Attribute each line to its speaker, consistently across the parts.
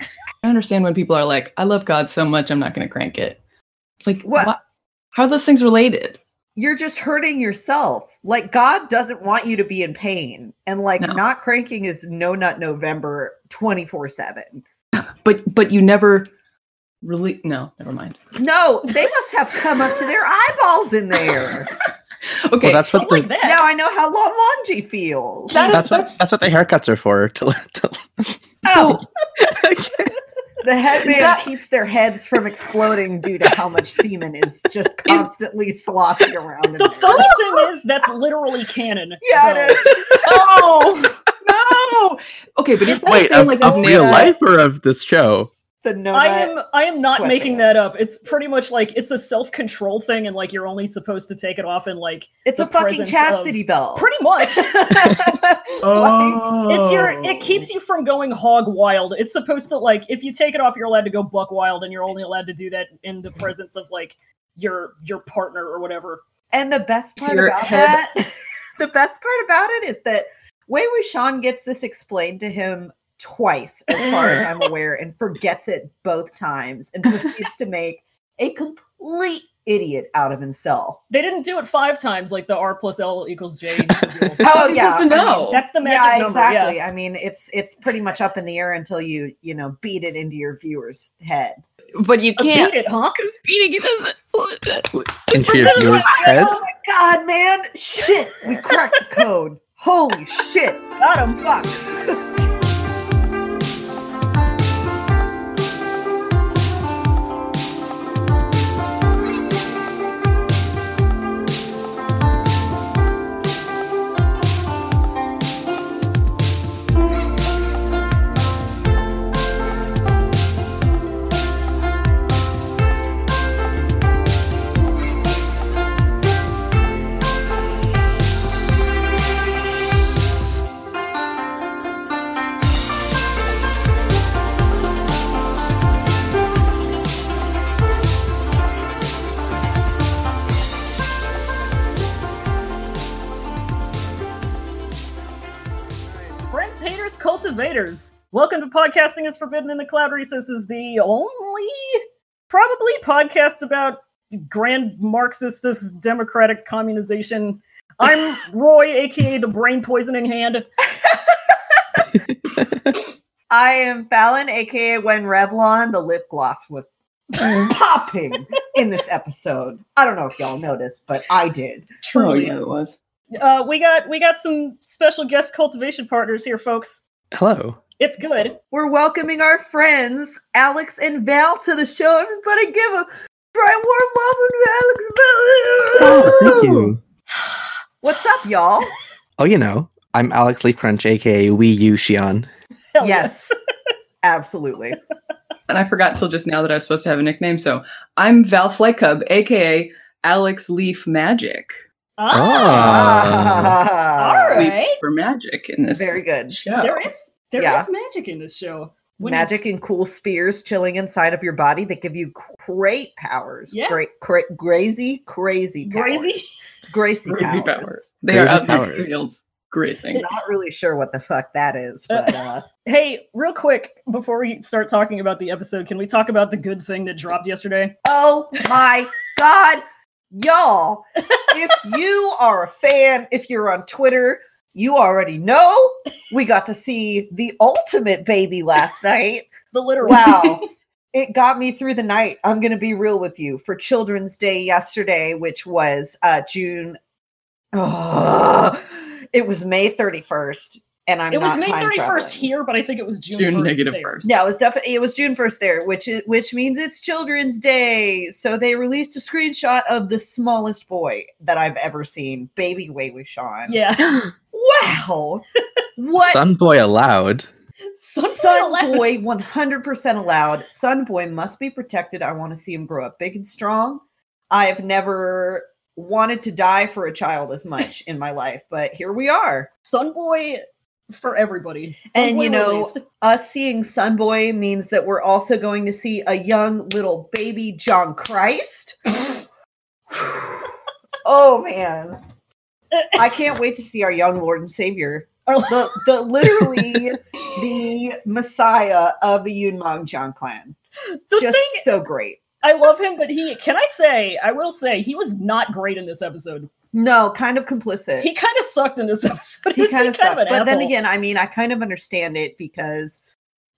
Speaker 1: I understand when people are like, I love God so much, I'm not going to crank it. It's like,
Speaker 2: What?
Speaker 1: what? How are those things related?
Speaker 2: You're just hurting yourself. Like God doesn't want you to be in pain. And like
Speaker 1: No.
Speaker 2: not cranking is no nut November 24/7.
Speaker 1: But but you never really no, never mind.
Speaker 2: No, they must have come up to their eyeballs in there.
Speaker 1: Okay,
Speaker 3: that's what
Speaker 1: don't
Speaker 3: the-
Speaker 1: like that.
Speaker 2: now I know how Lamonji feels.
Speaker 1: That is-
Speaker 3: That's what that's what the haircuts are for. To, to,
Speaker 1: so
Speaker 2: the headband
Speaker 1: that-
Speaker 2: keeps their heads from exploding due to how much semen is just constantly sloshing around. In
Speaker 4: The
Speaker 2: there.
Speaker 4: function is that's literally canon.
Speaker 2: Yeah, it
Speaker 4: though.
Speaker 2: is.
Speaker 1: no, no. Okay, but is that
Speaker 3: wait,
Speaker 1: a thing
Speaker 3: of,
Speaker 1: like
Speaker 3: of
Speaker 1: nail-
Speaker 3: real life or of this show?
Speaker 2: The no
Speaker 4: I am I am not making that
Speaker 2: sweatpants.
Speaker 4: up. It's pretty much like it's a self-control thing and like you're only supposed to take it off in like
Speaker 2: It's
Speaker 4: the
Speaker 2: a fucking
Speaker 4: presence of-
Speaker 2: chastity belt.
Speaker 4: pretty much Oh,
Speaker 2: Like,
Speaker 4: It's your.
Speaker 3: Oh.
Speaker 4: It keeps you from going hog wild. It's supposed to like if you take it off, you're allowed to go buck wild, and you're only allowed to do that in the presence of like your your partner or whatever.
Speaker 2: and the best
Speaker 1: It's
Speaker 2: part
Speaker 1: your
Speaker 2: about
Speaker 1: head.
Speaker 2: that, the best part about it is that Wei Wuxian gets this explained to him twice, as far as I'm aware, and forgets it both times, and proceeds to make a complete idiot out of himself.
Speaker 4: They didn't do it five times like the R plus L equals J. equals L.
Speaker 1: How
Speaker 2: Oh,
Speaker 1: is he supposed to
Speaker 2: yeah, I mean,
Speaker 1: know?
Speaker 4: That's the magic
Speaker 2: yeah,
Speaker 4: number.
Speaker 2: exactly.
Speaker 4: Yeah.
Speaker 2: I mean, it's it's pretty much up in the air until you you know beat it into your viewer's head.
Speaker 1: but you
Speaker 4: Yeah.
Speaker 1: can't
Speaker 4: Beat it, huh?
Speaker 1: because beating it isn't.
Speaker 3: into your viewer's head.
Speaker 2: Oh my god, man! Shit, we cracked the code. Holy shit!
Speaker 4: Got him.
Speaker 2: Fuck.
Speaker 4: Friends, haters, cultivators. Welcome to Podcasting is Forbidden in the Cloud Recesses, the only, probably, podcast about grand Marxist of democratic communization. I'm Roy, aka the brain poisoning hand.
Speaker 2: I am Fallon, aka when Revlon, the lip gloss was
Speaker 4: Mm.
Speaker 2: popping in this episode. I don't know if y'all noticed, but I did.
Speaker 1: Oh
Speaker 4: Truly.
Speaker 1: yeah, it was.
Speaker 4: uh, we got we got some special guest cultivation partners here, folks.
Speaker 3: Hello.
Speaker 4: It's good.
Speaker 2: We're welcoming our friends Alex and Val to the show. Everybody give a bright warm welcome to Alex and Val.
Speaker 3: Oh, Thank you.
Speaker 2: What's up, y'all?
Speaker 3: Oh, you know, I'm Alex Leaf Crunch, aka Wii U Xian.
Speaker 4: Hell
Speaker 2: Yes. Absolutely.
Speaker 1: And I forgot till just now that I was supposed to have a nickname. So I'm Val Flycub, aka Alex Leaf Magic.
Speaker 4: Ah, all
Speaker 1: Leaf
Speaker 4: right.
Speaker 1: for magic in this
Speaker 2: Ah, Very good.
Speaker 3: Ah.
Speaker 1: show.
Speaker 4: There is there is
Speaker 2: Yeah.
Speaker 4: magic in this show. When you-
Speaker 2: Magic and cool spears chilling inside of your body that give you great powers.
Speaker 4: Yeah.
Speaker 2: Great, cra- crazy, crazy, powers.
Speaker 4: Crazy.
Speaker 2: Gracie,
Speaker 1: Crazy
Speaker 2: powers.
Speaker 1: powers. They
Speaker 3: Crazy
Speaker 1: are out in the
Speaker 3: powers.
Speaker 1: fields grazing.
Speaker 2: Not really sure what the fuck that is, but uh,
Speaker 4: Hey, real quick, before we start talking about the episode, can we talk about the good thing that dropped yesterday?
Speaker 2: oh my god, y'all! If you are a fan, if you're on Twitter, you already know we got to see the ultimate baby last night.
Speaker 4: The literal.
Speaker 2: Wow. It got me through the night. I'm going to be real with you. For Children's Day yesterday, which was uh, June, Ugh. it was May 31st, and I'm
Speaker 4: it was
Speaker 2: not
Speaker 4: May
Speaker 2: time
Speaker 4: 31st
Speaker 2: traveling.
Speaker 4: here, but I think it was June,
Speaker 1: June
Speaker 4: 1st
Speaker 1: negative
Speaker 4: there.
Speaker 1: first.
Speaker 2: Yeah, it was definitely it was June first there, which is, which means it's Children's Day. So they released a screenshot of the smallest boy that I've ever seen, baby Wei Wuxian.
Speaker 4: Yeah.
Speaker 2: Wow. What
Speaker 3: Sun Boy allowed.
Speaker 4: Sunboy
Speaker 2: Sun
Speaker 4: 11.
Speaker 2: boy, one hundred percent allowed. Sun boy must be protected. I want to see him grow up big and strong. I've never wanted to die for a child as much in my life, but here we are.
Speaker 4: Sunboy for everybody.
Speaker 2: And, you
Speaker 4: Sunboy
Speaker 2: know,
Speaker 4: released.
Speaker 2: us seeing Sunboy means that we're also going to see a young little baby John Christ. oh man. I can't wait to see our young Lord and Savior.
Speaker 4: Or-
Speaker 2: the, the literally the messiah of the Yunmong Jiang clan.
Speaker 4: the
Speaker 2: Just
Speaker 4: thing
Speaker 2: so great.
Speaker 4: I love him, but he can I say, I will say, he was not great in this episode.
Speaker 2: No, kind of complicit.
Speaker 4: He kind of sucked in this episode.
Speaker 2: Eh. he
Speaker 4: He's
Speaker 2: kind of
Speaker 4: been
Speaker 2: sucked.
Speaker 4: an
Speaker 2: But then
Speaker 4: asshole.
Speaker 2: again, I mean, I kind of understand it because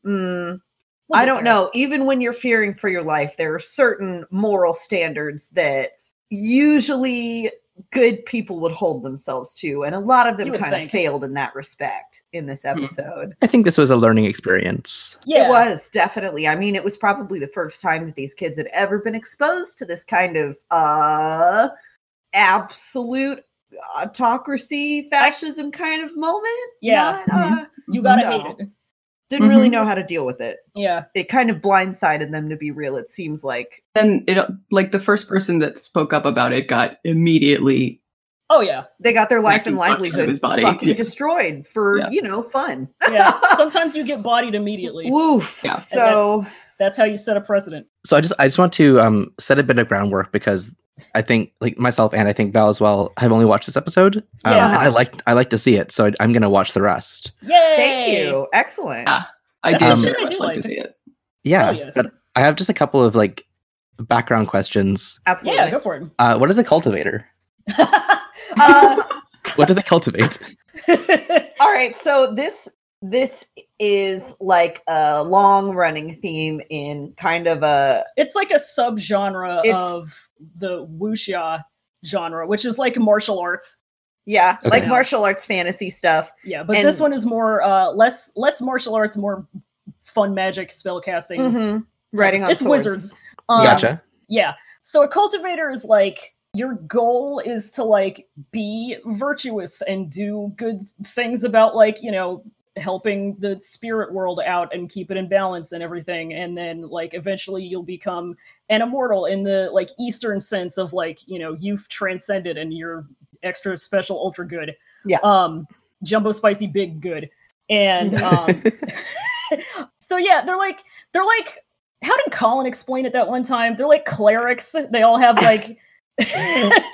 Speaker 2: mm,
Speaker 4: We'll
Speaker 2: I
Speaker 4: get
Speaker 2: don't
Speaker 4: there.
Speaker 2: know. Even when you're fearing for your life, there are certain moral standards that usually good people would hold themselves to, and a lot of them
Speaker 4: You would
Speaker 2: kind
Speaker 4: think. Hmm.
Speaker 2: of failed in that respect in this episode.
Speaker 3: I think this was a learning experience.
Speaker 4: Yeah,
Speaker 2: It was definitely. I mean, it was probably the first time that these kids had ever been exposed to this kind of uh absolute autocracy fascism kind of moment.
Speaker 4: Yeah. Mm-hmm.
Speaker 2: Not, uh,
Speaker 4: you gotta
Speaker 2: No.
Speaker 4: hate it.
Speaker 2: didn't really
Speaker 1: Mhm.
Speaker 2: know how to deal with it.
Speaker 4: Yeah,
Speaker 2: It kind of blindsided them to be real. It seems like
Speaker 1: And it like the first person that spoke up about it got immediately
Speaker 4: oh yeah,
Speaker 2: they got their life and
Speaker 1: Fucking fucked out of
Speaker 2: livelihood
Speaker 1: his body.
Speaker 2: fucking
Speaker 1: Yeah.
Speaker 2: destroyed for
Speaker 1: Yeah.
Speaker 2: you know fun.
Speaker 4: yeah. Sometimes you get bodied immediately.
Speaker 2: Woof.
Speaker 1: Yeah. And
Speaker 2: So
Speaker 4: That's how you set a precedent.
Speaker 3: So I just I just want to um set a bit of groundwork because I think like myself and I think Val as well have only watched this episode. Um,
Speaker 4: Yeah.
Speaker 3: and I like I like to see it, so I, I'm gonna watch the rest.
Speaker 4: Yay!
Speaker 2: thank you. Excellent.
Speaker 1: Yeah. I
Speaker 4: That's
Speaker 1: did
Speaker 3: something
Speaker 1: very
Speaker 4: I
Speaker 1: much
Speaker 4: do
Speaker 1: like
Speaker 4: like.
Speaker 1: to see it.
Speaker 3: Yeah,
Speaker 4: Oh, yes.
Speaker 3: but I have just a couple of like background questions.
Speaker 2: Absolutely.
Speaker 4: Yeah, go for it.
Speaker 3: Uh, what is a cultivator?
Speaker 4: Uh,
Speaker 3: What do they cultivate?
Speaker 2: All right, so this this is like a long running theme in kind of a
Speaker 4: it's like a subgenre
Speaker 2: It's-
Speaker 4: of the wuxia genre, which is like martial arts.
Speaker 2: yeah,
Speaker 3: Okay.
Speaker 2: like martial arts fantasy stuff.
Speaker 4: Yeah, but
Speaker 2: And-
Speaker 4: this one is more uh less less martial arts, more fun magic spell casting.
Speaker 2: Mm-hmm. Writing on
Speaker 4: it's
Speaker 2: swords.
Speaker 4: wizards. Um,
Speaker 3: gotcha.
Speaker 4: Yeah. So a cultivator is like your goal is to like be virtuous and do good things about like, you know, helping the spirit world out and keep it in balance and everything and then like eventually you'll become an immortal in the like eastern sense of like, you know, you've transcended and you're extra special ultra good.
Speaker 2: Yeah.
Speaker 4: Um jumbo spicy big good. And um so yeah, they're like they're like how did Colin explain it that one time? They're like clerics. They all have like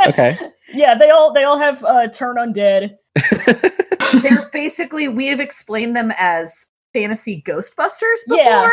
Speaker 3: okay.
Speaker 4: Yeah, they all they all have uh turn undead.
Speaker 2: They're basically we have explained them as fantasy ghostbusters before.
Speaker 4: Yeah.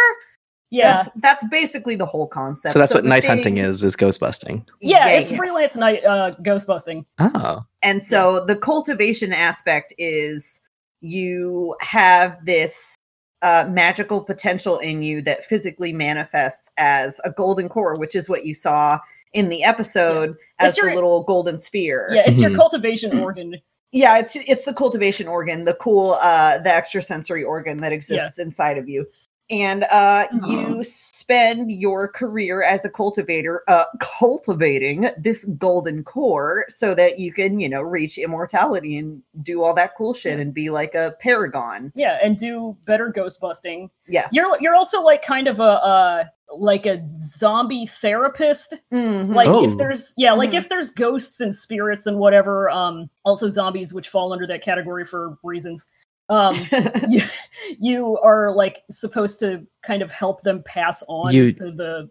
Speaker 4: Yeah.
Speaker 2: That's that's basically the whole concept.
Speaker 3: So that's what
Speaker 2: the
Speaker 3: night
Speaker 2: thing-
Speaker 3: hunting is is ghost busting.
Speaker 4: yeah,
Speaker 2: Yeah,
Speaker 4: it's
Speaker 2: yes.
Speaker 4: freelance night uh ghost busting.
Speaker 3: Oh.
Speaker 2: And so the cultivation aspect is you have this uh, magical potential in you that physically manifests as a golden core, which is what you saw in the episode
Speaker 4: It's
Speaker 2: as
Speaker 4: your-
Speaker 2: the little golden sphere.
Speaker 4: Yeah, it's your
Speaker 3: Mhm.
Speaker 4: cultivation
Speaker 1: Mm.
Speaker 4: organ.
Speaker 2: Yeah, it's it's the cultivation organ, the cool uh the extrasensory organ that exists inside of you. And uh you spend your career as a cultivator uh cultivating this golden core so that you can, you know, reach immortality and do all that cool shit and be like a paragon.
Speaker 4: Yeah, and do better ghost busting.
Speaker 2: Yes.
Speaker 4: You're you're also like kind of a uh like a zombie therapist
Speaker 2: Mhm.
Speaker 4: like
Speaker 3: Oh.
Speaker 4: if there's yeah like
Speaker 2: Mhm.
Speaker 4: if there's ghosts and spirits and whatever um also zombies which fall under that category for reasons um
Speaker 2: Mm-hmm.
Speaker 4: you, you are like supposed to kind of help them pass on
Speaker 3: You-
Speaker 4: to the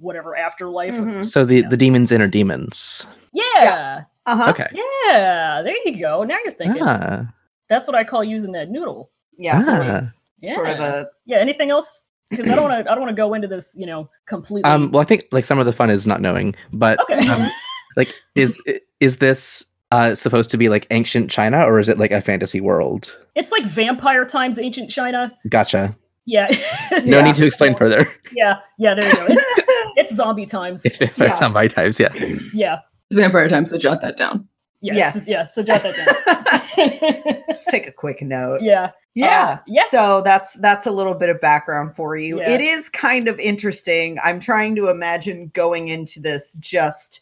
Speaker 4: whatever afterlife
Speaker 2: Mhm.
Speaker 3: So the
Speaker 4: Yeah.
Speaker 3: the demons inner demons.
Speaker 4: yeah,
Speaker 2: Uh-huh.
Speaker 3: Okay.
Speaker 4: yeah there you go now you're thinking
Speaker 3: Ah.
Speaker 4: that's what i call using that noodle
Speaker 2: Yeah.
Speaker 3: ah.
Speaker 4: yeah
Speaker 2: Sort of a
Speaker 4: yeah anything else because i don't want to i don't want to go into this you know completely
Speaker 3: Um, well, I think like some of the fun is not knowing, but
Speaker 4: Okay.
Speaker 3: um, like is is this uh, supposed to be like ancient China or is it like a fantasy world?
Speaker 4: it's like vampire times ancient china
Speaker 3: Gotcha.
Speaker 4: yeah
Speaker 3: No
Speaker 2: Yeah.
Speaker 3: need to explain further.
Speaker 4: yeah yeah there you go it's, it's zombie times
Speaker 3: It's vampire
Speaker 2: Yeah.
Speaker 3: zombie times, yeah.
Speaker 4: yeah
Speaker 1: It's vampire time, so jot that down.
Speaker 4: yes,
Speaker 2: Yes.
Speaker 4: yeah so jot that down
Speaker 2: Just take a quick note.
Speaker 4: yeah
Speaker 2: Yeah.
Speaker 4: Uh, yeah.
Speaker 2: So that's that's a little bit of background for you.
Speaker 4: Yeah.
Speaker 2: It is kind of interesting. I'm trying to imagine going into this just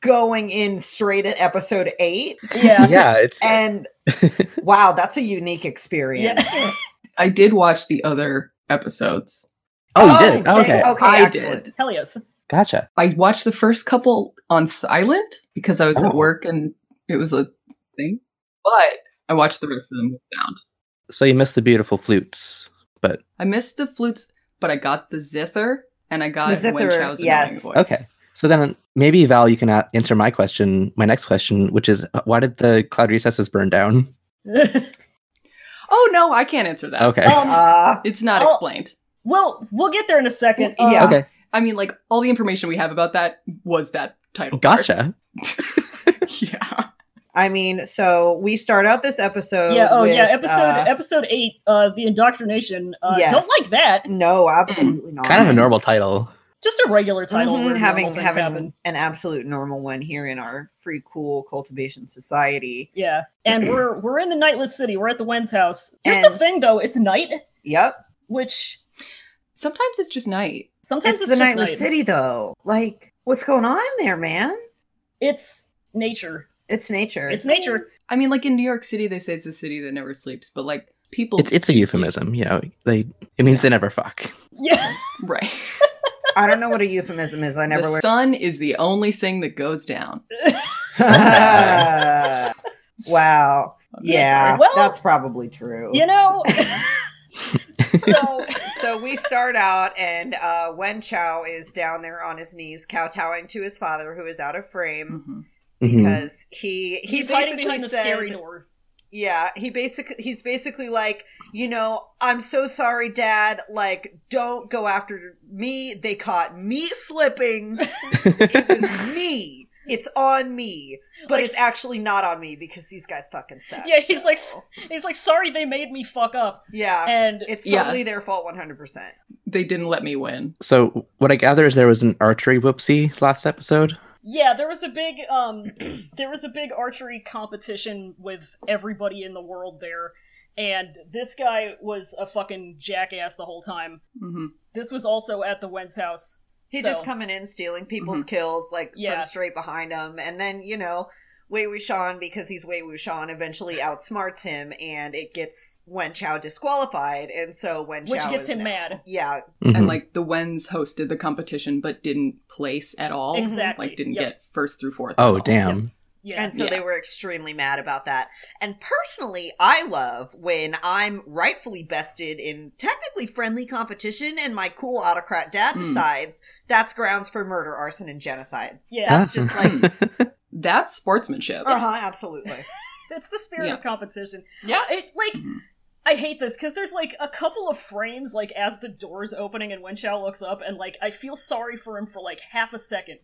Speaker 2: going in straight at episode 8
Speaker 4: yeah
Speaker 3: Yeah, it's
Speaker 2: and wow, that's a unique experience.
Speaker 4: yeah.
Speaker 1: I did watch the other episodes.
Speaker 3: Oh, you did.
Speaker 2: Oh,
Speaker 3: okay.
Speaker 2: okay.
Speaker 1: I
Speaker 2: excellent.
Speaker 1: did.
Speaker 4: Hell yes.
Speaker 3: Gotcha.
Speaker 1: I watched the first couple on silent because I was at
Speaker 3: Oh.
Speaker 1: work and it was a thing. But I watched the rest of them with sound.
Speaker 3: So you missed the beautiful flutes. But
Speaker 1: I missed the flutes, but I got the zither and I got
Speaker 2: The zither,
Speaker 1: Wenchow's
Speaker 2: yes.
Speaker 1: annoying voice.
Speaker 3: okay. So then maybe Val you can a- answer my question, my next question, which is uh, why did the cloud recesses burn down?
Speaker 1: Oh no, I can't answer that.
Speaker 3: Okay.
Speaker 4: Um,
Speaker 2: Uh,
Speaker 1: It's not
Speaker 4: Oh.
Speaker 1: explained.
Speaker 4: Well, we'll get there in a second. Um,
Speaker 2: Well, yeah.
Speaker 3: okay.
Speaker 1: I mean, like all the information we have about that was that title. card.
Speaker 3: Gotcha.
Speaker 1: yeah.
Speaker 2: I mean, so we start out this episode.
Speaker 4: yeah. Oh,
Speaker 2: with,
Speaker 4: yeah. Episode
Speaker 2: uh,
Speaker 4: episode eight. Uh, the indoctrination. Uh,
Speaker 2: Yes.
Speaker 4: Don't like that.
Speaker 2: no, absolutely not.
Speaker 3: Kind of a normal title.
Speaker 4: Just a regular title.
Speaker 2: Mhm,
Speaker 4: where
Speaker 2: having
Speaker 4: normal things
Speaker 2: having
Speaker 4: happen.
Speaker 2: an absolute normal one here in our free cool cultivation society.
Speaker 4: Yeah. And we're we're in the nightless city. We're at the Wen's house. Here's the
Speaker 2: And-
Speaker 4: thing, though. It's night,
Speaker 2: Yep,
Speaker 4: which
Speaker 1: Sometimes it's just night.
Speaker 4: sometimes
Speaker 2: it's,
Speaker 4: it's,
Speaker 2: the
Speaker 4: just
Speaker 2: nightless
Speaker 4: night.
Speaker 2: city though. Like, what's going on there, man?
Speaker 4: It's nature.
Speaker 2: It's nature.
Speaker 4: It's nature.
Speaker 1: I mean, like in New York City, they say it's a city that never sleeps, but like people,
Speaker 3: It's it's a
Speaker 1: do
Speaker 3: euphemism. You know, they it means they never fuck.
Speaker 4: Yeah.
Speaker 1: sleep. right?
Speaker 2: I don't know what a euphemism is. I never.
Speaker 1: the
Speaker 2: learned.
Speaker 1: sun is the only thing that goes down.
Speaker 2: wow. Yeah,
Speaker 4: Well-
Speaker 2: that's probably true.
Speaker 4: you know. so
Speaker 2: so we start out, and uh, Wen Chow is down there on his knees, kowtowing to his father, who is out of
Speaker 4: Mm-hmm.
Speaker 2: frame
Speaker 1: Mhm.
Speaker 3: Mhm.
Speaker 2: because he he
Speaker 4: he's hiding
Speaker 2: basically
Speaker 4: behind the
Speaker 2: said-
Speaker 4: scary door.
Speaker 2: Yeah, he basically he's basically like, you know, I'm so sorry, Dad. Like, don't go after me. They caught me slipping. it
Speaker 3: Mm-hmm.
Speaker 2: was me. It's on me, but
Speaker 4: Like-
Speaker 2: it's actually not on me because these guys fucking suck.
Speaker 4: Yeah, he's like-
Speaker 2: so-
Speaker 4: He's like, sorry, they made me fuck up.
Speaker 2: yeah,
Speaker 4: And
Speaker 2: it's
Speaker 1: Yeah.
Speaker 2: totally their fault, one hundred percent.
Speaker 1: They didn't let me win.
Speaker 3: So what I gather is there was an archery whoopsie last episode.
Speaker 4: yeah, there was a big um there was a big archery competition with everybody in the world there. And this guy was a fucking jackass the whole time.
Speaker 1: hmm
Speaker 4: This was also at the Wen's house.
Speaker 2: He
Speaker 4: So-
Speaker 2: just coming in stealing people's kills like
Speaker 4: Yeah.
Speaker 2: from straight behind him, and then you know Wei Wuxian because he's Wei Wuxian eventually outsmarts him, and it gets Wen Chao disqualified, and so Wen Chao
Speaker 4: Which gets
Speaker 2: is
Speaker 4: him
Speaker 2: now-
Speaker 4: mad.
Speaker 2: Yeah,
Speaker 3: Mhm.
Speaker 1: And like the Wens hosted the competition, but didn't place at all.
Speaker 4: Exactly.
Speaker 1: Like Oh, didn't
Speaker 4: Yep.
Speaker 1: get first through fourth. at
Speaker 3: oh
Speaker 1: all.
Speaker 3: damn.
Speaker 4: Yeah.
Speaker 2: and so
Speaker 1: Yeah.
Speaker 2: they were extremely mad about that. And personally, I love when I'm rightfully bested in technically friendly competition, and my cool autocrat dad
Speaker 1: Mm.
Speaker 2: decides that's grounds for murder, arson, and genocide.
Speaker 4: yeah.
Speaker 2: That's just like,
Speaker 1: That's sportsmanship.
Speaker 2: uh
Speaker 4: Uh-huh.
Speaker 2: huh, absolutely.
Speaker 4: That's the spirit
Speaker 1: Yeah.
Speaker 4: of competition.
Speaker 2: Yeah.
Speaker 4: It like
Speaker 2: Mm-hmm.
Speaker 1: Mhm.
Speaker 4: I hate this because there's like a couple of frames like as the door's opening and Wenchao looks up and like I feel sorry for him for like half a second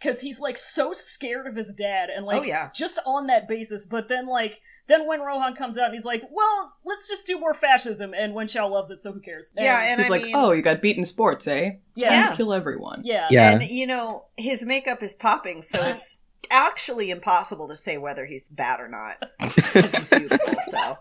Speaker 4: because he's like so scared of his dad and like
Speaker 2: oh yeah.
Speaker 4: just on that basis. But then like then when Rohan comes out and he's like, well, let's just do more fascism and Wenchao loves it, so who cares?
Speaker 2: Yeah, and
Speaker 1: He's
Speaker 2: I
Speaker 1: like,
Speaker 2: mean,
Speaker 1: oh, you got beaten in sports, eh?
Speaker 4: yeah,
Speaker 2: Yeah.
Speaker 1: Kill everyone.
Speaker 4: yeah,
Speaker 3: yeah.
Speaker 2: And you know, his makeup is popping, so it's actually impossible to say whether he's bad or not. 'Cause he's beautiful, so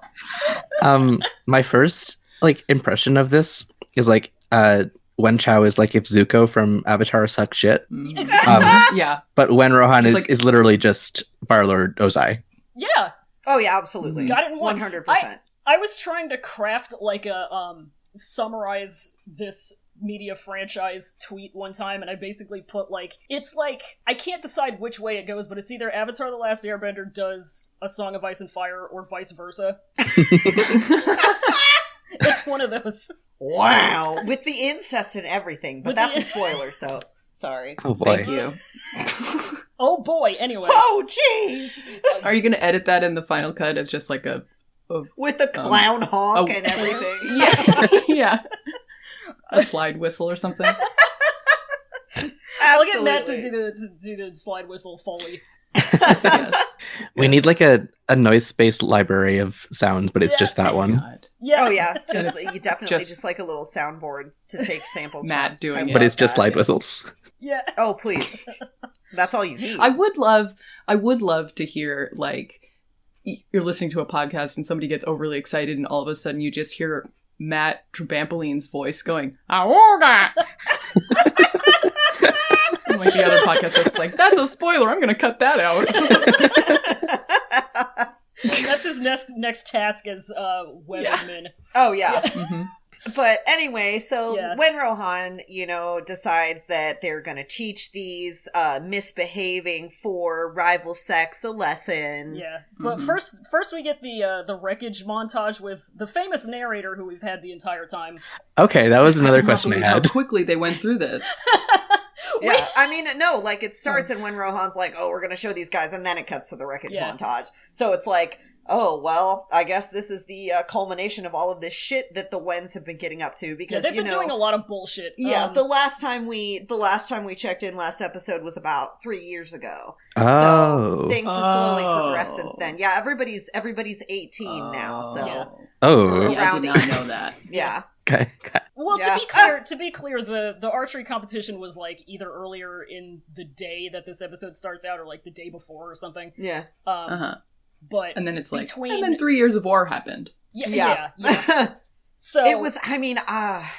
Speaker 3: um my first like impression of this is like uh Wen Chow is like if Zuko from Avatar sucked shit,
Speaker 1: Mhm.
Speaker 3: Um,
Speaker 1: yeah.
Speaker 3: but Wen Rohan
Speaker 1: It's
Speaker 3: is,
Speaker 1: like-
Speaker 3: is literally just Fire Lord Ozai.
Speaker 4: yeah.
Speaker 2: oh yeah, absolutely,
Speaker 4: Got it in one.
Speaker 2: one hundred percent.
Speaker 4: I was trying to craft like a um summarize this media franchise tweet one time and I basically put like it's like I can't decide which way it goes but it's either Avatar the Last Airbender does a Song of Ice and Fire or vice versa. It's one of those.
Speaker 2: Wow, with the incest and everything, but
Speaker 4: With
Speaker 2: that's
Speaker 4: the-
Speaker 2: a spoiler. So sorry.
Speaker 3: Oh boy.
Speaker 1: Thank you.
Speaker 4: oh boy, anyway.
Speaker 2: Oh jeez,
Speaker 1: Are you going to edit that in the final cut as just like a
Speaker 2: with the clown honk
Speaker 1: oh.
Speaker 2: and everything.
Speaker 1: yeah, yeah, a slide whistle or something?
Speaker 4: I'll get Matt to
Speaker 2: Absolutely.
Speaker 4: do the to do the slide whistle foley.
Speaker 1: Yes.
Speaker 3: We need like a, a noise space library of sounds, but it's
Speaker 4: Yeah.
Speaker 3: just that one.
Speaker 1: God.
Speaker 4: Yeah.
Speaker 2: Oh yeah, just
Speaker 1: Just-
Speaker 2: you definitely just,
Speaker 1: just-
Speaker 2: like a little soundboard to take samples.
Speaker 1: Matt
Speaker 2: from.
Speaker 1: doing
Speaker 2: I
Speaker 1: it.
Speaker 3: But
Speaker 2: love
Speaker 3: it's just
Speaker 2: that.
Speaker 3: slide
Speaker 1: yes.
Speaker 3: whistles.
Speaker 4: Yeah.
Speaker 2: Oh please, that's all you need.
Speaker 1: I would love, I would love to hear like y- you're listening to a podcast and somebody gets overly excited and all of a sudden you just hear Matt Trampoline's voice going "Awoga." And, like the other podcast host is like, "That's a spoiler. I'm going to cut that out."
Speaker 4: That's his next next task as uh Weberman.
Speaker 2: oh yeah.
Speaker 1: Mhm.
Speaker 2: But anyway, so
Speaker 4: Yeah.
Speaker 2: when Rohan, you know, decides that they're going to teach these uh, misbehaving for rival sex a lesson.
Speaker 4: Yeah, but
Speaker 2: Mm-hmm.
Speaker 1: Mhm.
Speaker 4: first, first we get the uh, the wreckage montage with the famous narrator who we've had the entire time.
Speaker 3: Okay, that was another
Speaker 1: cannot
Speaker 3: question I
Speaker 1: believe
Speaker 3: had.
Speaker 1: How quickly they went through this.
Speaker 4: We-
Speaker 2: Yeah, I mean, no, like it starts, and when Rohan's like, "Oh, we're going to show these guys," and then it cuts to the wreckage
Speaker 4: Yeah.
Speaker 2: montage. So it's like oh well, I guess this is the uh, culmination of all of this shit that the Wens have been getting up to
Speaker 4: Yeah,
Speaker 2: because
Speaker 4: they've
Speaker 2: you
Speaker 4: been
Speaker 2: know,
Speaker 4: doing a lot of bullshit.
Speaker 2: yeah,
Speaker 4: Um,
Speaker 2: the last time we the last time we checked in last episode was about three years ago.
Speaker 3: Oh.
Speaker 2: so things have slowly progressed
Speaker 1: Oh.
Speaker 2: since then. Yeah, everybody's everybody's eighteen now, so yeah.
Speaker 3: oh.
Speaker 1: Yeah, I
Speaker 2: Around
Speaker 1: did not know that.
Speaker 3: Okay. okay.
Speaker 4: Well,
Speaker 2: Yeah.
Speaker 4: to be clear, to be clear, the the archery competition was like either earlier in the day that this episode starts out, or like the day before, or something.
Speaker 2: yeah,
Speaker 4: Um,
Speaker 1: Uh
Speaker 2: Uh-huh.
Speaker 1: huh.
Speaker 4: But
Speaker 1: And then it's like,
Speaker 4: Between-
Speaker 1: and then three years of war happened.
Speaker 4: yeah, yeah,
Speaker 2: yeah.
Speaker 4: yeah. So
Speaker 2: it was. I mean, ah.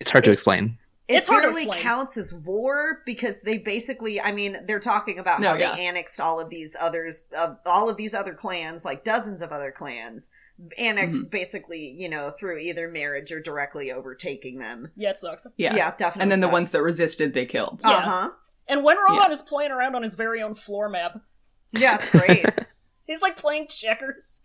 Speaker 3: It's hard to explain.
Speaker 2: it
Speaker 4: It's hard to
Speaker 2: barely
Speaker 4: explain.
Speaker 2: counts as war because they basically i mean they're talking about
Speaker 1: No,
Speaker 2: how
Speaker 1: yeah.
Speaker 2: they annexed all of these others of all of these other clans like dozens of other clans annexed basically you know through either marriage or directly overtaking them
Speaker 4: yeah, it sucks.
Speaker 1: Yeah.
Speaker 2: yeah, definitely
Speaker 1: and then the
Speaker 2: sucks.
Speaker 1: ones that resisted, they killed.
Speaker 4: Yeah.
Speaker 2: uh-huh
Speaker 4: And when Rohan
Speaker 1: Yeah.
Speaker 4: is playing around on his very own floor map,
Speaker 2: yeah it's great
Speaker 4: he's like playing checkers.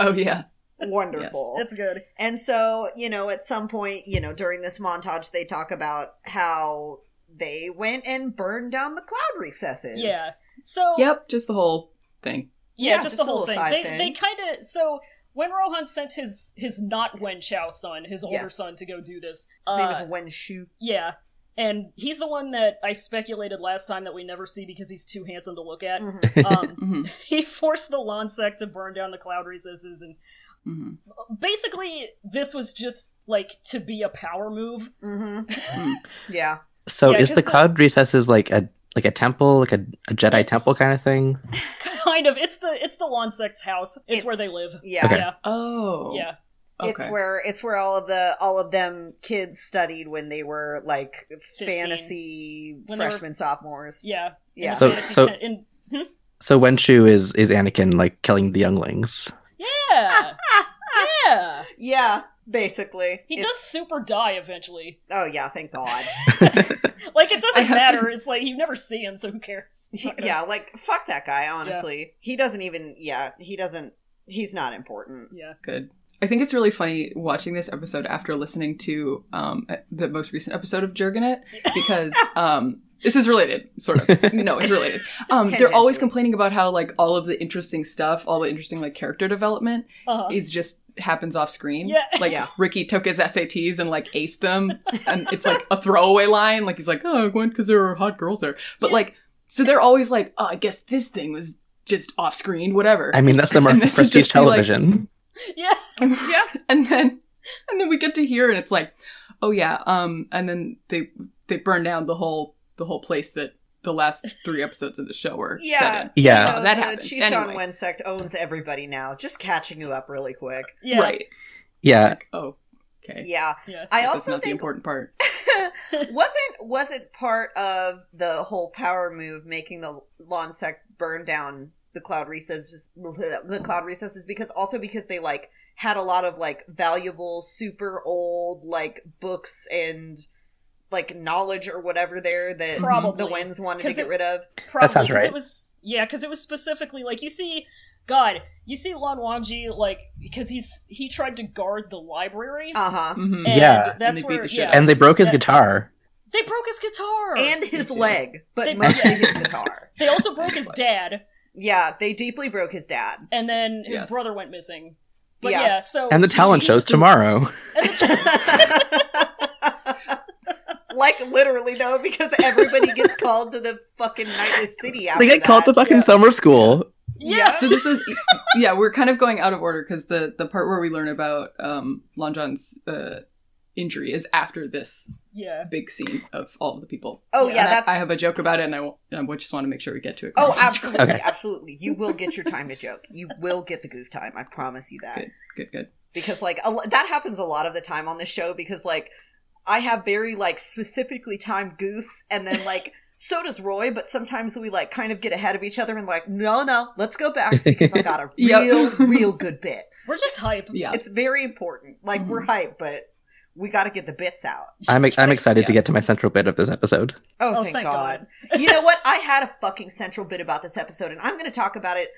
Speaker 1: Oh yeah.
Speaker 2: wonderful
Speaker 4: It's good.
Speaker 2: And so, you know, at some point, you know, during this montage, they talk about how they went and burned down the cloud recesses.
Speaker 4: Yeah. So
Speaker 1: Yep. Just the whole thing.
Speaker 4: yeah,
Speaker 2: Yeah, just
Speaker 4: just the
Speaker 2: a
Speaker 4: whole
Speaker 2: little
Speaker 4: thing.
Speaker 2: side
Speaker 4: They
Speaker 2: thing.
Speaker 4: they kind of so when Rohan sent his his not Wen Chao son, his older
Speaker 2: Yes.
Speaker 4: son, to go do this.
Speaker 2: His name
Speaker 4: uh,
Speaker 2: is Wen Shu.
Speaker 4: Yeah. And he's the one that I speculated last time that we never see because he's too handsome to look at.
Speaker 2: Mhm.
Speaker 4: Um,
Speaker 1: Mhm.
Speaker 4: he forced the lawn sect to burn down the cloud recesses, and
Speaker 1: Mhm.
Speaker 4: basically, this was just like to be a power move.
Speaker 2: Mhm.
Speaker 1: Mm.
Speaker 2: Yeah.
Speaker 3: So
Speaker 4: Yeah,
Speaker 3: is
Speaker 4: 'cause
Speaker 3: the
Speaker 4: the-
Speaker 3: cloud recesses like a like a temple, like a, a Jedi
Speaker 4: It's-
Speaker 3: temple kind of thing?
Speaker 4: kind of. It's the it's the lawn sect's house. It's,
Speaker 2: It's-
Speaker 4: where they live.
Speaker 2: Yeah.
Speaker 3: Okay.
Speaker 4: Yeah,
Speaker 1: Oh.
Speaker 4: yeah.
Speaker 1: Okay.
Speaker 2: It's where it's where all of the all of them kids studied when they were like
Speaker 4: 15.
Speaker 2: fantasy
Speaker 4: When they were-
Speaker 2: freshmen sophomores.
Speaker 4: yeah. In
Speaker 2: Yeah.
Speaker 4: the
Speaker 3: So-
Speaker 4: fantasy
Speaker 3: so-
Speaker 4: te- in-
Speaker 3: So Wenshu is is Anakin like killing the younglings.
Speaker 4: yeah, yeah.
Speaker 2: yeah, basically.
Speaker 4: He
Speaker 2: It's-
Speaker 4: does super die eventually.
Speaker 2: Oh yeah, thank God.
Speaker 4: Like it
Speaker 1: I
Speaker 4: doesn't
Speaker 1: have
Speaker 4: matter. It's like you never see him, so who cares?
Speaker 2: yeah, like fuck that guy, honestly. He doesn't even yeah, he doesn't he's not important.
Speaker 4: yeah.
Speaker 1: good. I think it's really funny watching this episode after listening to um, the most recent episode of Jurgenet because um, this is related, sort of. no, it's related. Um, they're always
Speaker 2: Tangentially.
Speaker 1: complaining about how like all of the interesting stuff, all the interesting like character development
Speaker 4: Uh-huh.
Speaker 1: is just happens off screen.
Speaker 4: Yeah.
Speaker 1: Like
Speaker 2: Yeah.
Speaker 1: Ricky took his SATs and like aced them, and it's like a throwaway line. Like he's like, "Oh, I went because there were hot girls there," but
Speaker 4: Yeah.
Speaker 1: like, so they're always like, "Oh, I guess this thing was just off screen, whatever."
Speaker 3: I mean that's the
Speaker 1: And
Speaker 3: mark
Speaker 1: then
Speaker 3: of
Speaker 1: she'd
Speaker 3: prestige
Speaker 1: just be like-
Speaker 3: television.
Speaker 4: yeah.
Speaker 1: yeah and then and then we get to here and it's like oh yeah um and then they they burn down the whole the whole place that the last three episodes of the show were
Speaker 2: Yeah.
Speaker 1: set in.
Speaker 3: yeah.
Speaker 1: No, that
Speaker 2: the
Speaker 1: happens.
Speaker 2: Chishan
Speaker 1: Anyway.
Speaker 2: Wen sect owns everybody now. Just catching you up really quick.
Speaker 4: Yeah.
Speaker 1: right
Speaker 3: Yeah.
Speaker 1: like, oh okay
Speaker 2: Yeah.
Speaker 4: Yeah.
Speaker 2: I
Speaker 1: Guess that's
Speaker 2: also
Speaker 1: not the
Speaker 2: think
Speaker 1: important part
Speaker 2: wasn't wasn't part of the whole power move making the lawn sect burn down the cloud recesses the cloud recesses because also because they like had a lot of like valuable super old like books and like knowledge or whatever there that
Speaker 4: Probably.
Speaker 2: the winds wanted to
Speaker 4: 'Cause
Speaker 2: get
Speaker 4: it-
Speaker 2: rid of
Speaker 4: Probably,
Speaker 3: sounds
Speaker 4: 'cause It
Speaker 3: right.
Speaker 4: was yeah, because it was specifically like you see, God, you see Lan Wangji like because he's he tried to guard the library.
Speaker 2: uh-huh
Speaker 1: Mhm.
Speaker 4: and
Speaker 3: Yeah.
Speaker 4: that's
Speaker 1: And they beat
Speaker 4: where
Speaker 1: the shit
Speaker 4: yeah,
Speaker 1: out of
Speaker 3: And they broke his
Speaker 4: That-
Speaker 3: guitar.
Speaker 4: they broke his guitar
Speaker 2: and his
Speaker 1: They did.
Speaker 2: leg but
Speaker 4: They-
Speaker 2: mostly
Speaker 4: yeah.
Speaker 2: his guitar
Speaker 4: they also broke his dad,
Speaker 2: yeah they deeply broke his dad
Speaker 4: and then his
Speaker 1: Yes.
Speaker 4: brother went missing. But yeah,
Speaker 2: Yeah.
Speaker 4: so
Speaker 3: And the talent
Speaker 4: he's-
Speaker 3: shows tomorrow.
Speaker 4: and the-
Speaker 2: like literally though, because everybody gets called to the fucking nightly city. After
Speaker 3: They get called to
Speaker 2: that.
Speaker 3: fucking
Speaker 4: yeah.
Speaker 3: summer school.
Speaker 4: yeah,
Speaker 1: so this was yeah we're kind of going out of order because the the part where we learn about um lon john's uh injury is after this
Speaker 4: yeah,
Speaker 1: big scene of all of the people
Speaker 2: Oh
Speaker 1: And
Speaker 2: yeah,
Speaker 1: I-
Speaker 2: that's.
Speaker 1: I, have a joke about it and i, won't- and I just want to make sure we get to it
Speaker 2: Oh, absolutely,
Speaker 3: Okay.
Speaker 2: absolutely. You will get your time to joke. You will get the goof time. I promise you that.
Speaker 1: Good. good good
Speaker 2: Because like a, lo- that happens a lot of the time on the show. Because like I have very like specifically timed goofs, and then like so does Roy. But sometimes we like kind of get ahead of each other and like, no, no, let's go back because I got a
Speaker 1: Yep.
Speaker 2: real, real good bit.
Speaker 4: we're just hype.
Speaker 1: yeah
Speaker 2: It's very important. Like we're hyped, but we got to get the bits out.
Speaker 3: I'm I'm excited to
Speaker 1: Yes.
Speaker 3: get to my central bit of this episode.
Speaker 2: Oh,
Speaker 4: Oh,
Speaker 2: thank,
Speaker 4: thank
Speaker 2: God. you know what? I had a fucking central bit about this episode, and I'm going to talk about it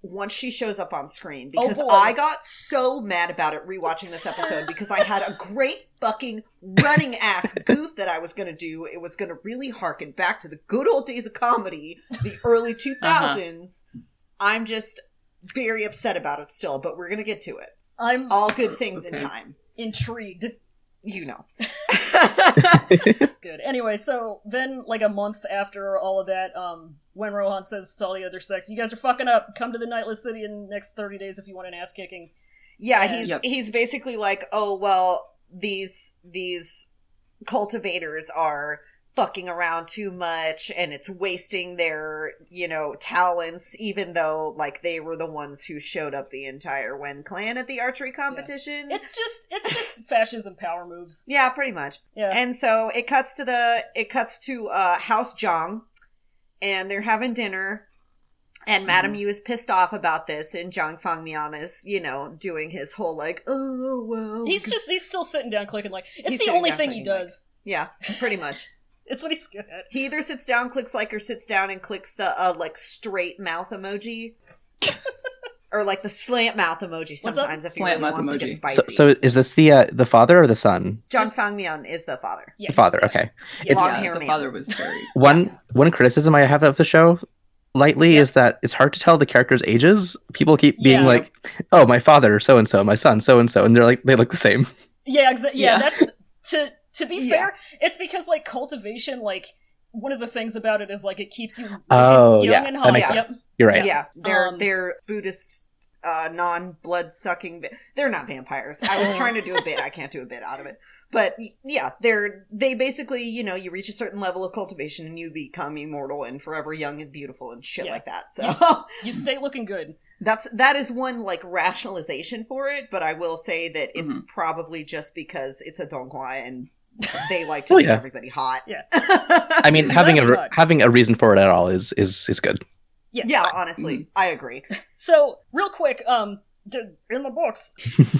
Speaker 2: once she shows up on screen
Speaker 4: Oh,
Speaker 2: because
Speaker 4: boy.
Speaker 2: I got so mad about it rewatching this episode because I had a great fucking running ass goof that I was going to do. It was going to really harken back to the good old days of comedy, the early 2000s. I'm just. very upset about it still, but we're gonna get to it.
Speaker 4: I'm
Speaker 2: All good things
Speaker 1: Okay.
Speaker 2: in time.
Speaker 4: intrigued.
Speaker 2: You know.
Speaker 4: Good. Anyway, so then, like a month after all of that, um, when Rohan says to all the other sex, "You guys are fucking up. Come to the Nightless City in the next thirty days if you want an ass kicking."
Speaker 2: Yeah,
Speaker 4: Yeah.
Speaker 2: he's
Speaker 1: Yep.
Speaker 2: he's basically like, oh well, these these cultivators are fucking around too much and it's wasting their you know talents even though like they were the ones who showed up the entire wen clan at the archery competition
Speaker 4: It's just, it's just fascism power moves.
Speaker 2: yeah pretty much
Speaker 4: Yeah.
Speaker 2: and so it cuts to the it cuts to uh house jong and they're having dinner and
Speaker 1: Mm-hmm.
Speaker 2: madam yu is pissed off about this and jong fang mian is you know doing his whole like oh well
Speaker 4: He's just he's still sitting down clicking like it's
Speaker 2: He's
Speaker 4: the
Speaker 2: sitting
Speaker 4: only
Speaker 2: down
Speaker 4: thing he
Speaker 2: clicking, like-
Speaker 4: does.
Speaker 2: yeah pretty much
Speaker 4: It's what he's good at.
Speaker 2: he either sits down clicks like or sits down and clicks the uh like straight mouth emoji or like the slant mouth emoji
Speaker 4: up?
Speaker 2: sometimes if he
Speaker 1: Slant
Speaker 2: really
Speaker 1: mouth
Speaker 2: wants to get
Speaker 1: emoji.
Speaker 2: spicy
Speaker 3: So, so is this the uh, the father or the son?
Speaker 2: jong fang mian is the father
Speaker 4: Yeah.
Speaker 3: The father. Okay.
Speaker 4: Yeah.
Speaker 2: Long
Speaker 1: yeah,
Speaker 2: hair
Speaker 1: the
Speaker 2: man.
Speaker 1: father was very
Speaker 3: One one criticism I have of the show lightly is that it's hard to tell the characters' ages. People keep being
Speaker 4: Yeah.
Speaker 3: like, "Oh, my father, so and so, my son, so and so," and they're like they look the same.
Speaker 4: Yeah, exa- yeah,
Speaker 1: Yeah.
Speaker 4: that's to to be
Speaker 2: Yeah.
Speaker 4: fair, it's because like cultivation, like one of the things about it is like it keeps you looking
Speaker 3: Oh,
Speaker 4: young
Speaker 3: yeah,
Speaker 4: and
Speaker 3: that
Speaker 4: hot.
Speaker 2: makes
Speaker 4: yep.
Speaker 3: You're right.
Speaker 2: Yeah, they're
Speaker 4: Um,
Speaker 2: they're Buddhist, uh, non blood sucking. Va- they're not vampires. I was trying to do a bit. I can't do a bit out of it. But y- yeah, they're they basically you know you reach a certain level of cultivation and you become immortal and forever young and beautiful and shit
Speaker 4: Yeah.
Speaker 2: like that.
Speaker 4: Yes.
Speaker 2: So
Speaker 4: You stay looking good.
Speaker 2: that's that is one like rationalization for it. But I will say that it's
Speaker 3: Mm-hmm.
Speaker 2: probably just because it's a donghua and they like to
Speaker 3: Oh,
Speaker 2: make
Speaker 3: yeah.
Speaker 2: everybody hot.
Speaker 4: Yeah.
Speaker 3: I mean, having a
Speaker 4: Right, right.
Speaker 3: having a reason for it at all is is is good.
Speaker 4: Yeah.
Speaker 2: yeah, honestly,
Speaker 3: mm.
Speaker 2: I agree.
Speaker 4: So real quick, um, d- in the books,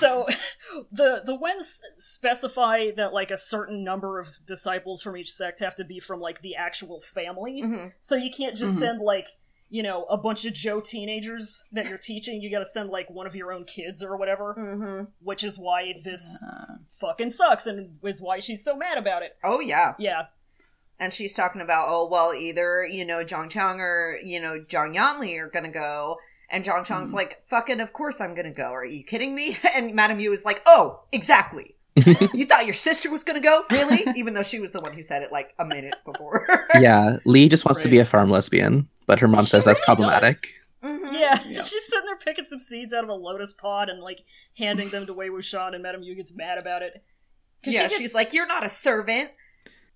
Speaker 4: so the the Wens specify that like a certain number of disciples from each sect have to be from like the actual family.
Speaker 2: Mhm.
Speaker 4: So you can't just
Speaker 3: Mm-hmm.
Speaker 1: Mhm.
Speaker 4: send like you know a bunch of Joe teenagers that you're teaching. You got to send like one of your own kids or whatever,
Speaker 2: Mhm.
Speaker 4: which is why this
Speaker 1: uh,
Speaker 4: fucking sucks and is why she's so mad about it.
Speaker 2: Oh yeah.
Speaker 4: Yeah,
Speaker 2: and she's talking about oh well either you know Jong Chang or you know Jong Yanli are gonna go and Jong Chang's
Speaker 1: Mhm.
Speaker 2: like fucking of course I'm gonna go are you kidding me and Madame Yu is like oh exactly you thought your sister was gonna go really even though she was the one who said it like a minute before
Speaker 3: Yeah, Lee just wants to
Speaker 1: Right.
Speaker 3: be a farm lesbian, but her mom
Speaker 4: She
Speaker 3: says that's
Speaker 4: really
Speaker 3: problematic.
Speaker 4: does.
Speaker 2: Mhm.
Speaker 4: yeah.
Speaker 1: Yeah.
Speaker 4: She's sitting there picking some seeds out of a lotus pod and like handing them to Wei Wuxian, and Madame Yu gets mad about it. 'Cause
Speaker 2: yeah
Speaker 4: she gets-
Speaker 2: she's like you're not a servant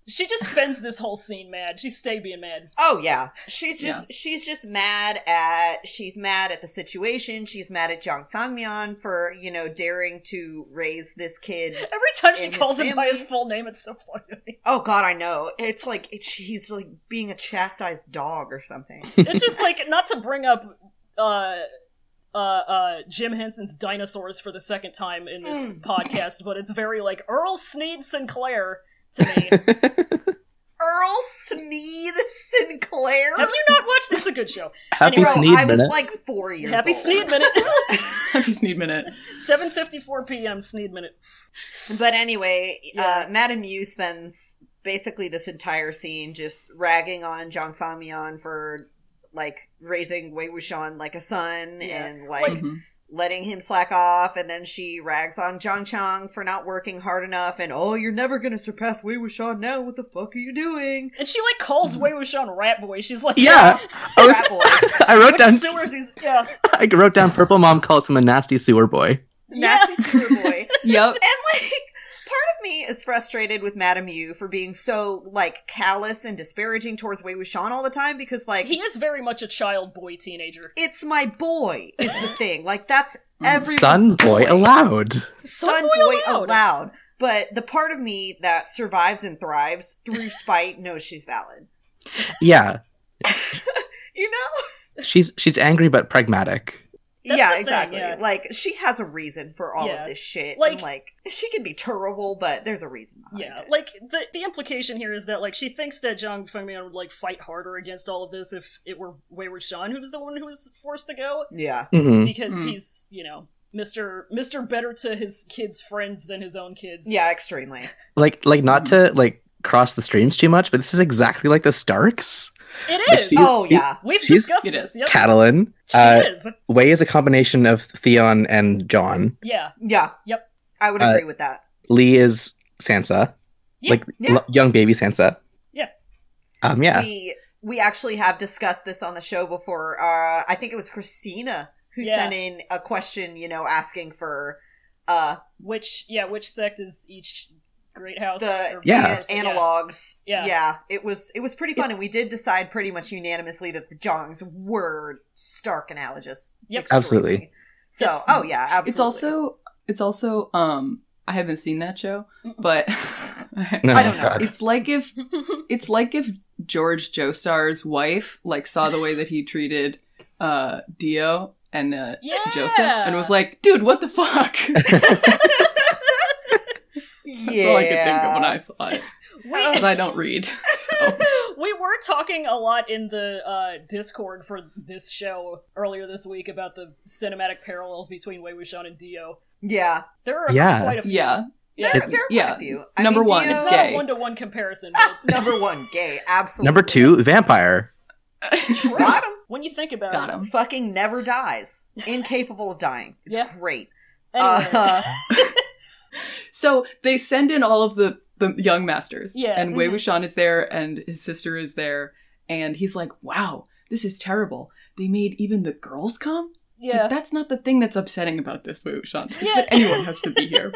Speaker 4: she just spends this whole scene mad. She stay being mad.
Speaker 2: Oh yeah. She's just she's just mad at she's mad at the situation. She's mad at Jiang Fangmian for, you know, daring to raise this kid.
Speaker 4: Every time she
Speaker 2: And his
Speaker 4: calls him by
Speaker 2: family.
Speaker 4: his full name, it's so funny.
Speaker 2: Oh god, I know. It's like it's, he's like being a chastised dog or something.
Speaker 4: It's just like not to bring up uh uh uh Jim Henson's dinosaurs for the second time in this
Speaker 2: Mm.
Speaker 4: podcast, but it's very like Earl Sneed Sinclair to me.
Speaker 2: Earl Sneed Sinclair.
Speaker 4: Have you not watched it's a good show.
Speaker 3: Happy
Speaker 4: Bro,
Speaker 3: Sneed
Speaker 2: I was
Speaker 3: minute.
Speaker 2: like four years
Speaker 4: Happy
Speaker 2: old.
Speaker 4: Sneed Minute.
Speaker 1: happy Sneed minute.
Speaker 4: 7:54 p.m. Sneed Minute.
Speaker 2: But anyway,
Speaker 4: Yeah.
Speaker 2: uh, Madame Yu spends basically this entire scene just ragging on Zhang Famian for like raising Wei Wuxian like a son
Speaker 4: Yeah. mm-hmm.
Speaker 2: and like,
Speaker 1: Mhm.
Speaker 2: letting him slack off. And then she rags on Zhang Chang for not working hard enough and oh, you're never going to surpass Wei Wuxian now. What the fuck are you doing?
Speaker 4: And she like calls Wei Wuxian Rat Boy. She's like,
Speaker 3: Mm. Yeah, I was.
Speaker 2: Rat boy.
Speaker 3: I wrote
Speaker 4: which
Speaker 3: down.
Speaker 4: sewers he's yeah.
Speaker 3: I wrote down. Purple mom calls him a nasty sewer boy.
Speaker 2: Nasty sewer boy.
Speaker 1: Yep.
Speaker 2: And like part of me is frustrated with Madame Yu for being so like callous and disparaging towards Wei Wuxian all the time because
Speaker 4: Yeah.
Speaker 2: like
Speaker 4: He is very much a child boy teenager.
Speaker 2: it's my boy is the thing. Like that's
Speaker 1: Mm.
Speaker 2: every
Speaker 3: Son boy allowed.
Speaker 2: Son
Speaker 4: boy
Speaker 2: boy
Speaker 4: allowed.
Speaker 2: allowed. But the part of me that survives and thrives through spite knows she's valid.
Speaker 3: Yeah,
Speaker 2: You know?
Speaker 3: she's she's angry but pragmatic.
Speaker 4: That's the
Speaker 2: yeah,
Speaker 4: thing,
Speaker 2: exactly.
Speaker 4: yeah.
Speaker 2: Like she has a reason for all
Speaker 4: Yeah.
Speaker 2: of this shit.
Speaker 4: Like-
Speaker 2: and like she can be terrible, but there's a reason behind
Speaker 4: Yeah,
Speaker 2: it.
Speaker 4: like the the implication here is that like she thinks that Zhang Fengmian would like fight harder against all of this if it were Wayward Sean who's the one who was forced to go
Speaker 2: yeah.
Speaker 3: hmm
Speaker 4: because
Speaker 1: Mm.
Speaker 4: he's you know Mister Mister better to his kids' friends than his own kids.
Speaker 2: Yeah, extremely.
Speaker 3: Like like not to like cross the streams too much, but this is exactly like the Starks.
Speaker 4: It
Speaker 3: But
Speaker 4: is.
Speaker 3: she-
Speaker 2: oh
Speaker 3: he-
Speaker 2: yeah.
Speaker 4: We've
Speaker 3: she's-
Speaker 4: discussed
Speaker 1: It
Speaker 4: this.
Speaker 1: is.
Speaker 4: Yep.
Speaker 3: Catalan.
Speaker 4: She
Speaker 3: Uh,
Speaker 4: is.
Speaker 3: Way is a combination of Theon and John.
Speaker 4: Yeah.
Speaker 2: Yeah.
Speaker 4: Yep.
Speaker 2: I would
Speaker 3: Uh,
Speaker 2: agree with that.
Speaker 3: Lee is Sansa,
Speaker 4: Yeah.
Speaker 3: like
Speaker 2: Yeah.
Speaker 3: l- young baby Sansa.
Speaker 4: Yeah.
Speaker 3: Um. Yeah.
Speaker 2: We we actually have discussed this on the show before. Uh I think it was Christina who
Speaker 4: Yeah.
Speaker 2: sent in a question, you know, asking for uh
Speaker 4: Which yeah, which sect is each great house?
Speaker 2: the
Speaker 4: or
Speaker 3: Yeah.
Speaker 4: so,
Speaker 2: analogs.
Speaker 4: Yeah.
Speaker 2: it was it was pretty fun, and we did decide pretty much unanimously that the Jongs were stark analogous.
Speaker 4: Yep.
Speaker 3: Absolutely.
Speaker 2: extremely. So,
Speaker 4: Yes.
Speaker 2: oh yeah, absolutely.
Speaker 1: It's also it's also um I haven't seen that show, but
Speaker 3: No,
Speaker 2: I don't know.
Speaker 3: God.
Speaker 1: it's like if it's like if George Joestar's wife like saw the way that he treated uh Dio and uh,
Speaker 4: Yeah.
Speaker 1: Joseph and was like, "Dude, what the fuck?" That's
Speaker 2: yeah.
Speaker 1: all I could think of when I saw it.
Speaker 4: we,
Speaker 1: But I don't read. So.
Speaker 4: we were talking a lot in the uh, Discord for this show earlier this week about the cinematic parallels between Wei Wuxian and Dio.
Speaker 2: yeah.
Speaker 4: There are
Speaker 3: Yeah.
Speaker 4: quite a few.
Speaker 1: Yeah,
Speaker 4: Yeah.
Speaker 2: There,
Speaker 3: It's-
Speaker 2: there are quite
Speaker 1: yeah.
Speaker 2: a few.
Speaker 1: Number one,
Speaker 2: Dio-
Speaker 1: it's
Speaker 4: It's not
Speaker 1: gay.
Speaker 4: a one to one comparison. But it's,
Speaker 2: Number one, gay. Absolutely.
Speaker 3: Number two, vampire.
Speaker 2: Got him.
Speaker 4: when you think about
Speaker 1: got
Speaker 4: it,
Speaker 1: him.
Speaker 2: Fucking never dies. Incapable of dying. It's
Speaker 4: Yeah.
Speaker 2: great.
Speaker 4: anyway,
Speaker 2: Uh,
Speaker 1: So they send in all of the the young masters.
Speaker 4: Yeah. Mm-hmm.
Speaker 1: And Wei
Speaker 2: Mhm.
Speaker 1: Wuxian is there, and his sister is there, and he's like, "Wow, this is terrible. They made even the girls come." It's like,
Speaker 4: yeah,
Speaker 1: that's not the thing that's upsetting about this Wei Wuxian. It's
Speaker 4: Yeah.
Speaker 1: that anyone has to be here.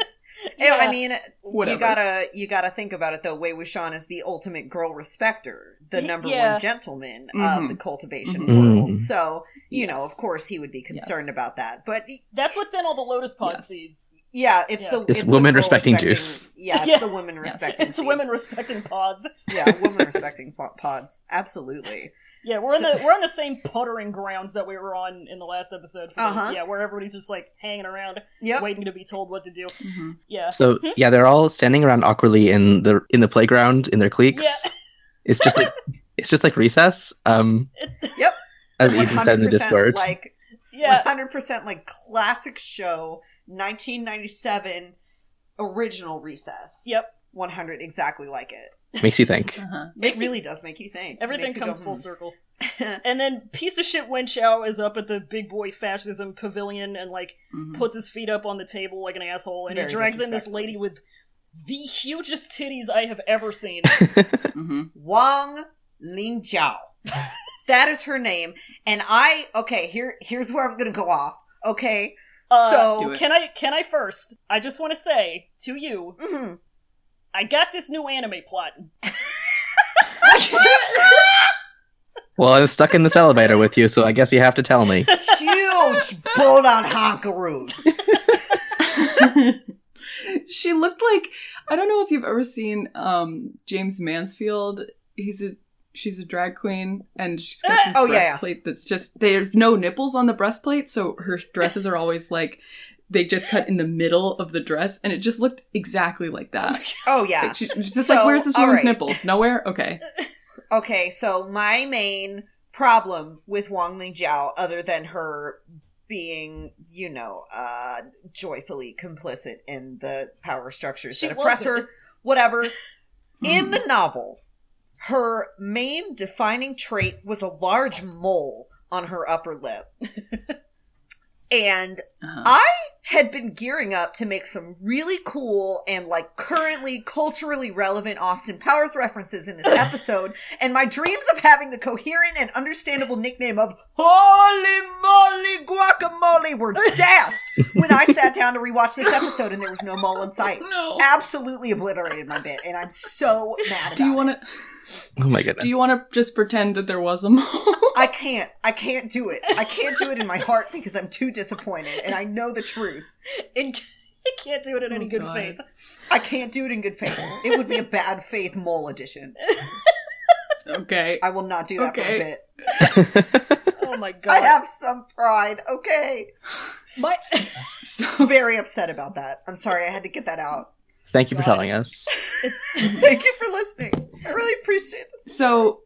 Speaker 2: Yeah,
Speaker 4: Yeah.
Speaker 2: I mean,
Speaker 1: Whatever.
Speaker 2: you gotta you gotta think about it though. Wei Wuxian is the ultimate girl respecter, the
Speaker 4: Y-
Speaker 2: number
Speaker 4: yeah.
Speaker 2: one gentleman
Speaker 1: Mhm.
Speaker 3: Mm-hmm.
Speaker 2: of the cultivation
Speaker 3: Mhm.
Speaker 2: world.
Speaker 3: Mhm.
Speaker 2: So you know,
Speaker 1: Yes.
Speaker 2: of course, he would be concerned
Speaker 1: Yes.
Speaker 2: about that. But y-
Speaker 4: that's what's in all the lotus pod
Speaker 1: Yes.
Speaker 4: seeds.
Speaker 2: yeah, it's
Speaker 4: Yeah.
Speaker 2: the
Speaker 3: It's
Speaker 2: the
Speaker 3: women
Speaker 2: girl
Speaker 3: respecting
Speaker 2: respecting-
Speaker 3: juice.
Speaker 2: Yeah, it's
Speaker 4: Yeah.
Speaker 2: the women
Speaker 1: Yes.
Speaker 2: respecting.
Speaker 4: It's
Speaker 2: seeds.
Speaker 4: women respecting pods.
Speaker 2: yeah, women respecting spot pods. Absolutely.
Speaker 4: Yeah, we're in the we're on the same puttering grounds that we were on in the last episode. For the-
Speaker 2: Uh-huh.
Speaker 4: yeah, where everybody's just like hanging around,
Speaker 2: Yep.
Speaker 4: waiting to be told what to do.
Speaker 1: Mhm.
Speaker 4: Yeah,
Speaker 3: So yeah, they're all standing around awkwardly in the in the playground in their cliques.
Speaker 4: Yeah.
Speaker 3: It's just like it's just like recess. Um,
Speaker 4: it's,
Speaker 3: as Ethan said in
Speaker 2: 100%
Speaker 3: the Discord.
Speaker 2: like
Speaker 4: yeah,
Speaker 2: 100% like classic show 1997 original recess
Speaker 4: yep.
Speaker 2: 100 exactly like it
Speaker 3: makes you think.
Speaker 1: Uh-huh.
Speaker 4: Makes
Speaker 2: it
Speaker 4: you-
Speaker 2: really does make you think. It
Speaker 4: Everything
Speaker 2: makes you
Speaker 4: comes
Speaker 2: go,
Speaker 4: full
Speaker 2: hmm.
Speaker 4: circle. And then piece of shit Wen Chao is up at the big boy fascism pavilion and like
Speaker 1: Mhm.
Speaker 4: puts his feet up on the table like an asshole, and he
Speaker 2: Hmm. Very
Speaker 4: drags in this lady with the hugest titties I have ever seen.
Speaker 1: Mhm.
Speaker 2: Wang Ling Jiao. that is her name. And I okay, here here's where I'm gonna go off. Okay.
Speaker 4: Uh,
Speaker 1: Do
Speaker 2: so
Speaker 1: it.
Speaker 4: Can I can I first? I just want to say to you,
Speaker 2: Mhm.
Speaker 4: I got this new anime plot.
Speaker 3: well, I'm stuck in this elevator with you, so I guess you have to tell me.
Speaker 2: huge bull on honkaroos.
Speaker 1: she looked like I don't know if you've ever seen um, James Mansfield. He's a she's a drag queen and she's got this
Speaker 2: Oh, yeah, yeah.
Speaker 1: breastplate that's just there's no nipples on the breastplate, so her dresses are always like they just cut in the middle of the dress, and it just looked exactly like that.
Speaker 2: Oh yeah.
Speaker 1: Like, she- she's just
Speaker 2: So,
Speaker 1: like, where's this
Speaker 2: all
Speaker 1: woman's
Speaker 2: right.
Speaker 1: nipples? Nowhere. Okay.
Speaker 2: Okay, so my main problem with Wang Ling Jiao, other than her being, you know, uh, joyfully complicit in the power structures
Speaker 4: She
Speaker 2: that oppress
Speaker 4: wasn't.
Speaker 2: her, whatever, In
Speaker 1: Mhm.
Speaker 2: the novel, her main defining trait was a large mole on her upper lip. and
Speaker 1: Uh-huh.
Speaker 2: I had been gearing up to make some really cool and like currently culturally relevant Austin Powers references in this episode, and my dreams of having the coherent and understandable nickname of Holy Moly Guacamole were dashed when I sat down to rewatch this episode and there was no mole in sight
Speaker 1: no.
Speaker 2: absolutely obliterated my bit, and I'm so mad. About
Speaker 1: Do you
Speaker 2: want
Speaker 1: want
Speaker 2: to?
Speaker 1: to?
Speaker 3: Oh my
Speaker 1: Do
Speaker 3: goodness.
Speaker 1: you want to just pretend that there was a mole?
Speaker 2: I can't. I can't do it. I can't do it in my heart because I'm too disappointed, and I know the truth.
Speaker 4: And I can't do it in any
Speaker 1: Oh,
Speaker 4: good
Speaker 1: God.
Speaker 4: faith.
Speaker 2: I can't do it in good faith. It would be a bad faith mole edition.
Speaker 1: okay.
Speaker 2: I will not do that for
Speaker 1: Okay.
Speaker 2: a bit.
Speaker 4: Oh my
Speaker 2: I
Speaker 4: god.
Speaker 2: have some pride. Okay,
Speaker 4: my
Speaker 1: So-
Speaker 2: very upset about that. I'm sorry. I had to get that out.
Speaker 3: Thank you for
Speaker 4: God.
Speaker 3: telling us.
Speaker 2: Thank you for listening. I really appreciate this.
Speaker 1: So,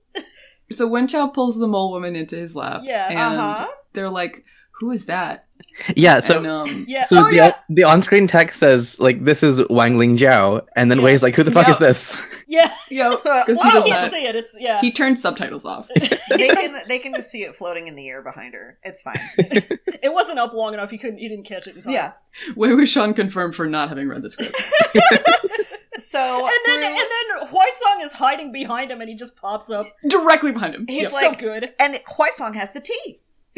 Speaker 1: so Wenchao pulls the mole woman into his lab.
Speaker 4: Yeah. uh-huh.
Speaker 1: And
Speaker 2: Uh huh.
Speaker 1: they're like, who is that?
Speaker 3: Yeah,
Speaker 2: Uh,
Speaker 3: so
Speaker 1: and, um,
Speaker 4: Yeah.
Speaker 3: so
Speaker 4: oh,
Speaker 3: the
Speaker 4: yeah.
Speaker 3: the on-screen text says like this is Wang Ling Jiao, and then
Speaker 4: Yeah.
Speaker 3: Wei's like, who the fuck
Speaker 1: Yeah.
Speaker 3: is this?
Speaker 4: Yeah.
Speaker 1: yeah,
Speaker 2: Because
Speaker 1: he
Speaker 4: I
Speaker 1: does
Speaker 4: can't
Speaker 1: not-
Speaker 4: see it. It's yeah.
Speaker 1: he turned subtitles off.
Speaker 2: they can they can just see it floating in the air behind her. It's fine.
Speaker 4: It wasn't up long enough. He couldn't. He didn't catch it in time.
Speaker 2: yeah.
Speaker 1: Wei Wuxian confirmed for not having read the script.
Speaker 2: So
Speaker 4: And then
Speaker 2: through-
Speaker 4: and then Huaisong is hiding behind him, and he just pops up.
Speaker 1: Directly behind him.
Speaker 2: He's
Speaker 1: Yeah.
Speaker 4: It's so
Speaker 2: like-
Speaker 4: good.
Speaker 2: and Huaisong has the T
Speaker 4: He's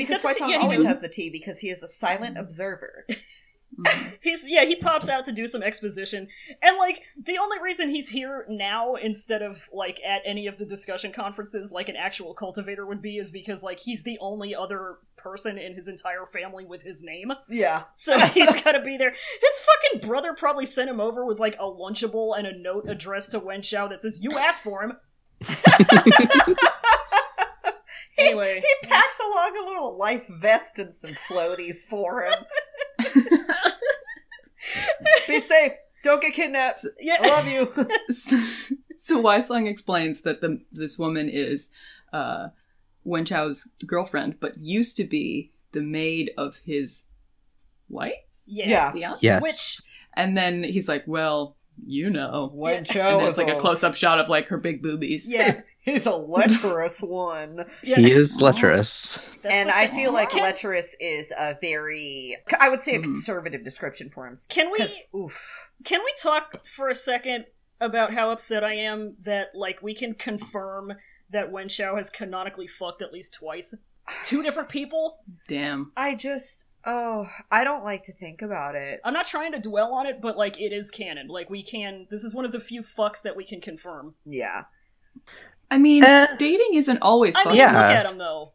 Speaker 2: because
Speaker 4: got the T,
Speaker 2: Huaisong
Speaker 4: yeah, he
Speaker 2: always
Speaker 1: does.
Speaker 2: has the T because he is a silent observer.
Speaker 1: Mhm.
Speaker 4: He's yeah. He pops out to do some exposition, and like the only reason he's here now instead of like at any of the discussion conferences, like an actual cultivator would be, is because like he's the only other person in his entire family with his name.
Speaker 2: Yeah,
Speaker 4: So he's got to be there. His fucking brother probably sent him over with like a Lunchable and a note addressed to Wen Xiao that says, You asked for him. anyway.
Speaker 2: he packs along a little life vest and some floaties for him. Be safe. Don't get kidnapped. I
Speaker 4: Yeah.
Speaker 2: love you.
Speaker 1: so, so Weisong explains that the this woman is uh, Wen Chao's girlfriend, but used to be the maid of his wife.
Speaker 4: Yeah.
Speaker 2: Yeah.
Speaker 1: Yeah.
Speaker 3: Yes.
Speaker 4: Which,
Speaker 1: And then he's like, "Well, you know,"
Speaker 2: Wen
Speaker 1: and
Speaker 2: Cho
Speaker 1: then it's
Speaker 2: is
Speaker 1: like a close up shot of like her big boobies.
Speaker 4: yeah.
Speaker 2: He's a lecherous one,
Speaker 4: yeah
Speaker 3: He is lecherous.
Speaker 4: that's
Speaker 2: and
Speaker 4: what
Speaker 2: I
Speaker 4: they-
Speaker 2: feel like
Speaker 4: Can-
Speaker 2: lecherous is a very, I would say, a
Speaker 1: Hmm.
Speaker 2: conservative description for him.
Speaker 4: Can we
Speaker 2: 'Cause, oof.
Speaker 4: can we talk for a second about how upset I am that like we can confirm that Wen Xiao has canonically fucked at least twice, two different people.
Speaker 1: Damn.
Speaker 2: I just, oh, I don't like to think about it.
Speaker 4: I'm not trying to dwell on it, but like it is canon. Like we can. This is one of the few fucks that we can confirm.
Speaker 2: Yeah.
Speaker 1: I mean,
Speaker 3: Eh.
Speaker 4: Oh,
Speaker 1: dating isn't always
Speaker 4: I
Speaker 1: fun.
Speaker 4: mean,
Speaker 3: Yeah.
Speaker 4: look at him though.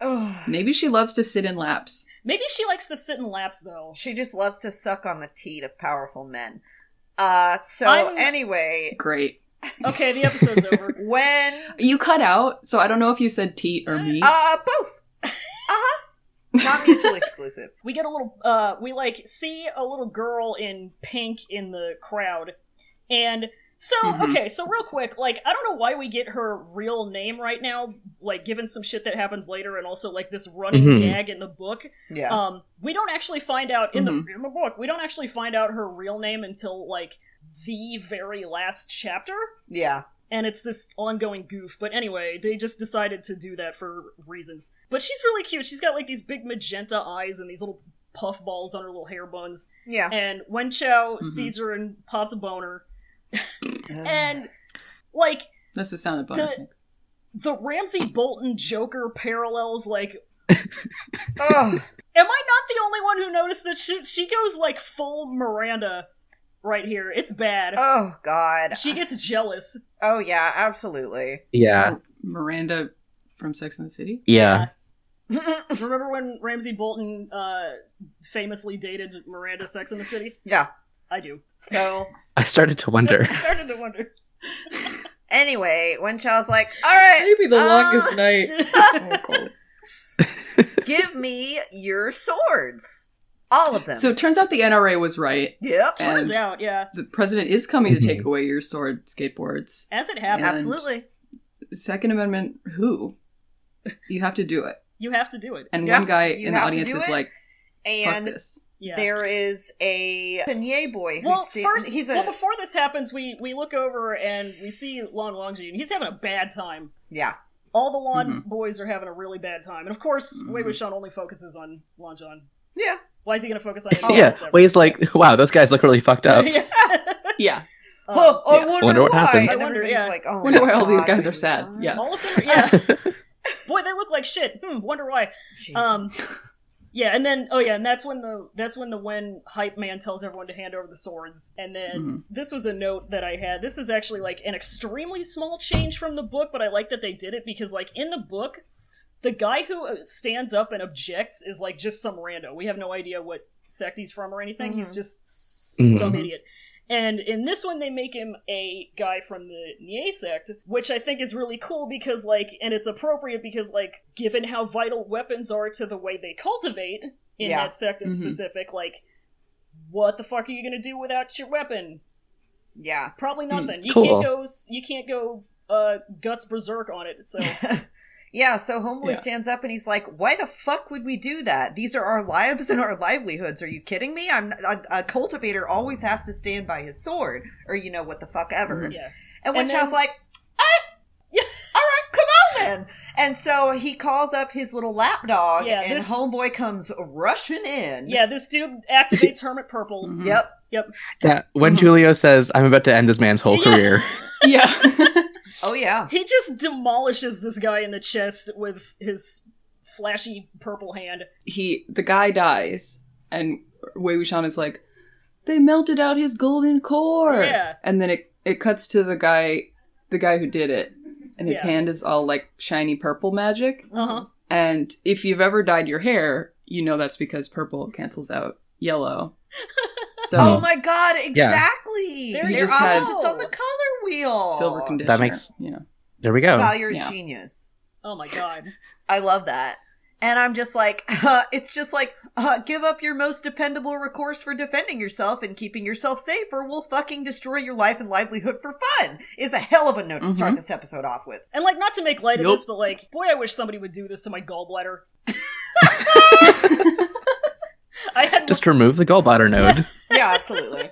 Speaker 2: Oh,
Speaker 1: Maybe she loves to sit in laps.
Speaker 4: Maybe she likes to sit in laps though.
Speaker 2: she just loves to suck on the teat of powerful men. Uh, so
Speaker 4: I'm-
Speaker 2: anyway,
Speaker 1: Great.
Speaker 4: Okay, the episode's over.
Speaker 2: when
Speaker 1: You cut out, so I don't know if you said teat or me.
Speaker 2: uh both, uh huh, not mutually exclusive.
Speaker 4: We get a little uh we like see a little girl in pink in the crowd. And so
Speaker 1: Mhm.
Speaker 4: okay, so real quick, like I don't know why we get her real name right now, like given some shit that happens later and also like this running
Speaker 3: Mhm.
Speaker 4: gag in the book.
Speaker 2: Yeah.
Speaker 4: Um we don't actually find out in the in the book, we don't actually find out her real name until like the very last chapter.
Speaker 2: Yeah.
Speaker 4: and it's this ongoing goof. But anyway, they just decided to do that for reasons. But she's really cute. She's got like these big magenta eyes and these little puff balls on her little hair buns.
Speaker 2: Yeah.
Speaker 4: And Wen Chao
Speaker 1: Mhm.
Speaker 4: sees her and pops a boner. And like
Speaker 1: That's the sound of bonus.
Speaker 4: The- the Ramsey Bolton Joker parallels, like
Speaker 2: Ugh.
Speaker 4: am I not the only one who noticed that she she goes like full Miranda right here? It's bad.
Speaker 2: oh god.
Speaker 4: she gets jealous.
Speaker 2: Oh yeah, absolutely.
Speaker 3: Yeah,
Speaker 1: Miranda from Sex and the City.
Speaker 3: yeah,
Speaker 4: Remember when Ramsey Bolton uh, famously dated Miranda Sex in the City?
Speaker 2: yeah.
Speaker 4: I do.
Speaker 2: So
Speaker 3: I started to wonder.
Speaker 4: I started to wonder.
Speaker 2: anyway, when Chow's like, all right,
Speaker 1: Maybe the
Speaker 2: Uh, longest
Speaker 1: night.
Speaker 2: Oh, give me your swords, all of them.
Speaker 1: So it turns out the NRA was right.
Speaker 2: yep.
Speaker 4: Turns
Speaker 1: And-
Speaker 4: out, yeah.
Speaker 1: The president is coming
Speaker 3: Mhm.
Speaker 1: to take away your sword, skateboards.
Speaker 4: As it happens,
Speaker 1: Yeah.
Speaker 2: Absolutely.
Speaker 1: Second Amendment, who? You have to do it.
Speaker 4: you have to do it.
Speaker 1: And
Speaker 2: Yeah,
Speaker 1: one guy
Speaker 2: you
Speaker 1: in the
Speaker 2: have to
Speaker 1: audience
Speaker 2: do
Speaker 1: is
Speaker 2: it,
Speaker 1: like, fuck
Speaker 2: And
Speaker 1: this.
Speaker 4: Yeah.
Speaker 2: there is a Kanye boy who's
Speaker 4: well,
Speaker 2: sta-
Speaker 4: first,
Speaker 2: he's a
Speaker 4: well, before this happens, we we look over and we see Lon Wangji, and he's having a bad time.
Speaker 2: yeah.
Speaker 1: um,
Speaker 4: All the Lon
Speaker 3: Mm-hmm.
Speaker 4: boys are having a really bad time, and of course, Wei
Speaker 1: Mhm.
Speaker 4: Wuxian only focuses on Lon John.
Speaker 2: Yeah.
Speaker 4: Why is he going to focus on? anyone
Speaker 2: Oh,
Speaker 3: yeah,
Speaker 4: else ever?
Speaker 3: Wei's like, wow, those guys look really fucked up.
Speaker 4: Yeah.
Speaker 1: Yeah.
Speaker 4: Um,
Speaker 2: oh, I
Speaker 1: yeah.
Speaker 2: wonder,
Speaker 3: Wonder what
Speaker 2: why. And
Speaker 3: happened.
Speaker 4: I wonder,
Speaker 2: everybody's
Speaker 4: yeah.
Speaker 2: like, oh,
Speaker 1: Wonder
Speaker 2: my
Speaker 1: why all these
Speaker 2: God,
Speaker 1: guys are
Speaker 2: Baby
Speaker 1: sad.
Speaker 2: Sean.
Speaker 1: Yeah.
Speaker 4: Um, all of them. Are, yeah. Boy, they look like shit. Hmm. Wonder why.
Speaker 2: Jesus.
Speaker 4: Um, yeah, and then oh yeah, and that's when the that's when the when hype man tells everyone to hand over the swords, and then
Speaker 1: Mm-hmm.
Speaker 4: this was a note that I had. This is actually like an extremely small change from the book, but I like that they did it because like in the book, the guy who uh, stands up and objects is like just some rando. We have no idea what sect he's from or anything. He's
Speaker 2: Mhm.
Speaker 4: just s-
Speaker 3: Mhm.
Speaker 4: some idiot. And in this one, they make him a guy from the Nye sect, which I think is really cool because, like, and it's appropriate because, like, given how vital weapons are to the way they cultivate in
Speaker 2: Yeah.
Speaker 4: that sect in
Speaker 1: Mhm.
Speaker 4: specific, like, what the fuck are you gonna do without your weapon?
Speaker 2: yeah.
Speaker 4: Probably nothing. You
Speaker 3: Hmm, cool.
Speaker 4: can't go. You can't go. Uh, guts berserk on it. So
Speaker 2: yeah, Yeah, so Homeboy
Speaker 1: Yeah.
Speaker 2: stands up and he's like, "Why the fuck would we do that? These are our lives and our livelihoods. Are you kidding me? I'm a, a cultivator always has to stand by his sword, or you know what the fuck ever."
Speaker 1: Mhm.
Speaker 4: Yeah.
Speaker 2: And when
Speaker 4: Mm-hmm. And
Speaker 2: Chow's
Speaker 4: then-
Speaker 2: like,
Speaker 4: Yeah.
Speaker 2: eh, all right, come on then. And so he calls up his little lapdog,
Speaker 4: Yeah,
Speaker 2: and
Speaker 4: this-
Speaker 2: Homeboy comes rushing in.
Speaker 4: Yeah, this dude activates Hermit Purple.
Speaker 3: Mm-hmm.
Speaker 1: Mhm.
Speaker 2: Yep.
Speaker 3: Yeah, when
Speaker 1: Mhm.
Speaker 3: Julio says, "I'm about to end this man's whole
Speaker 4: Yeah.
Speaker 3: career,"
Speaker 1: Yeah.
Speaker 2: Oh, yeah.
Speaker 4: He just demolishes this guy in the chest with his flashy purple hand.
Speaker 1: he the guy dies and Wei Wuxian is like they melted out his golden core
Speaker 4: Yeah.
Speaker 1: and then it it cuts to the guy the guy who did it and his
Speaker 4: Yeah.
Speaker 1: hand is all like shiny purple magic
Speaker 3: Mm-hmm.
Speaker 4: Uh-huh.
Speaker 1: and if you've ever dyed your hair you know that's because purple cancels out yellow so
Speaker 2: Oh, my God, exactly.
Speaker 4: There
Speaker 1: you
Speaker 2: They're
Speaker 1: just had-
Speaker 2: opposites on the color wheel.
Speaker 1: silver conditioner
Speaker 3: That makes-
Speaker 1: you know
Speaker 3: there we go.
Speaker 2: Wow, you're a
Speaker 1: Yeah.
Speaker 2: genius.
Speaker 4: Oh my god.
Speaker 2: I love that. And I'm just like, it's just like, uh, give up your most dependable recourse for defending yourself and keeping yourself safe, or we'll fucking destroy your life and livelihood for fun. Is a hell of a note to
Speaker 3: Mm-hmm.
Speaker 2: start this episode off with.
Speaker 4: And like not to make light
Speaker 1: Yup.
Speaker 4: of this, but like, boy I wish somebody would do this to my gallbladder. I had
Speaker 3: Just remove the gallbladder node.
Speaker 2: Yeah, absolutely.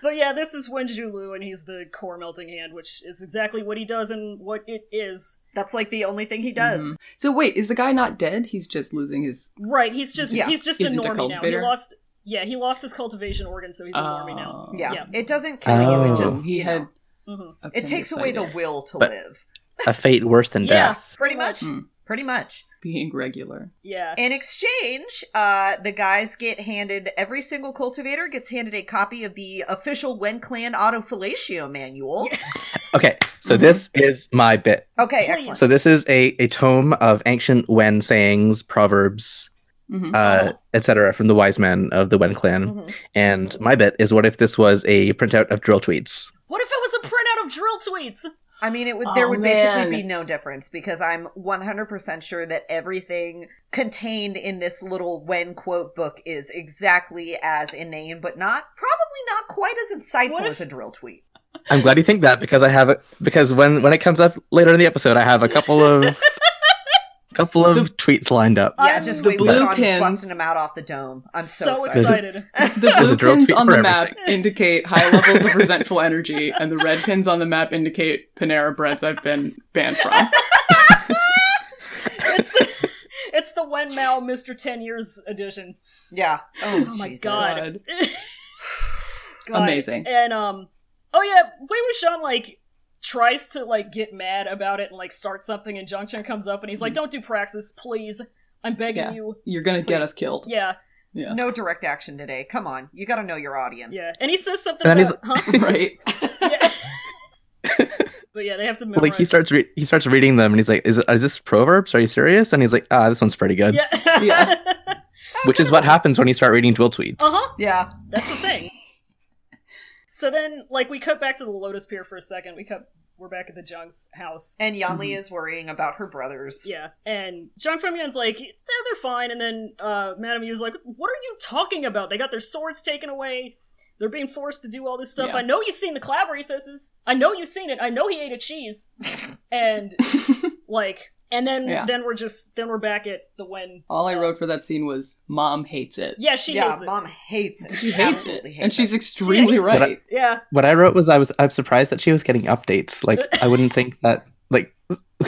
Speaker 4: But yeah, this is Wenju Lu and he's the core melting hand, which is exactly what he does and what it is.
Speaker 2: That's like the only thing he does.
Speaker 1: Mhm.
Speaker 3: Mm-hmm.
Speaker 1: so wait is the guy not dead he's just losing his
Speaker 4: Right, he's just
Speaker 2: Yeah,
Speaker 4: he's just
Speaker 1: he's
Speaker 4: a
Speaker 1: into
Speaker 4: normie now. He
Speaker 1: cultivator.
Speaker 4: lost yeah, he lost his cultivation organ, so he's a normie now.
Speaker 1: Oh.
Speaker 2: Yeah.
Speaker 4: Yeah.
Speaker 2: It doesn't kill him. It
Speaker 3: Oh.
Speaker 2: just,
Speaker 1: he
Speaker 2: you
Speaker 1: had
Speaker 2: know,
Speaker 4: hmm
Speaker 2: it takes away the
Speaker 1: appendicitis.
Speaker 2: will to
Speaker 3: But-
Speaker 2: live.
Speaker 3: a fate worse than
Speaker 2: Yeah,
Speaker 3: death.
Speaker 2: pretty much.
Speaker 1: Hmm.
Speaker 2: Pretty much.
Speaker 1: being regular
Speaker 4: Yeah.
Speaker 2: In exchange, uh, the guys get handed every single cultivator gets handed a copy of the official Wen Clan Autofellatio manual.
Speaker 3: Okay, so this is my bit.
Speaker 2: Okay,
Speaker 4: Please.
Speaker 2: excellent.
Speaker 3: So this is a, a tome of ancient Wen sayings, proverbs,
Speaker 1: Mhm.
Speaker 3: uh, etc., from the wise men of the Wen clan.
Speaker 2: Mhm.
Speaker 3: And my bit is, what if this was a printout of drill tweets?
Speaker 4: What if it was a printout of drill tweets?
Speaker 2: I mean, it would there
Speaker 1: Oh,
Speaker 2: would
Speaker 1: man.
Speaker 2: basically be no difference because I'm 100% sure that everything contained in this little Wen quote book is exactly as inane, but not probably not quite as insightful
Speaker 4: What if-
Speaker 2: as a drill tweet.
Speaker 3: I'm glad you think that because I have a, because when when it comes up later in the episode, I have a couple of couple of
Speaker 1: The-
Speaker 3: tweets lined up.
Speaker 2: Yeah,
Speaker 4: I'm
Speaker 2: just
Speaker 1: the
Speaker 2: wait
Speaker 1: blue
Speaker 2: Sean
Speaker 1: pins-
Speaker 2: busting them out off the dome. I'm so, excited.
Speaker 4: excited.
Speaker 1: The
Speaker 3: There's
Speaker 1: blue
Speaker 3: a drill
Speaker 1: pins
Speaker 3: tweet
Speaker 1: on
Speaker 3: for
Speaker 1: the map indicate high levels of resentful energy, and the red pins on the map indicate Panera breads I've been banned from.
Speaker 4: it's the it's the Wen Mao Mr. Ten Years edition.
Speaker 2: Yeah. Oh,
Speaker 4: Oh my
Speaker 2: Jesus.
Speaker 4: god. God.
Speaker 1: Amazing.
Speaker 4: And um oh yeah, Wei Wuxian like tries to like get mad about it and like start something and Junction comes up and he's like, Don't do praxis, please. I'm begging
Speaker 1: Mm. Yeah.
Speaker 4: you.
Speaker 1: You're gonna get us killed.
Speaker 4: Yeah,
Speaker 1: Yeah.
Speaker 2: No direct action today. Come on. You got to know your audience.
Speaker 4: yeah. And he says something
Speaker 3: And then
Speaker 4: about huh?
Speaker 1: Right?
Speaker 4: Yeah. but yeah, they have to memorize.
Speaker 3: Like he starts re- he starts reading them and he's like, "Is is this proverbs? Are you serious?" And he's like, "Ah, this one's pretty good,"
Speaker 4: Yeah.
Speaker 1: Yeah.
Speaker 3: which is what happens when you start reading drill tweets.
Speaker 4: uh-huh.
Speaker 2: Yeah.
Speaker 4: That's the thing. So then, like, we cut back to the Lotus Pier for a second. We cut. We're back at the Jung's house.
Speaker 2: And Yanli is worrying about her brothers.
Speaker 4: Yeah, and Zhang Fenmian's like, "Eh, they're fine. And then uh, Madame Yu's like, what are you talking about? They got their swords taken away. They're being forced to do all this stuff.
Speaker 1: Yeah.
Speaker 4: I know you've seen the collab recesses. I know you've seen it. I know he ate a cheese. and like, and then
Speaker 1: Yeah.
Speaker 4: then we're just then we're back at the when.
Speaker 1: All I wrote for that scene was "Mom hates it."
Speaker 4: Yeah, she
Speaker 2: yeah,
Speaker 4: hates it.
Speaker 2: mom hates it.
Speaker 1: She hates it,
Speaker 2: Absolutely hates
Speaker 1: and she's extremely
Speaker 4: hates it.
Speaker 1: right.
Speaker 4: Yeah,
Speaker 3: What I wrote was, I was I'm surprised that she was getting updates. Like I wouldn't think that like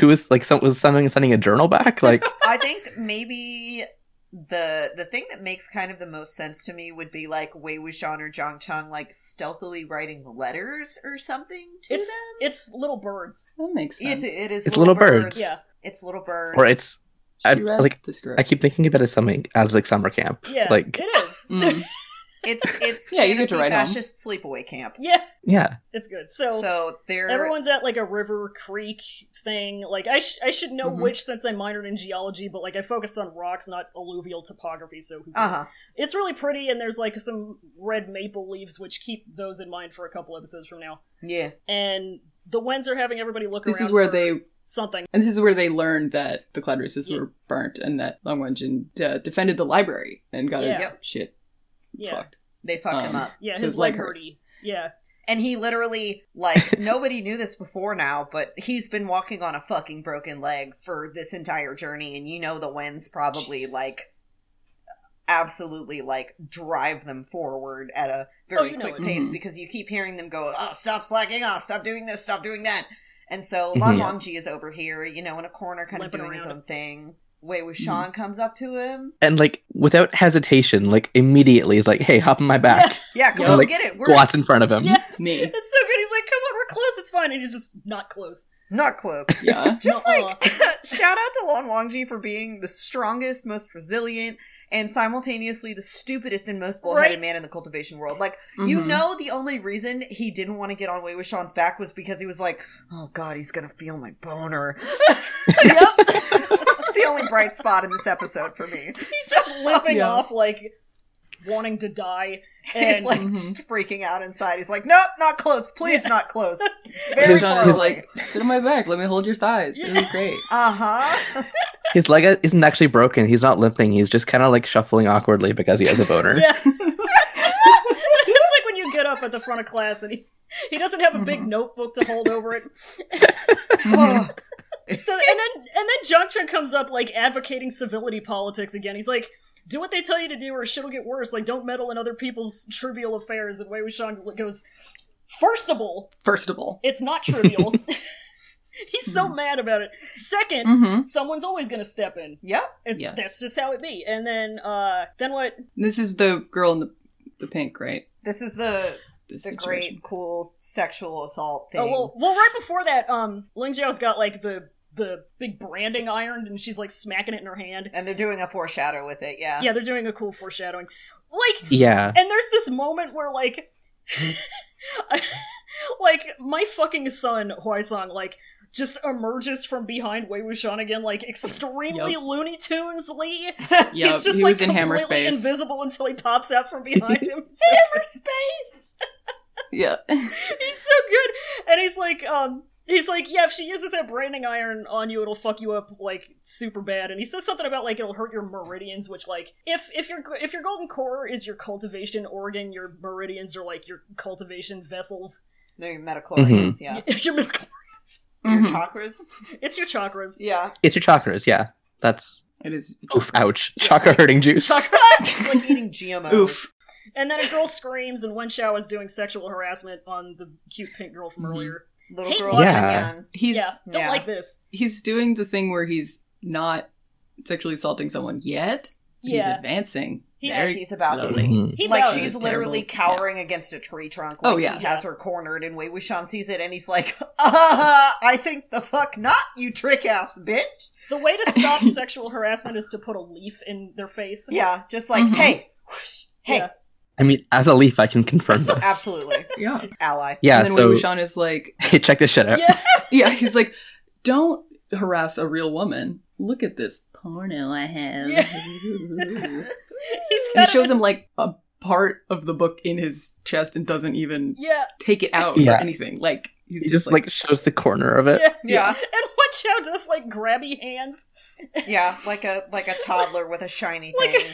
Speaker 3: who was like some was sending sending a journal back like.
Speaker 2: I think maybe the the thing that makes kind of the most sense to me would be like Wei Wuxian or Zhang Chang like stealthily writing letters or something to
Speaker 4: it's
Speaker 2: them.
Speaker 4: it's little birds.
Speaker 1: That makes sense.
Speaker 2: It's it is
Speaker 3: It's little birds.
Speaker 4: Yeah.
Speaker 2: It's little birds.
Speaker 3: or it's
Speaker 1: She
Speaker 3: I-
Speaker 1: read
Speaker 3: like,
Speaker 1: the script.
Speaker 3: I keep thinking about it as something as like summer camp.
Speaker 4: Yeah,
Speaker 3: Like
Speaker 4: it is.
Speaker 1: Mm.
Speaker 2: it's it's
Speaker 1: Yeah, you get to
Speaker 2: fantasy
Speaker 1: write home.
Speaker 2: fascist sleepaway camp.
Speaker 4: Yeah,
Speaker 3: yeah.
Speaker 4: it's good.
Speaker 2: So,
Speaker 4: So,
Speaker 2: they're
Speaker 4: everyone's at like a river creek thing. Like I, sh- I should know
Speaker 1: Mhm.
Speaker 4: which since I minored in geology, but like I focused on rocks, not alluvial topography. So who cares?
Speaker 2: uh-huh.
Speaker 4: it's really pretty, and there's like some red maple leaves, which keep those in mind for a couple episodes from now.
Speaker 2: Yeah.
Speaker 4: And the winds are having everybody look
Speaker 1: This
Speaker 4: around.
Speaker 1: is where
Speaker 4: for
Speaker 1: they
Speaker 4: something.
Speaker 1: and this is where they learned that the cloud races
Speaker 4: Yeah.
Speaker 1: were burnt, and that Long Wenjin uh, defended the library and got
Speaker 4: Yeah.
Speaker 1: his shit
Speaker 4: Yeah,
Speaker 1: fucked.
Speaker 2: They fucked him
Speaker 1: Um,
Speaker 2: up.
Speaker 4: yeah,
Speaker 1: So
Speaker 4: his,
Speaker 1: his
Speaker 4: leg
Speaker 1: leg hurts.
Speaker 4: hurty. Yeah,
Speaker 2: and he literally like nobody knew this before now but he's been walking on a fucking broken leg for this entire journey and you know the winds probably
Speaker 4: Jesus.
Speaker 2: like absolutely like drive them forward at a very
Speaker 4: Oh, you know
Speaker 2: quick
Speaker 4: it.
Speaker 2: pace
Speaker 1: Mhm.
Speaker 2: because you keep hearing them go oh stop slacking off stop doing this stop doing that and so
Speaker 3: Mhm.
Speaker 2: Lan Wangji is over here you know in a corner kind
Speaker 4: Limping
Speaker 2: of doing his
Speaker 4: Mm-hmm. around. Mm-hmm.
Speaker 2: own thing Wei Wuxian comes up to him
Speaker 3: And like without hesitation, like immediately is like, hey, hop on my back.
Speaker 2: yeah come
Speaker 4: Yeah.
Speaker 2: on
Speaker 3: Like,
Speaker 2: get it we're
Speaker 3: Squats in front of him.
Speaker 4: Yeah, it's so
Speaker 1: Me.
Speaker 4: good. He's like, come on, we're close. It's fine. And he's just not close.
Speaker 2: not close
Speaker 1: Yeah.
Speaker 2: Just
Speaker 4: Nuh-uh.
Speaker 2: like shout out to Lon Wangji for being the strongest, most resilient, and simultaneously the stupidest and most bullheaded
Speaker 4: Right.
Speaker 2: man in the cultivation world. Like you
Speaker 1: Mhm.
Speaker 2: know, the only reason he didn't want to get on Wei with Sean's back was because he was like, "Oh God, he's gonna feel my boner." It's the only bright spot in this episode for me.
Speaker 4: He's just limping
Speaker 1: Yeah.
Speaker 4: off, like wanting to die.
Speaker 2: He's
Speaker 4: And
Speaker 2: like
Speaker 1: Mhm.
Speaker 2: just freaking out inside. He's like, "Nope, not close. Please, not close." Very
Speaker 1: His
Speaker 3: His-
Speaker 2: far
Speaker 1: son was
Speaker 2: away.
Speaker 1: like, sit on my back, let me hold your thighs. It was great.
Speaker 2: "Uh huh."
Speaker 3: His leg isn't actually broken. He's not limping. He's just kind of like shuffling awkwardly because he has a boner.
Speaker 4: yeah. it's like when you get up at the front of class and he, he doesn't have a big
Speaker 2: Mm-hmm.
Speaker 1: Mhm.
Speaker 4: notebook to hold over it.
Speaker 2: Oh,
Speaker 1: Mhm.
Speaker 4: So and then and then Johnson comes up like advocating civility politics again. He's like, "Do what they tell you to do, or shit'll get worse. Like, don't meddle in other people's trivial affairs." And Wei Wuxian goes, first of all,
Speaker 1: First of all.
Speaker 4: it's not trivial." He's so
Speaker 2: Hmm.
Speaker 4: mad about it. 2nd
Speaker 2: Mm-hmm.
Speaker 1: hmm
Speaker 4: someone's always going to step in.
Speaker 2: yep.
Speaker 4: It's
Speaker 1: Yes.
Speaker 4: that's just how it be. And then uh then what?
Speaker 1: This is the girl in the, the pink, right?
Speaker 2: This is the
Speaker 1: This
Speaker 2: the
Speaker 1: situation.
Speaker 2: great cool sexual assault thing.
Speaker 4: Oh well, well right before that, um Ling Zhao's got like the the big branding iron and she's like smacking it in her hand.
Speaker 2: and they're doing a foreshadow with it. Yeah.
Speaker 4: Yeah, they're doing a cool foreshadowing. Like
Speaker 3: Yeah.
Speaker 4: And there's this moment where like like my fucking son Huaisong like just emerges from behind Wei Wuxian again like extremely Looney Tunes Lee.
Speaker 1: Yeah,
Speaker 4: He's just
Speaker 1: he
Speaker 4: like
Speaker 1: was in Hammer
Speaker 4: completely
Speaker 1: Space.
Speaker 4: invisible until he pops out from behind him.
Speaker 2: Hammer space.
Speaker 1: yeah.
Speaker 4: he's so good and he's like um he's like yeah if she uses that branding iron on you it'll fuck you up like super bad and he says something about like it'll hurt your meridians which like if if your if your golden core is your cultivation organ your meridians are like your cultivation vessels
Speaker 2: They're
Speaker 1: Mm-hmm.
Speaker 2: metachlorians. Yeah.
Speaker 4: your
Speaker 2: Your
Speaker 4: mid-
Speaker 1: Mhm.
Speaker 4: Mm-hmm.
Speaker 2: chakras.
Speaker 4: it's your chakras
Speaker 2: Yeah.
Speaker 3: It's your chakras. Yeah. That's
Speaker 1: It is.
Speaker 3: oof, ouch. Chakra hurting juice.
Speaker 4: Chakra-
Speaker 2: It's like eating GMOs.
Speaker 4: um,
Speaker 1: Oof.
Speaker 4: and then a girl screams and wen xiao is doing sexual harassment on the cute pink girl from
Speaker 1: Mhm.
Speaker 4: earlier
Speaker 2: Little
Speaker 4: Hey,
Speaker 2: girl.
Speaker 4: watching
Speaker 2: Yeah.
Speaker 1: He's
Speaker 4: yeah don't
Speaker 2: yeah.
Speaker 4: like this
Speaker 1: he's doing the thing where he's not sexually assaulting someone yet. He's
Speaker 4: yeah
Speaker 1: advancing.
Speaker 4: He's-
Speaker 1: very
Speaker 2: he's about to.
Speaker 1: slowly.
Speaker 3: Mhm.
Speaker 4: he
Speaker 2: like
Speaker 4: does.
Speaker 2: she's
Speaker 1: Terrible.
Speaker 2: literally cowering against a tree trunk. Like
Speaker 1: Oh, yeah.
Speaker 2: he has her cornered, and Wei Wuxian sees it, and he's like, uh, "I think the fuck not, you trick ass bitch."
Speaker 4: the way to stop sexual harassment is to put a leaf in their face
Speaker 2: Yeah, just like,
Speaker 1: Mhm.
Speaker 2: hey, whoosh, hey,
Speaker 4: Mm-hmm. Yeah.
Speaker 3: I mean, as a leaf, I can confirm this.
Speaker 2: absolutely,
Speaker 1: Yeah.
Speaker 2: ally.
Speaker 3: Yeah.
Speaker 1: And then
Speaker 3: So
Speaker 1: Wei Wuxian is like,
Speaker 3: hey, check this shit out.
Speaker 4: yeah
Speaker 1: yeah, he's like, don't harass a real woman. Look at this porno I have.
Speaker 4: Yeah.
Speaker 2: Mm-hmm.
Speaker 1: and
Speaker 4: He's
Speaker 1: he
Speaker 4: got
Speaker 1: shows
Speaker 4: it-
Speaker 1: him like a part of the book in his chest and doesn't even
Speaker 4: Yeah,
Speaker 1: take it out
Speaker 3: Yeah.
Speaker 1: or anything. Like he's
Speaker 3: He
Speaker 1: just, like,
Speaker 3: shows the corner of it.
Speaker 4: yeah,
Speaker 2: Yeah.
Speaker 4: And what Chow does, like grabby hands,
Speaker 2: Yeah, like a like a toddler with a shiny
Speaker 4: Like a-
Speaker 2: thing.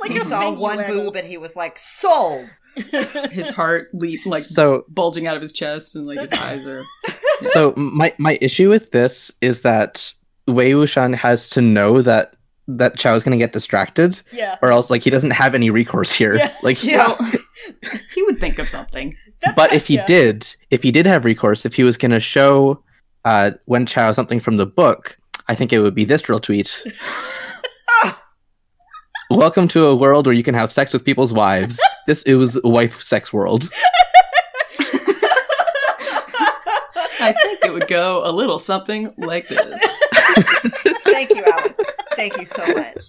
Speaker 4: like
Speaker 2: he
Speaker 4: a
Speaker 2: saw
Speaker 4: fingy
Speaker 2: one
Speaker 4: waggle.
Speaker 2: boob and he was like, "Sold."
Speaker 1: his heart leap like
Speaker 3: So
Speaker 1: bulging out of his chest and like his eyes are
Speaker 3: so my my issue with this is that Wei Wuxian has to know that that Chao is going to get distracted,
Speaker 4: yeah,
Speaker 3: or else like he doesn't have any recourse here.
Speaker 4: Yeah.
Speaker 3: Like,
Speaker 2: Yeah.
Speaker 1: he would think of something.
Speaker 4: That's
Speaker 3: but
Speaker 4: how-
Speaker 3: if he
Speaker 4: yeah.
Speaker 3: did, if he did have recourse, if he was going to show uh, Wen Chao something from the book, I think it would be this drill tweet.
Speaker 2: Ah!
Speaker 3: Welcome to a world where you can have sex with people's wives. this is wife sex world.
Speaker 1: I think it would go a little something like this.
Speaker 2: Thank you, Alex. Thank you so much.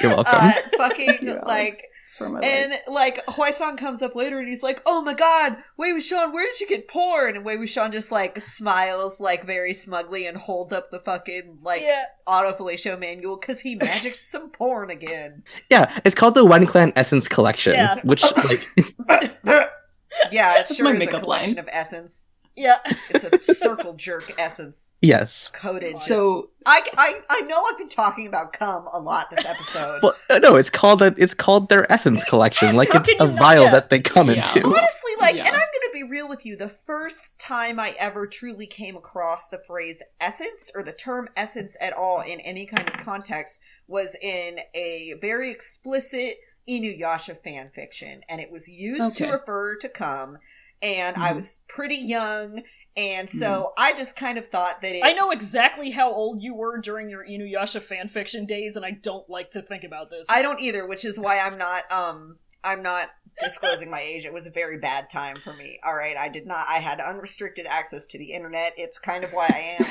Speaker 3: You're welcome.
Speaker 2: Uh, fucking
Speaker 1: Alex.
Speaker 2: like,
Speaker 1: For my life.
Speaker 2: and like Hoisong comes up later and he's like, "Oh my God, Wei Wuxian, where did you get porn?" And Wei Wuxian just like smiles like very smugly and holds up the fucking like
Speaker 4: yeah,
Speaker 2: auto fellatio manual because he magicked some porn again.
Speaker 3: yeah, it's called the Wen Clan Essence Collection,
Speaker 4: Yeah.
Speaker 3: which like
Speaker 2: yeah, it
Speaker 1: That's
Speaker 2: sure
Speaker 1: my
Speaker 2: is a
Speaker 1: makeup
Speaker 2: collection
Speaker 1: line.
Speaker 2: of essence.
Speaker 4: yeah,
Speaker 2: It's a circle jerk essence
Speaker 3: yes.
Speaker 2: coated.
Speaker 1: so
Speaker 2: I, I I know I've been talking about cum a lot this episode.
Speaker 3: Well, uh, no, it's called a, it's called their Essence Collection. Like
Speaker 4: How
Speaker 3: it's
Speaker 4: can
Speaker 3: a
Speaker 4: you not-
Speaker 3: vial
Speaker 4: yeah.
Speaker 3: that they come
Speaker 1: Yeah.
Speaker 3: into.
Speaker 2: Honestly, like,
Speaker 1: Yeah.
Speaker 2: and I'm gonna be real with you. The first time I ever truly came across the phrase essence or the term essence at all in any kind of context was in a very explicit Inuyasha fan fiction, and it was used
Speaker 1: Okay.
Speaker 2: to refer to come. And I
Speaker 1: Mhm.
Speaker 2: was pretty young, and so
Speaker 1: Mm-hmm.
Speaker 2: I just kind of thought that it.
Speaker 4: I know exactly how old you were during your Inuyasha fanfiction days, and I don't like to think about this.
Speaker 2: I don't either, which is why I'm not um I'm not disclosing my age. It was a very bad time for me. All right, I did not I had unrestricted access to the internet. It's kind of why I am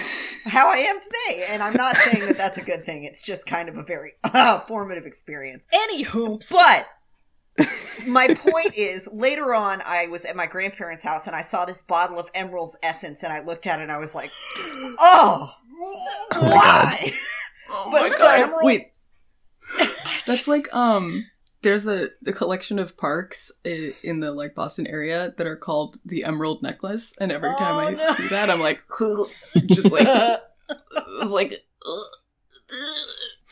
Speaker 2: how I am today, and I'm not saying that that's a good thing. It's just kind of a very uh, formative experience.
Speaker 4: Any hoops.
Speaker 2: But my point is, later on, I was at my grandparents' house and I saw this bottle of Emerald's Essence, and I looked at it and I was like, "Oh, why?"
Speaker 1: Oh
Speaker 2: But
Speaker 1: my
Speaker 2: so-
Speaker 1: god! Wait, that's like um. There's a, a collection of parks i- in the like Boston area that are called the Emerald Necklace, and every time
Speaker 4: Oh,
Speaker 1: I
Speaker 4: no.
Speaker 1: see that, I'm like, just like, it's like,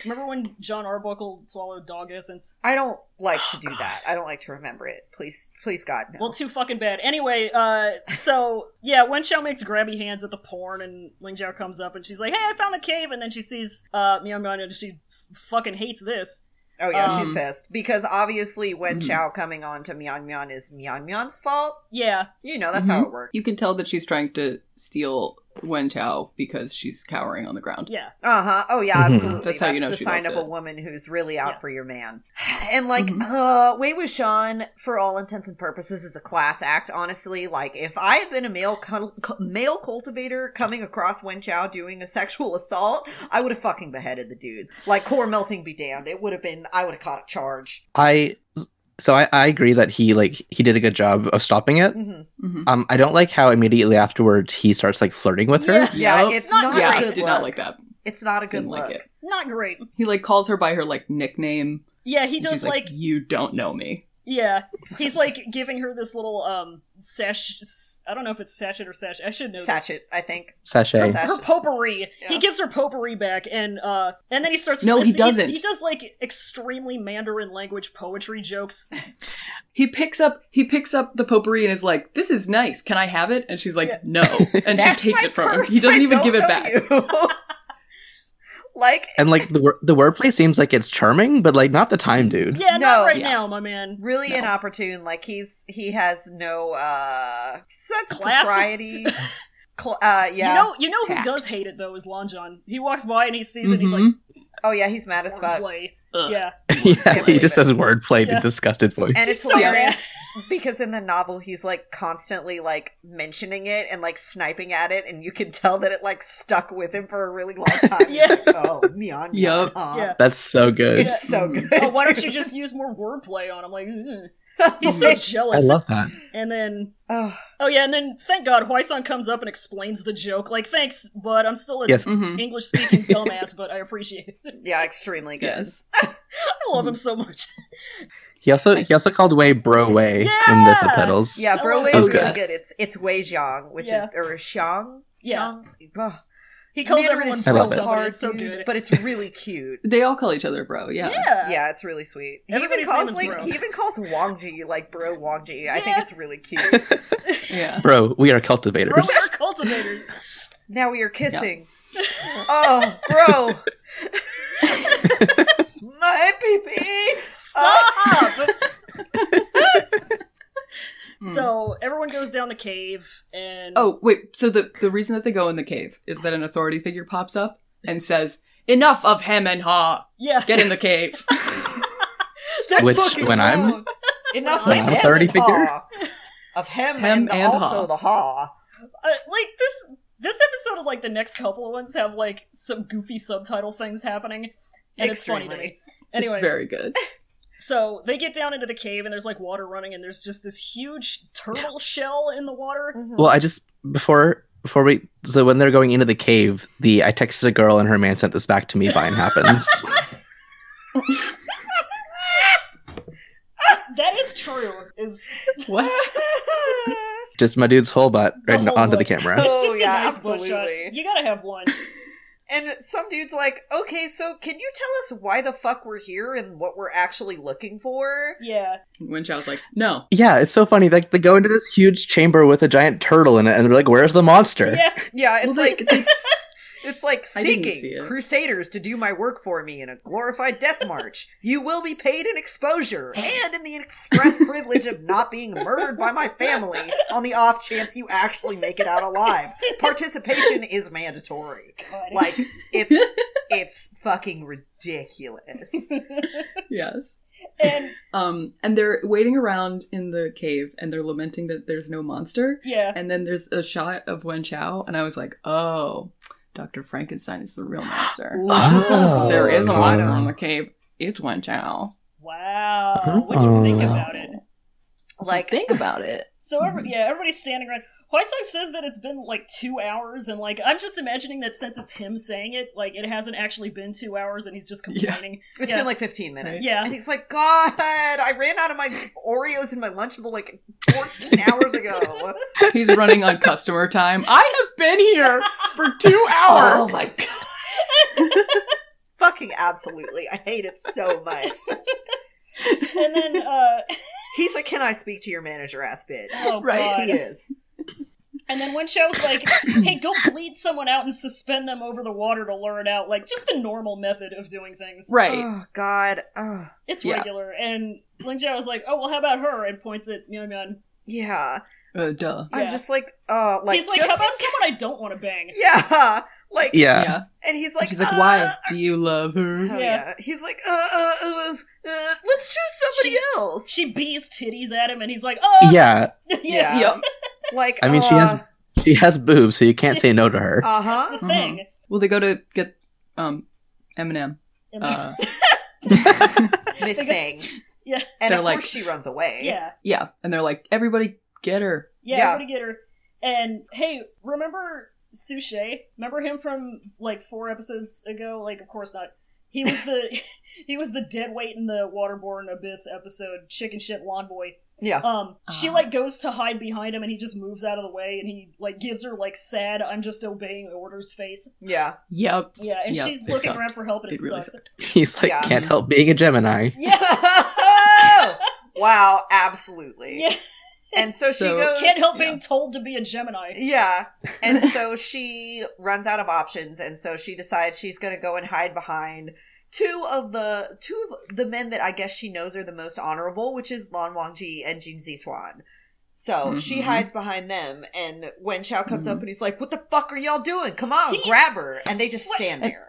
Speaker 4: Remember when John Arbuckle swallowed dog essence?
Speaker 2: I don't like
Speaker 1: Oh,
Speaker 2: to do that. I don't like to remember it. Please, please, God, no.
Speaker 4: Well, too fucking bad. Anyway, uh, so yeah, Wen Xiao makes grabby hands at the porn, and Ling Zhao comes up and she's like, "Hey, I found the cave," and then she sees uh, Miao Miao, and she f- fucking hates this.
Speaker 2: oh yeah, she's
Speaker 1: um,
Speaker 2: pissed because obviously, when
Speaker 1: Mhm.
Speaker 2: Chow coming on to Mian Mian is Mian Mian's fault.
Speaker 4: Yeah,
Speaker 2: You know that's how it works.
Speaker 1: you can tell that she's trying to steal Wen Chao because she's cowering on the ground.
Speaker 4: yeah.
Speaker 2: Uh huh. Oh yeah,
Speaker 3: Mhm.
Speaker 2: absolutely.
Speaker 1: That's how you know
Speaker 2: the
Speaker 1: she
Speaker 2: sign
Speaker 1: loves
Speaker 2: of a
Speaker 1: it.
Speaker 2: woman who's really out
Speaker 4: Yeah.
Speaker 2: for your man. And like,
Speaker 1: Mhm.
Speaker 2: uh, Wei Wuxian, for all intents and purposes, is a class act. Honestly, like, if I had been a male cul- cu- male cultivator coming across Wen Chao doing a sexual assault, I would have fucking beheaded the dude. Like, core melting be damned. It would have been. I would have caught a charge.
Speaker 3: I so I, I agree that he like he did a good job of stopping it.
Speaker 2: Mhm.
Speaker 1: Mhm.
Speaker 3: Um, I don't like how immediately afterwards he starts like flirting with her.
Speaker 4: Yeah.
Speaker 2: Yeah,
Speaker 1: Yep.
Speaker 2: it's
Speaker 4: Not
Speaker 2: not,
Speaker 4: great.
Speaker 1: yeah,
Speaker 2: a
Speaker 1: I
Speaker 2: good
Speaker 1: did
Speaker 2: look.
Speaker 1: not like that.
Speaker 2: It's not a good
Speaker 1: Didn't
Speaker 2: look.
Speaker 1: like it.
Speaker 4: Not great.
Speaker 1: He like calls her by her like nickname.
Speaker 4: Yeah, he
Speaker 1: and
Speaker 4: does
Speaker 1: she's
Speaker 4: like,
Speaker 1: you don't know me.
Speaker 4: yeah, he's like giving her this little um sash. I don't know if it's sachet or sash. I should know. this.
Speaker 2: Sachet, I think.
Speaker 3: Sachet.
Speaker 2: Sachet.
Speaker 4: her potpourri. He
Speaker 2: Yeah.
Speaker 4: gives her potpourri back, and uh, and then he starts.
Speaker 1: No, he
Speaker 4: he's-
Speaker 1: doesn't.
Speaker 4: He does like extremely Mandarin language poetry jokes.
Speaker 1: He picks up he picks up the potpourri and is like, "This is nice. Can I have it?" And she's like,
Speaker 4: Yeah.
Speaker 1: "No." And she
Speaker 2: That's
Speaker 1: takes
Speaker 2: my
Speaker 1: it from
Speaker 2: purse.
Speaker 1: him. He doesn't
Speaker 2: I
Speaker 1: even
Speaker 2: don't
Speaker 1: give it
Speaker 2: know
Speaker 1: back.
Speaker 2: you. like,
Speaker 3: And like the wor- the wordplay seems like it's charming, but like not the time, dude.
Speaker 4: Yeah, not
Speaker 2: No.
Speaker 4: right
Speaker 1: Yeah.
Speaker 4: now, my man.
Speaker 2: really
Speaker 1: No.
Speaker 2: inopportune. Like he's he has no uh sense of
Speaker 4: Class?
Speaker 2: propriety. Cl- uh, yeah.
Speaker 4: You know, you know
Speaker 1: Tact.
Speaker 4: who does hate it though is Lon John. He walks by and he sees it. He's like,
Speaker 1: Mhm.
Speaker 2: oh yeah, he's mad as fuck.
Speaker 4: "Wordplay."
Speaker 1: Ugh.
Speaker 4: Yeah,
Speaker 3: yeah, he
Speaker 2: believe
Speaker 3: just
Speaker 2: it.
Speaker 3: says wordplay in
Speaker 4: Yeah.
Speaker 3: a disgusted voice.
Speaker 2: And it's
Speaker 4: So
Speaker 2: hilarious
Speaker 4: bad.
Speaker 2: because in the novel he's like constantly like mentioning it and like sniping at it, and you can tell that it like stuck with him for a really long time. He's
Speaker 4: Yeah.
Speaker 2: like, oh, meon. meon,
Speaker 1: Yup.
Speaker 2: huh?
Speaker 4: Yeah.
Speaker 3: That's so good.
Speaker 2: It's so good.
Speaker 4: Oh, why don't you just use more wordplay on him? Like, "Ugh." he's so
Speaker 2: Like,
Speaker 3: Oh, I
Speaker 4: jealous.
Speaker 3: love that.
Speaker 4: and then,
Speaker 2: oh,
Speaker 4: oh yeah, and then thank God Huaisan comes up and explains the joke. Like, thanks, but I'm still an
Speaker 3: Yes.
Speaker 1: Mhm.
Speaker 4: English speaking dumbass, but I appreciate it.
Speaker 2: yeah, extremely good.
Speaker 1: Yes.
Speaker 4: I love him so much.
Speaker 3: He also he also called Way Bro Way in
Speaker 4: Yeah!
Speaker 3: the subtitles.
Speaker 2: Yeah,
Speaker 4: I
Speaker 2: Bro
Speaker 4: love
Speaker 2: Wei's
Speaker 1: it. Oh,
Speaker 2: really
Speaker 1: yes.
Speaker 2: good. It's it's Wei Zhang, which
Speaker 4: Yeah.
Speaker 2: is or Xiang.
Speaker 4: Yeah.
Speaker 2: Xiang? Ugh.
Speaker 4: He calls
Speaker 2: Mandarin
Speaker 4: everyone
Speaker 2: is
Speaker 3: I
Speaker 4: bro
Speaker 3: love it.
Speaker 4: somebody.
Speaker 2: hard,
Speaker 4: it's so
Speaker 2: dude,
Speaker 4: good.
Speaker 2: but it's really cute.
Speaker 1: They all call each other bro. Yeah.
Speaker 4: yeah.
Speaker 2: Yeah, it's really sweet. He even
Speaker 4: Everybody's name
Speaker 2: calls
Speaker 4: is
Speaker 2: like
Speaker 4: Bro.
Speaker 2: he even calls Wangji like bro Wangji. I think
Speaker 4: Yeah.
Speaker 2: it's really cute.
Speaker 1: Yeah.
Speaker 3: Bro, we are
Speaker 4: Bro,
Speaker 3: cultivators.
Speaker 4: we are cultivators.
Speaker 2: now we are kissing. oh, bro. My Oh, pee
Speaker 4: Stop!
Speaker 1: Mm.
Speaker 4: so everyone goes down the cave, and
Speaker 1: Oh, wait. So the the reason that they go in the cave is that an authority figure pops up and says, "Enough of hem and haw.
Speaker 4: yeah,
Speaker 1: Get in the cave."
Speaker 2: Stop
Speaker 3: Which,
Speaker 2: fucking
Speaker 3: when I'm-
Speaker 2: around. enough
Speaker 4: when
Speaker 2: of
Speaker 4: I'm
Speaker 2: him
Speaker 3: authority
Speaker 2: and
Speaker 3: figure?
Speaker 2: haw. of him,
Speaker 1: Him
Speaker 2: and, the-
Speaker 1: and
Speaker 2: also
Speaker 1: haw.
Speaker 2: the haw.
Speaker 4: Uh, like this this episode of like the next couple of ones have like some goofy subtitle things happening and it's funny to me
Speaker 2: Extremely.
Speaker 4: anyway
Speaker 1: It's very good.
Speaker 4: so they get down into the cave and there's like water running and there's just this huge turtle shell in the water
Speaker 2: Mhm.
Speaker 3: Well, I just before before we so when they're going into the cave, the I texted a girl and her man sent this back to me. Vine happens.
Speaker 4: that is true is
Speaker 1: What?
Speaker 3: just my dude's whole butt
Speaker 4: The
Speaker 3: right
Speaker 4: whole
Speaker 3: onto the
Speaker 4: butt.
Speaker 3: camera.
Speaker 4: it's
Speaker 2: Oh,
Speaker 4: just
Speaker 2: yeah,
Speaker 4: a nice butt shot.
Speaker 2: absolutely.
Speaker 4: you gotta have one
Speaker 2: And some dude's like, okay, so can you tell us why the fuck we're here and what we're actually looking for?
Speaker 4: Yeah.
Speaker 1: When Chow's like, no.
Speaker 3: Yeah, it's so funny. Like they go into this huge chamber with a giant turtle in it, and they're like, "Where's the monster?"
Speaker 4: Yeah.
Speaker 2: Yeah, it's
Speaker 1: Well, they-
Speaker 2: like
Speaker 1: they-
Speaker 2: it's like
Speaker 1: I didn't see
Speaker 2: seeking
Speaker 1: it.
Speaker 2: crusaders to do my work for me in a glorified death march. you will be paid in exposure and in the express privilege of not being murdered by my family on the off chance you actually make it out alive. Participation is mandatory.
Speaker 4: God.
Speaker 2: Like it's it's fucking ridiculous.
Speaker 1: yes.
Speaker 4: and
Speaker 1: Um, and they're waiting around in the cave and they're lamenting that there's no monster.
Speaker 4: yeah.
Speaker 1: And then there's a shot of Wen Chow, and I was like, oh, Dr. Frankenstein is the real monster.
Speaker 3: Oh.
Speaker 1: there is a
Speaker 3: Oh.
Speaker 1: monster in the cave. It's Wen Chow.
Speaker 4: Wow. What do you think
Speaker 1: Uh,
Speaker 3: Oh.
Speaker 4: about it?
Speaker 2: Like-
Speaker 1: think about it.
Speaker 4: So every,
Speaker 1: Mhm.
Speaker 4: yeah, everybody's standing around. Huaisong says that it's been like two hours, and like I'm just imagining that since it's him saying it, like it hasn't actually been two hours, and he's just complaining.
Speaker 2: It's
Speaker 4: Yeah.
Speaker 2: been like 15 minutes.
Speaker 4: Yeah.
Speaker 2: And he's like, God, I ran out of my Oreos and my Lunchable like 14 hours ago.
Speaker 1: He's running on customer time. I have been here for two hours.
Speaker 2: god. Fucking absolutely. I hate it so much.
Speaker 4: And then, uh,
Speaker 2: He's like, Can I speak to your manager ass bitch?
Speaker 4: oh
Speaker 1: Right.
Speaker 4: God.
Speaker 2: He is.
Speaker 4: And then one show's like, "Hey, go bleed someone out and suspend them over the water to lure it out." Like just the normal method of doing things.
Speaker 1: right.
Speaker 2: Oh god. Oh.
Speaker 4: It's
Speaker 1: Yeah.
Speaker 4: regular. And Ling Zhao is like, "Oh well, how about her?" And points at Mian Mian.
Speaker 2: Yeah.
Speaker 1: Uh, duh.
Speaker 2: I'm
Speaker 4: Yeah.
Speaker 2: just like, uh like,
Speaker 4: he's like,
Speaker 2: just
Speaker 4: "How about someone I don't want to bang?"
Speaker 2: Yeah. Like
Speaker 3: Yeah.
Speaker 1: yeah.
Speaker 2: and he's like
Speaker 1: She's like,
Speaker 2: uh,
Speaker 1: why do you love
Speaker 2: oh,
Speaker 1: her?
Speaker 2: yeah.
Speaker 4: Yeah.
Speaker 2: He's like, uh uh, uh, uh let's choose somebody
Speaker 4: She-
Speaker 2: else.
Speaker 4: She bees titties at him, and he's like, "Oh
Speaker 3: Yeah,
Speaker 4: yeah."
Speaker 2: Yeah.
Speaker 1: Yep.
Speaker 2: Like
Speaker 3: I mean, she has- she has boobs, so you can't say no to her.
Speaker 2: Uh
Speaker 4: The
Speaker 2: huh.
Speaker 1: Mhm.
Speaker 4: thing.
Speaker 1: Well, they go to get um Eminem.
Speaker 4: And then-
Speaker 1: Uh,
Speaker 2: Miss
Speaker 4: They go-
Speaker 2: Thing.
Speaker 4: Yeah.
Speaker 2: And
Speaker 1: They're
Speaker 2: of
Speaker 1: like-
Speaker 2: course she runs
Speaker 1: Eh?
Speaker 2: away.
Speaker 4: yeah.
Speaker 1: yeah, and they're like, everybody get her.
Speaker 4: Yeah,
Speaker 2: Yeah.
Speaker 4: I'm gonna get her. And hey, remember Suchet? Remember him from like four episodes ago? Like, of course not. He was the he was the dead weight in the waterborne abyss episode, chicken shit lawn boy.
Speaker 2: Yeah.
Speaker 4: Um, she
Speaker 1: Ah.
Speaker 4: like goes to hide behind him, and he just moves out of the way, and he like gives her like sad, "I'm just obeying orders" face.
Speaker 2: Yeah.
Speaker 1: Yep.
Speaker 4: Yeah, and
Speaker 1: Yeah,
Speaker 4: she's
Speaker 1: it
Speaker 4: looking
Speaker 1: sucked.
Speaker 4: around for help, and it,
Speaker 1: It really
Speaker 4: sucks.
Speaker 3: He's like,
Speaker 2: Yeah.
Speaker 3: can't help being a Gemini.
Speaker 4: Yeah,
Speaker 2: wow, absolutely.
Speaker 4: yeah,
Speaker 2: And so, she
Speaker 1: So-
Speaker 2: goes
Speaker 4: can't help
Speaker 1: Yeah.
Speaker 4: being told to be a Gemini.
Speaker 2: Yeah. And so she runs out of options and so she decides she's going to go and hide behind two of the two of the men that I guess she knows are the most honorable, which is Lan Wangji and Jin Ziswan. So she
Speaker 1: Mhm.
Speaker 2: hides behind them and when Chao comes up
Speaker 1: Mhm.
Speaker 2: and he's like, "What the fuck are y'all doing? Come on,
Speaker 4: He-
Speaker 2: grab her." And they just
Speaker 4: What?
Speaker 2: stand
Speaker 1: And-
Speaker 2: there.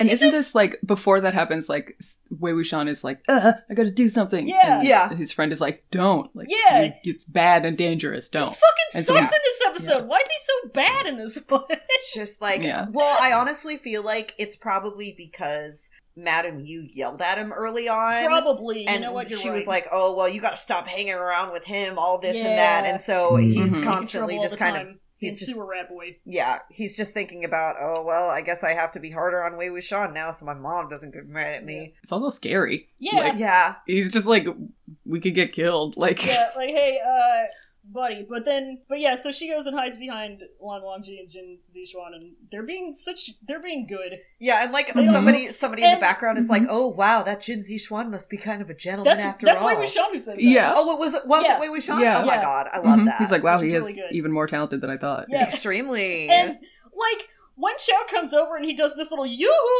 Speaker 1: And isn't this like before that happens? Like S- Wei Wuxian is like, uh, I got to do something.
Speaker 4: Yeah.
Speaker 1: And
Speaker 2: Yeah.
Speaker 1: His friend is like, don't. Like,
Speaker 4: Yeah.
Speaker 1: you- it's bad and dangerous.
Speaker 4: He
Speaker 1: Don't.
Speaker 4: fucking
Speaker 1: And
Speaker 4: sucks
Speaker 1: so
Speaker 4: in this episode. Why is he so bad in this one?
Speaker 2: It's just like,
Speaker 1: Yeah.
Speaker 2: well, I honestly feel like it's probably because Madam Yu yelled at him early on.
Speaker 4: Probably, you
Speaker 2: and
Speaker 4: know what? You're
Speaker 2: she
Speaker 4: right.
Speaker 2: was like, "Oh well, you got to stop hanging around with him, all this and that."
Speaker 4: Yeah.
Speaker 2: And so
Speaker 3: Mhm.
Speaker 2: he's
Speaker 1: Mhm.
Speaker 2: constantly just kind of, he's
Speaker 4: he's
Speaker 2: just-
Speaker 4: sewer rat boy.
Speaker 2: yeah, he's just thinking about, "Oh well, I guess I have to be harder on Wei Wuxian now, so my mom doesn't get mad at me."
Speaker 1: It's also scary.
Speaker 4: Yeah,
Speaker 1: Like-
Speaker 2: Yeah,
Speaker 1: He's just like, we could get killed. Like,
Speaker 4: yeah, like hey, uh, buddy. But then, but yeah, so she goes and hides behind Lan Wangji and Jin Zishuan, and they're being such, they're being good.
Speaker 2: yeah, and like
Speaker 1: Mhm.
Speaker 2: somebody, somebody in the
Speaker 4: And- mm-hmm.
Speaker 2: background is like,
Speaker 1: Mhm.
Speaker 2: "Oh wow, that Jin Zishuan must be kind of a gentleman
Speaker 4: That's
Speaker 2: after
Speaker 4: that's
Speaker 2: all."
Speaker 4: why Rashawn who says that.
Speaker 1: Yeah.
Speaker 2: Oh, it was was
Speaker 4: Yeah.
Speaker 2: it Wei Wuxian?
Speaker 1: Yeah.
Speaker 2: Oh my
Speaker 4: Yeah.
Speaker 2: god, I love
Speaker 1: Mhm.
Speaker 2: that.
Speaker 1: He's like, wow,
Speaker 4: Which
Speaker 1: he
Speaker 4: is
Speaker 1: is,
Speaker 4: really good.
Speaker 1: even more talented than I thought.
Speaker 4: Yeah.
Speaker 2: extremely.
Speaker 4: and like when Shao comes over and he does this little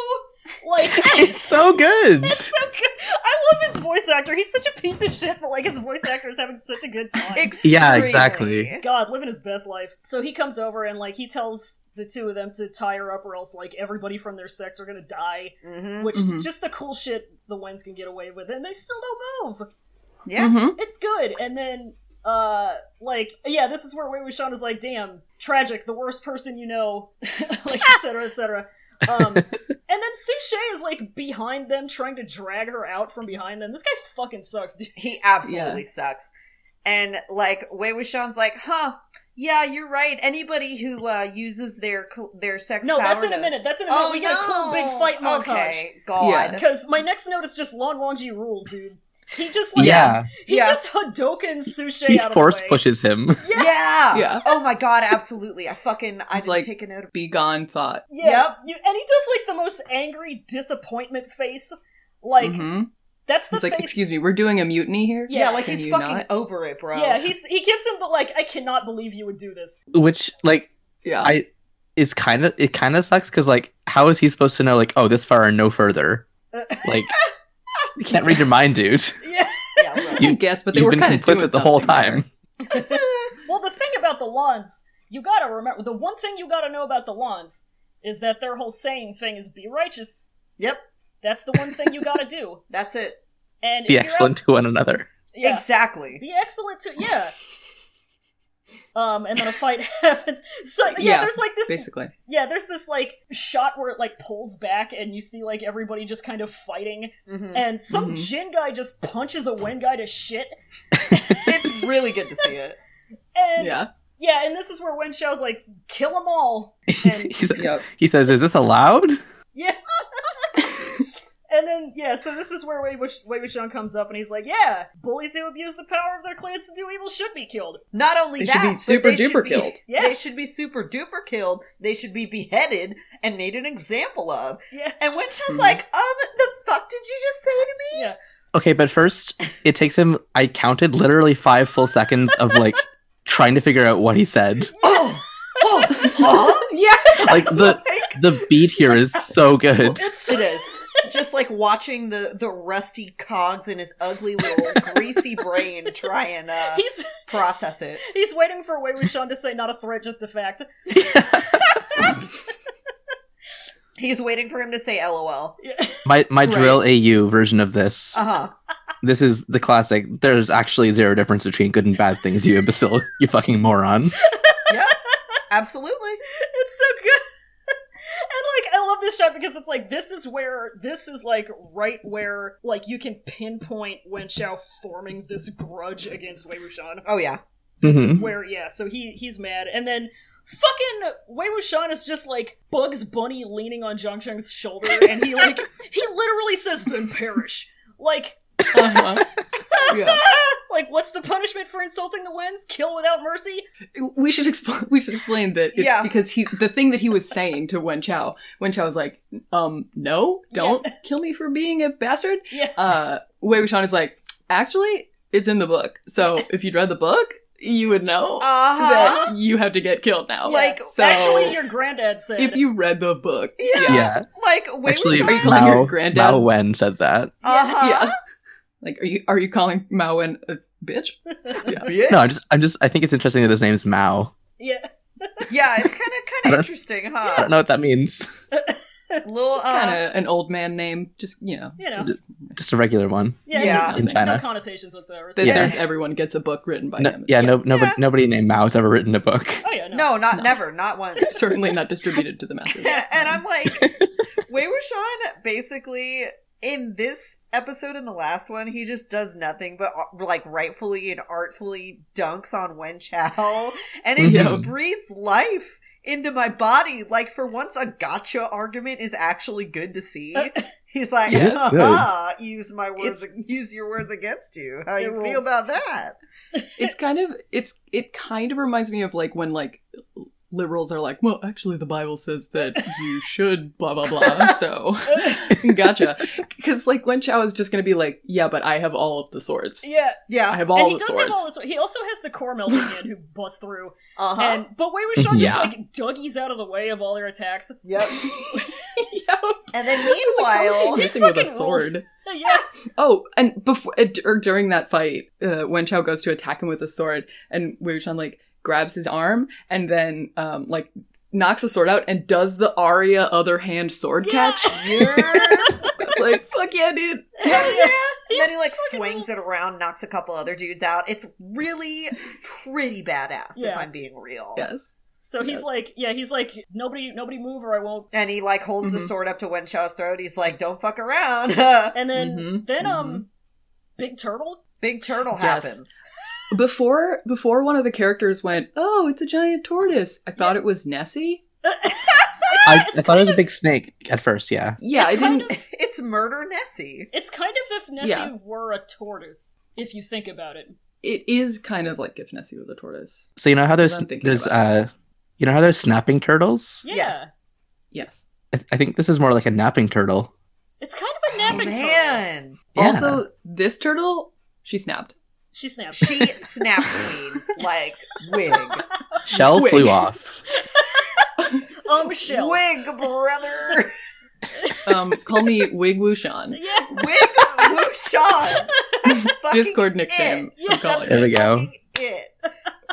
Speaker 4: yoo-hoo, like.
Speaker 3: It's so good.
Speaker 4: it's so good. I love his voice actor. He's such a piece of shit, but like his voice actor is having such a good time.
Speaker 3: Yeah,
Speaker 2: Extremely.
Speaker 3: exactly.
Speaker 4: God, living his best life. So he comes over and like he tells the two of them to tie her up, or else like everybody from their sex are gonna die.
Speaker 2: Mhm.
Speaker 4: Which
Speaker 1: Mhm.
Speaker 4: just the cool shit the Wens can get away with, and they still don't move. Mm-hmm.
Speaker 2: Yeah.
Speaker 1: Mhm.
Speaker 4: It's good. And then, uh, like yeah, this is where Wei Wuxian is like, damn, tragic, the worst person you know, like etc. etc. um, and then Suchet is like behind them, trying to drag her out from behind them. This guy fucking sucks, dude.
Speaker 2: He absolutely sucks. And like Wei Wuxian's like, huh? Yeah, you're right. Anybody who uh, uses their cl- their sex
Speaker 4: No,
Speaker 2: power
Speaker 4: that's in a
Speaker 2: to-
Speaker 4: minute. That's in a minute.
Speaker 2: Oh
Speaker 4: we
Speaker 2: no!
Speaker 4: get a cool big fight montage.
Speaker 2: Okay, God.
Speaker 1: Yeah.
Speaker 4: Because my next note is just Lon Wangji rules, dude. He just like
Speaker 3: yeah,
Speaker 4: he
Speaker 2: Yeah.
Speaker 4: just Hadouken Sushi
Speaker 3: he
Speaker 4: out of
Speaker 3: force
Speaker 4: the way.
Speaker 3: pushes him.
Speaker 2: Yeah. yeah.
Speaker 1: Yeah.
Speaker 2: Oh my god, absolutely. I fucking I
Speaker 1: He's
Speaker 2: didn't
Speaker 1: like-
Speaker 2: take a note of
Speaker 1: Be gone thought.
Speaker 4: Yes.
Speaker 2: Yep.
Speaker 4: You, and he does like the most angry disappointment face. Like
Speaker 2: Mm-hmm.
Speaker 1: hmm
Speaker 4: that's the
Speaker 1: He's like,
Speaker 4: face.
Speaker 1: excuse me, we're doing a mutiny here.
Speaker 2: yeah, like
Speaker 1: Can
Speaker 2: he's
Speaker 1: you
Speaker 2: fucking
Speaker 1: not?
Speaker 2: over it, bro.
Speaker 4: Yeah, he's he gives him the like I cannot believe you would do this.
Speaker 3: Which like
Speaker 1: Yeah,
Speaker 3: I- is kind of it kind of sucks because like how is he supposed to know like oh this far and no further
Speaker 4: Uh,
Speaker 3: like you can't read your mind dude
Speaker 4: yeah.
Speaker 2: Yeah, right.
Speaker 1: I guess, but they
Speaker 3: you've
Speaker 1: were
Speaker 3: been
Speaker 1: kind of doing
Speaker 3: complicit the whole
Speaker 1: something there.
Speaker 3: time
Speaker 4: Well, the thing about the lawns, you gotta remember the one thing you gotta know about the lawns is that their whole saying thing is be righteous.
Speaker 2: Yep.
Speaker 4: That's the one thing you gotta do.
Speaker 2: That's it.
Speaker 4: And if
Speaker 3: be
Speaker 4: you're out-
Speaker 3: excellent to one another
Speaker 4: yeah,
Speaker 2: Exactly.
Speaker 4: be excellent too. Yeah. Um, and then a fight happens. So yeah,
Speaker 1: Yeah,
Speaker 4: there's like this
Speaker 1: basically.
Speaker 4: Yeah, there's this like shot where it like pulls back and you see like everybody just kind of fighting
Speaker 2: Mhm.
Speaker 4: and some
Speaker 1: Mhm.
Speaker 4: Jin guy just punches a Wen guy to shit.
Speaker 2: It's really good to see it.
Speaker 4: And yeah,
Speaker 1: Yeah,
Speaker 4: and this is where Wen Xiao's like, kill them all. And
Speaker 3: He's-
Speaker 1: yep.
Speaker 3: he says is this allowed
Speaker 4: yeah. and then yeah, so this is where Wei, Wush- Wei Wuxian comes up and he's like, yeah, bullies who abuse the power of their clans to do evil should be killed.
Speaker 2: Not only
Speaker 1: They should
Speaker 2: that,
Speaker 1: be
Speaker 2: but
Speaker 1: super
Speaker 2: they should
Speaker 1: duper
Speaker 2: be-
Speaker 1: killed.
Speaker 4: Yeah.
Speaker 2: They should be super duper killed. They should be beheaded and made an example of.
Speaker 4: Yeah.
Speaker 2: And Winchell's
Speaker 1: Mhm.
Speaker 2: like, um, the fuck did you just say to me?
Speaker 4: Yeah.
Speaker 3: okay but first it takes him i counted literally five full seconds of like trying to figure out what he said
Speaker 2: Oh, oh, huh?
Speaker 1: yeah.
Speaker 3: like the
Speaker 2: Like,
Speaker 3: the beat here is so good
Speaker 4: It's
Speaker 2: it is. Just like watching the the rusty cogs in his ugly little greasy brain try and uh,
Speaker 4: he's
Speaker 2: process it.
Speaker 4: he's waiting for Wei Wuxian to say not a threat, just a fact.
Speaker 2: He's waiting for him to say LOL.
Speaker 4: Yeah.
Speaker 3: my my
Speaker 1: Right.
Speaker 3: drill au version of this
Speaker 2: Uh huh.
Speaker 3: this is the classic there's actually zero difference between good and bad things you imbecile you fucking moron
Speaker 2: Absolutely.
Speaker 4: It's so good. and like I love this shot because it's like this is where this is like right where like you can pinpoint Wen Xiao forming this grudge against Wei Wuxian.
Speaker 2: Oh yeah.
Speaker 4: This
Speaker 3: Mhm.
Speaker 1: Mm-hmm.
Speaker 4: is where yeah, so he he's mad and then fucking Wei Wuxian is just like Bugs Bunny leaning on Zhang Cheng's shoulder and he like he literally says then perish. Like
Speaker 1: Uh-huh. yeah.
Speaker 4: like what's the punishment for insulting the winds? Kill without mercy?
Speaker 1: We should explain. We should explain that it's
Speaker 2: Yeah.
Speaker 1: because he the thing that he was saying to Wen Chao. Wen Chao was like, "Um, no, don't kill me for being a bastard."
Speaker 4: Yeah.
Speaker 1: Uh, Wei Wuxian is like, "Actually, it's in the book. So if you'd read the book, you would know
Speaker 2: Uh huh.
Speaker 1: that you have to get killed now.
Speaker 2: Like,
Speaker 1: so
Speaker 4: Actually your granddad said
Speaker 1: if you read the book,
Speaker 2: Yeah.
Speaker 1: yeah,
Speaker 3: yeah
Speaker 2: Like Wei
Speaker 3: actually
Speaker 1: Are you
Speaker 2: Wuxian.
Speaker 1: calling your
Speaker 3: mao,
Speaker 1: granddad?
Speaker 3: mao wen said that
Speaker 2: Uh-huh.
Speaker 1: yeah. Like, are you are you calling Mao Wen a bitch?
Speaker 2: Bitch.
Speaker 3: no i'm just i'm just i think it's interesting that his name's mao
Speaker 4: Yeah.
Speaker 2: Yeah, it's kind of kind
Speaker 3: I
Speaker 2: of
Speaker 3: don't-
Speaker 2: interesting,
Speaker 3: i
Speaker 2: huh?
Speaker 3: don't know what that means
Speaker 2: Little
Speaker 1: Just
Speaker 2: uh,
Speaker 1: kind of an old man name. Just you know,
Speaker 4: You know.
Speaker 3: just a regular one
Speaker 4: Yeah,
Speaker 2: Yeah.
Speaker 4: just
Speaker 1: In
Speaker 4: no- no
Speaker 3: China.
Speaker 4: connotations whatsoever. so-
Speaker 1: that
Speaker 3: Yeah.
Speaker 1: there's everyone gets a book written by
Speaker 3: No-
Speaker 1: him.
Speaker 3: yeah, no nobody
Speaker 2: Yeah.
Speaker 3: nobody named mao has ever written a book
Speaker 4: Oh yeah, no.
Speaker 2: no, not
Speaker 1: No.
Speaker 2: never, not once.
Speaker 1: certainly not distributed to the masses.
Speaker 2: and I'm like, Wei Wuxian basically in this episode and the last one, he just does nothing but uh, like rightfully and artfully dunks on Wen Chao, and it
Speaker 1: Yeah.
Speaker 2: just breathes life into my body. Like for once, a gotcha argument is actually good to see. He's like,
Speaker 1: Yes.
Speaker 2: "Haha, use my words,
Speaker 1: It's-
Speaker 2: use your words against you. How
Speaker 4: It
Speaker 2: you feel
Speaker 4: rules.
Speaker 2: about that?
Speaker 1: It's kind of it's it kind of reminds me of like when like liberals are like, well, actually, the Bible says that you should blah blah blah. So gotcha, because like Wen Chao is just gonna be like, yeah, but I have all of the swords.
Speaker 4: yeah,
Speaker 1: I
Speaker 2: Yeah,
Speaker 1: have
Speaker 4: and
Speaker 1: all
Speaker 4: he
Speaker 1: the
Speaker 4: does
Speaker 1: swords.
Speaker 4: have all the swords. He also has the Cormel kid who busts through,
Speaker 2: uh huh,
Speaker 4: and but Wei Wuxian
Speaker 1: Yeah.
Speaker 4: just like duggies out of the way of all their attacks.
Speaker 2: yep."
Speaker 1: yeah.
Speaker 2: And then
Speaker 1: I was like, how is he
Speaker 2: meanwhile,
Speaker 1: missing with a
Speaker 4: fucking rules.
Speaker 1: sword?
Speaker 4: Uh, yeah,
Speaker 1: Oh, and before uh, d- or during that fight, uh, Wen Chao goes to attack him with a sword, and Wei Wuxian like grabs his arm and then um like knocks the sword out and does the Arya other hand sword
Speaker 4: Yeah.
Speaker 1: catch.
Speaker 2: you're
Speaker 1: It's like fuck yeah, dude.
Speaker 2: Hell yeah! And then he
Speaker 4: Yeah,
Speaker 2: like
Speaker 4: fucking
Speaker 2: swings it around, knocks a couple other dudes out. It's really pretty badass,
Speaker 4: Yeah.
Speaker 2: if I'm being real.
Speaker 1: Yes.
Speaker 4: So he's
Speaker 1: Yes.
Speaker 4: like, yeah, he's like, nobody, nobody move or I won't.
Speaker 2: And he like holds the
Speaker 1: Mhm.
Speaker 2: sword up to Wen Chao's throat. He's like, "Don't fuck around."
Speaker 4: And then,
Speaker 1: Mhm,
Speaker 4: then um, Big Turtle.
Speaker 2: Big turtle
Speaker 1: Yes.
Speaker 2: happens.
Speaker 1: Before before one of the characters went, oh, it's a giant tortoise. I thought it was Nessie.
Speaker 3: I, I thought it was a big snake at first yeah
Speaker 1: Yeah, I
Speaker 4: It's
Speaker 1: didn't.
Speaker 4: kind of-
Speaker 2: It's It's murder Nessie.
Speaker 4: It's kind of if Nessie
Speaker 1: Yeah.
Speaker 4: were a tortoise, if you think about it.
Speaker 1: It is kind of like if Nessie was a tortoise.
Speaker 3: So you know how there's
Speaker 1: I'm thinking
Speaker 3: there's
Speaker 1: about
Speaker 3: uh you know how there's snapping turtles?
Speaker 4: Yeah.
Speaker 2: Yes.
Speaker 1: Yes.
Speaker 3: I, I think this is more like a napping turtle.
Speaker 4: It's kind of a
Speaker 2: Oh,
Speaker 4: napping turtle.
Speaker 2: man.
Speaker 1: Also, this turtle, she snapped.
Speaker 4: She snaps.
Speaker 2: She snapped queen. Like,
Speaker 5: Wig.
Speaker 3: Yeah. shell
Speaker 1: Wig.
Speaker 3: flew off.
Speaker 4: Um, shell.
Speaker 2: wig, brother.
Speaker 1: Um, call me Wig Wushan.
Speaker 4: Yeah.
Speaker 2: Wig Wuxia. That's fucking
Speaker 1: Discord nickname.
Speaker 4: it.
Speaker 1: from Colin.
Speaker 2: That's
Speaker 3: There we go.
Speaker 2: fucking It.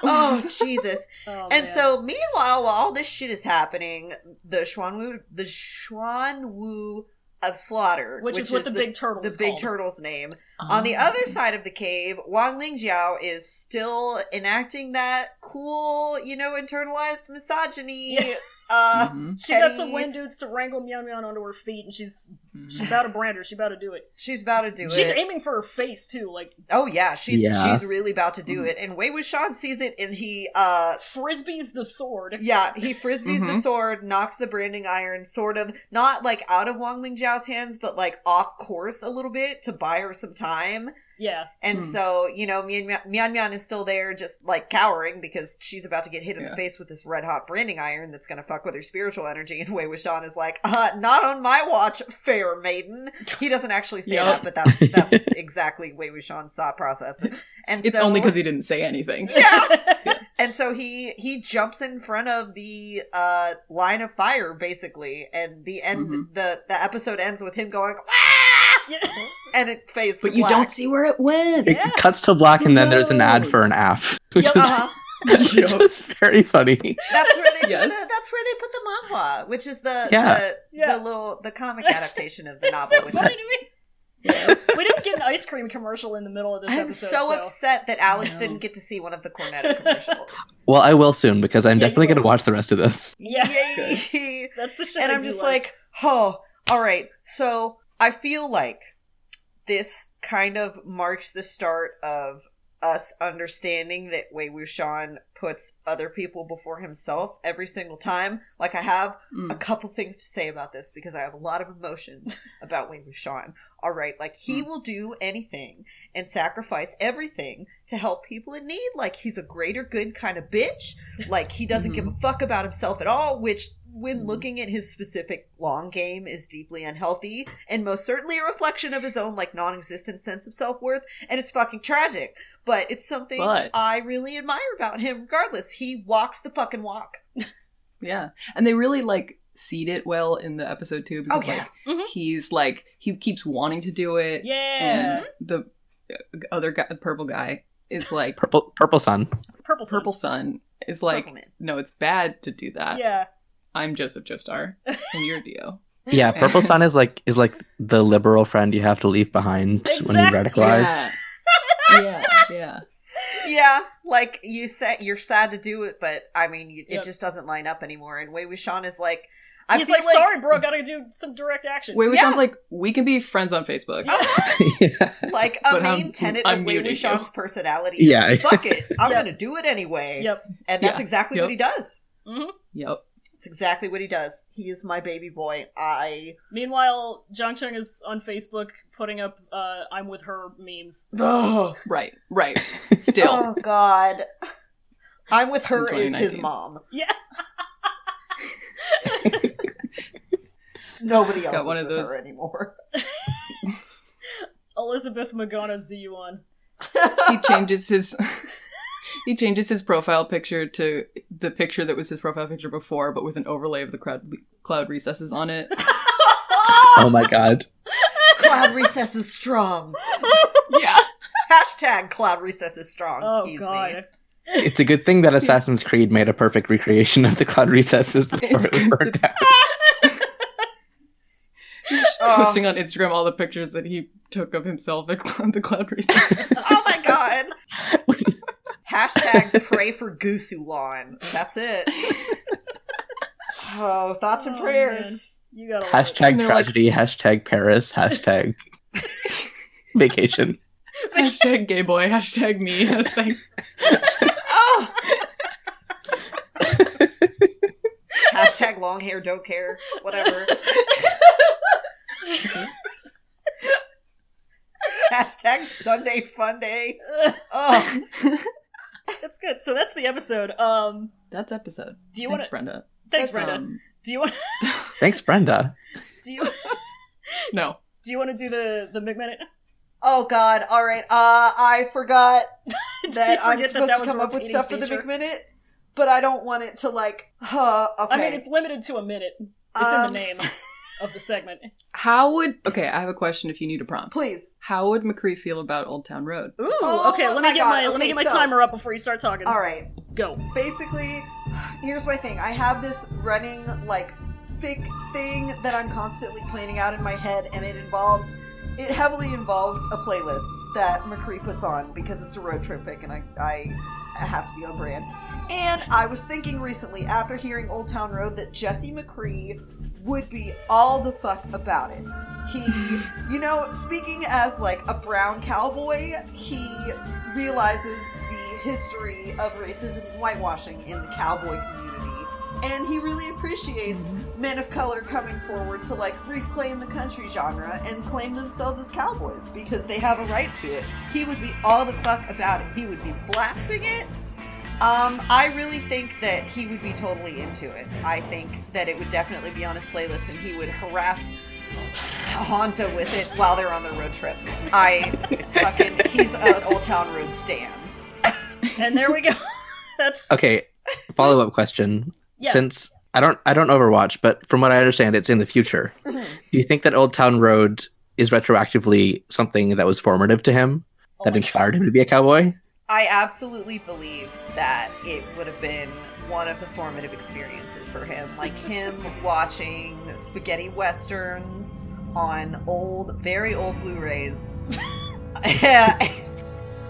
Speaker 2: Oh Jesus!
Speaker 4: Oh,
Speaker 2: and
Speaker 4: man.
Speaker 2: so, meanwhile, while all this shit is happening, the Xuanwu, the Xuanwu of Slaughter,
Speaker 4: which, is what the, big turtle
Speaker 2: the
Speaker 4: is
Speaker 2: big
Speaker 4: called. Oh.
Speaker 2: turtle's name. On the
Speaker 1: Ah.
Speaker 2: other side of the cave, Wang Lingjiao is still enacting that cool, you know, internalized misogyny.
Speaker 4: Yeah.
Speaker 2: Uh,
Speaker 1: Mhm,
Speaker 4: She got
Speaker 2: Teddy.
Speaker 4: some wind dudes to wrangle Meow Meow onto her feet, and she's
Speaker 1: mhm.
Speaker 2: Mm-hmm.
Speaker 4: she's about to brand her. She's about to do it.
Speaker 2: She's about to do
Speaker 4: she's
Speaker 2: it.
Speaker 4: aiming for her face too, like
Speaker 2: oh yeah, she's
Speaker 3: Yeah.
Speaker 2: she's really about to
Speaker 4: Mm-hmm.
Speaker 2: do it. And Wei Wuxian sees it, and he uh,
Speaker 4: frisbees the sword.
Speaker 2: Yeah, he frisbees the
Speaker 1: Mhm.
Speaker 2: sword, knocks the branding iron, sort of not like out of Wang Lingjiao's hands, but like off course a little bit to buy her some time.
Speaker 4: Yeah,
Speaker 2: And
Speaker 1: Hmm.
Speaker 2: so, you know, Mian Mian- Mian Mian is still there, just like cowering because she's about to get hit in the
Speaker 1: Yeah.
Speaker 2: face with this red hot branding iron that's going to fuck with her spiritual energy. And Wei Wishan is like, uh, not on my watch, fair maiden. He doesn't actually say
Speaker 1: Yeah.
Speaker 2: that, but that's that's exactly Wei Wishan's thought process. And
Speaker 1: It's
Speaker 2: so,
Speaker 1: only because he didn't say anything.
Speaker 2: and so he he jumps in front of the uh line of fire basically and the end
Speaker 1: Mhm.
Speaker 2: the the episode ends with him going "Ah!"
Speaker 4: yeah.
Speaker 2: and it fades to
Speaker 1: But you
Speaker 2: black.
Speaker 1: don't see where it went.
Speaker 3: It
Speaker 4: Yeah.
Speaker 3: cuts to black and then there's an ad
Speaker 1: Who
Speaker 3: for an
Speaker 1: knows?
Speaker 3: app, which
Speaker 4: Yep.
Speaker 3: is
Speaker 2: uh-huh.
Speaker 3: which is very funny.
Speaker 2: that's where they put
Speaker 1: Yes.
Speaker 2: the, that's where they put the manhwa which is the
Speaker 3: Yeah.
Speaker 2: the,
Speaker 4: Yeah.
Speaker 2: the little the comic
Speaker 4: It's-
Speaker 2: adaptation of the
Speaker 4: It's
Speaker 2: novel
Speaker 4: so
Speaker 2: which
Speaker 4: funny
Speaker 2: is
Speaker 4: to me. We didn't get an ice cream commercial in the middle of this
Speaker 2: I'm
Speaker 4: episode.
Speaker 2: so upset that Alex
Speaker 1: No.
Speaker 2: didn't get to see one of the Cornetto commercials.
Speaker 3: Well, I will soon because I'm
Speaker 4: Yeah, you
Speaker 3: definitely going to
Speaker 4: will.
Speaker 3: watch the rest of this.
Speaker 4: Yeah.
Speaker 2: Yay.
Speaker 4: That's the shit.
Speaker 2: and
Speaker 4: I
Speaker 2: I'm
Speaker 4: do
Speaker 2: just like, oh, all right. So I feel like this kind of marks the start of us understanding that Wei Wuxian puts other people before himself every single time. Like I have a
Speaker 1: Mm.
Speaker 2: couple things to say about this because I have a lot of emotions about Wei Wuxian. All right, like he
Speaker 1: Mm.
Speaker 2: will do anything and sacrifice everything to help people in need. Like he's a greater good kind of bitch. Like he doesn't give
Speaker 1: Mm-hmm.
Speaker 2: a fuck about himself at all, which when
Speaker 1: Mhm.
Speaker 2: looking at his specific long game is deeply unhealthy and most certainly a reflection of his own like non-existent sense of self-worth and it's fucking tragic. But it's something
Speaker 1: But-
Speaker 2: I really admire about him regardless. He walks the fucking walk.
Speaker 1: Yeah. And they really like seed it well in the episode too because
Speaker 2: Oh, yeah.
Speaker 1: like
Speaker 4: Mhm.
Speaker 1: he's like he keeps wanting to do it.
Speaker 4: yeah,
Speaker 1: And the uh, other guy the purple guy is like
Speaker 3: Purple Purple Sun.
Speaker 2: mm-hmm.
Speaker 4: purple, sun.
Speaker 1: purple sun is like
Speaker 2: Purple man.
Speaker 1: no it's bad to do that.
Speaker 4: Yeah,
Speaker 1: I'm Joseph Joestar and you're Dio.
Speaker 3: Yeah, Purple Sun is like is like the liberal friend you have to leave behind when you
Speaker 4: Exactly.
Speaker 3: radicalize.
Speaker 1: yeah. Yeah.
Speaker 2: yeah, like you said, you're sad to do it, but I mean, you,
Speaker 4: Yep.
Speaker 2: it just doesn't line up anymore. And Wei Wuxian is like, I
Speaker 4: he's
Speaker 2: feel
Speaker 4: like, sorry, bro, gotta do some direct action.
Speaker 1: Wait, which
Speaker 2: Yeah.
Speaker 1: sounds like we can be friends on Facebook.
Speaker 3: yeah.
Speaker 2: like a
Speaker 1: But
Speaker 2: main
Speaker 1: I'm-
Speaker 2: tenet
Speaker 1: I'm
Speaker 2: of Wei
Speaker 1: muting you.
Speaker 2: Wuxian's personality.
Speaker 3: Yeah.
Speaker 2: is, fuck it, I'm
Speaker 4: Yep.
Speaker 2: gonna do it anyway,
Speaker 4: Yep.
Speaker 2: and that's
Speaker 1: Yeah.
Speaker 2: exactly
Speaker 1: Yep.
Speaker 2: what he does.
Speaker 4: hmm
Speaker 1: Yep.
Speaker 2: It's exactly what he does. He is my baby boy. I
Speaker 4: Meanwhile, Zhang Cheng is on Facebook putting up uh, "I'm with her" memes.
Speaker 2: oh,
Speaker 1: Right. Right. Still.
Speaker 2: god, I'm with her
Speaker 1: In
Speaker 2: is his
Speaker 1: 2019.
Speaker 2: mom.
Speaker 4: Yeah.
Speaker 2: Nobody
Speaker 1: He's
Speaker 2: else
Speaker 1: got
Speaker 2: is
Speaker 1: one of
Speaker 2: with her
Speaker 1: those-
Speaker 2: anymore.
Speaker 4: Elizabeth Magana Ziyuan.
Speaker 1: he changes his he changes his profile picture to the picture that was his profile picture before, but with an overlay of the crowd cloud recesses on it.
Speaker 3: oh my god.
Speaker 2: Cloud recess is strong.
Speaker 1: yeah,
Speaker 2: Hashtag cloud recess is strong.
Speaker 4: Oh
Speaker 2: Excuse
Speaker 4: god.
Speaker 2: me.
Speaker 3: It's a good thing that Assassin's Creed made a perfect recreation of the cloud recesses before
Speaker 1: It's
Speaker 3: it was
Speaker 1: good-
Speaker 3: burned
Speaker 1: it's-
Speaker 3: out.
Speaker 1: he's just
Speaker 2: Oh.
Speaker 1: posting on Instagram all the pictures that he took of himself at cl- the cloud recesses.
Speaker 2: Oh my god. Hashtag pray for Goosulon. That's it. Oh, thoughts and
Speaker 4: Oh, man.
Speaker 2: prayers.
Speaker 4: You gotta love it.
Speaker 1: And
Speaker 3: Hashtag
Speaker 1: they're like-
Speaker 3: tragedy, hashtag Paris, hashtag vacation.
Speaker 1: hashtag gay boy. Hashtag me. Hashtag
Speaker 2: Oh. Hashtag long hair, don't care. Whatever. Hashtag Sunday Fun Day. Oh,
Speaker 4: that's good. So that's the episode. Um,
Speaker 1: That's episode.
Speaker 4: do you Uh, want
Speaker 1: Thanks,
Speaker 4: to?
Speaker 1: Brenda.
Speaker 4: Thanks,
Speaker 2: That's
Speaker 4: Brenda.
Speaker 1: Um,
Speaker 4: do you want?
Speaker 3: Thanks, Brenda.
Speaker 4: Do you?
Speaker 1: no.
Speaker 4: Do you want to do the the McMinute?
Speaker 2: oh God! All right. Uh, I forgot
Speaker 4: Did
Speaker 2: that
Speaker 4: you
Speaker 2: I'm
Speaker 4: forget
Speaker 2: supposed
Speaker 4: that
Speaker 2: to
Speaker 4: that was a
Speaker 2: come up with
Speaker 4: repeating
Speaker 2: stuff for the
Speaker 4: feature?
Speaker 2: big minute, but I don't want it to like. Huh. Okay.
Speaker 4: I mean, it's limited to a minute. It's in
Speaker 2: Um,
Speaker 4: the name of the segment.
Speaker 1: How would okay? I have a question. If you need a prompt,
Speaker 2: Please.
Speaker 1: how would McCree feel about Old Town Road?
Speaker 4: Ooh,
Speaker 2: Oh
Speaker 4: okay. Let me
Speaker 2: my
Speaker 4: get
Speaker 2: God,
Speaker 4: my let me
Speaker 2: okay,
Speaker 4: get my
Speaker 2: so-
Speaker 4: timer up before you start talking.
Speaker 2: All right.
Speaker 4: go.
Speaker 2: basically here's my thing i have this running like thick thing that i'm constantly planning out in my head and it involves it heavily involves a playlist that mccree puts on because it's a road trip fic and i, I have to be on brand and i was thinking recently after hearing old town road that jesse mccree would be all the fuck about it he you know speaking as like a brown cowboy he realizes the history of racism and whitewashing in the cowboy community. And he really appreciates men of color coming forward to like reclaim the country genre and claim themselves as cowboys because they have a right to it. He would be all the fuck about it. He would be blasting it. Um, I really think that he would be totally into it. I think that it would definitely be on his playlist and he would harass Hanzo with it while they're on their road trip. I fucking he's an Old Town Road stan.
Speaker 4: And there we go. That's
Speaker 3: Okay, follow up question.
Speaker 4: Yeah.
Speaker 3: Since I don't I don't Overwatch, but from what I understand, it's in the future. Do you think that Old Town Road is retroactively something that was formative to him
Speaker 4: oh
Speaker 3: that
Speaker 4: my
Speaker 3: inspired him to be a cowboy?
Speaker 2: I absolutely believe that it would have been one of the formative experiences for him, like him watching spaghetti westerns on old, very old Blu-rays,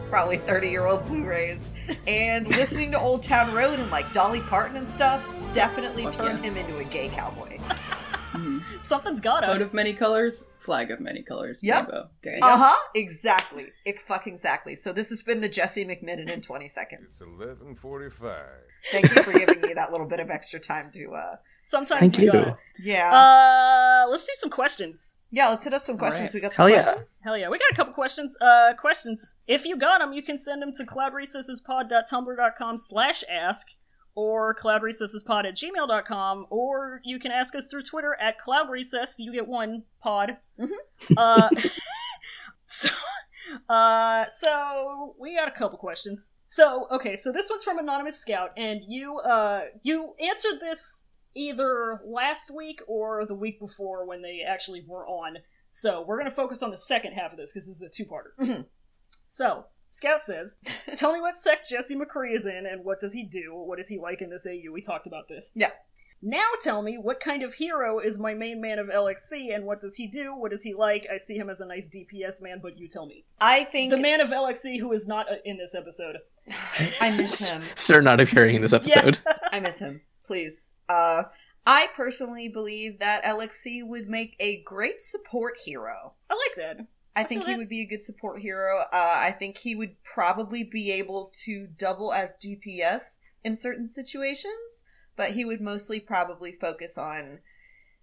Speaker 2: probably thirty-year-old Blu-rays, and listening to Old Town Road and like Dolly Parton and stuff. Definitely
Speaker 1: Fuck
Speaker 2: turned him into a gay cowboy.
Speaker 1: Mhm.
Speaker 4: God. Something's got
Speaker 1: Coat
Speaker 4: him.
Speaker 1: of many colors, flag of many colors.
Speaker 2: Yep.
Speaker 1: Rainbow. Okay.
Speaker 2: Uh huh. Exactly. It fucking exactly. So this has been the Jesse McMinnon in twenty seconds.
Speaker 6: It's 11:45.
Speaker 2: Thank you for giving me that little bit of extra time to. uh
Speaker 4: Sometimes
Speaker 3: Thank
Speaker 4: we
Speaker 3: you.
Speaker 4: got it.
Speaker 2: Yeah.
Speaker 4: Uh, let's do some questions.
Speaker 2: Yeah, let's hit up some
Speaker 1: All
Speaker 2: questions.
Speaker 1: right.
Speaker 2: We got some
Speaker 3: Hell yeah.
Speaker 2: questions.
Speaker 4: Hell yeah, we got a couple questions. Uh, questions. If you got them, you can send them to cloudrecessespod.tumblr.com slash ask or cloudrecessespod at gmail.com or you can ask us through Twitter at cloudrecess. You get one pod. Uh, so, uh, so we got a couple questions. So, okay, so this one's from Anonymous Scout and you, uh, you answered this either last week or the week before when they actually were on. So we're going to focus on the second half of this because this is a two-parter.
Speaker 2: Mhm.
Speaker 4: So Scout says, "Tell me what sect Jesse McCree is in, and what does he do? What is he like in this AU? We talked about this.
Speaker 2: Yeah.
Speaker 4: Now tell me what kind of hero is my main man of LXC, and what does he do? What is he like? I see him as a nice DPS man, but you tell me.
Speaker 2: I think
Speaker 4: The man of LXC who is not uh, in this episode.
Speaker 2: I miss him.
Speaker 3: Sir, not appearing in this episode.
Speaker 2: I miss him. Please. Uh I personally believe that LXC would make a great support hero.
Speaker 4: I like that.
Speaker 2: I think he would be a good support hero. Uh, I think he would probably be able to double as DPS in certain situations, but he would mostly probably focus on.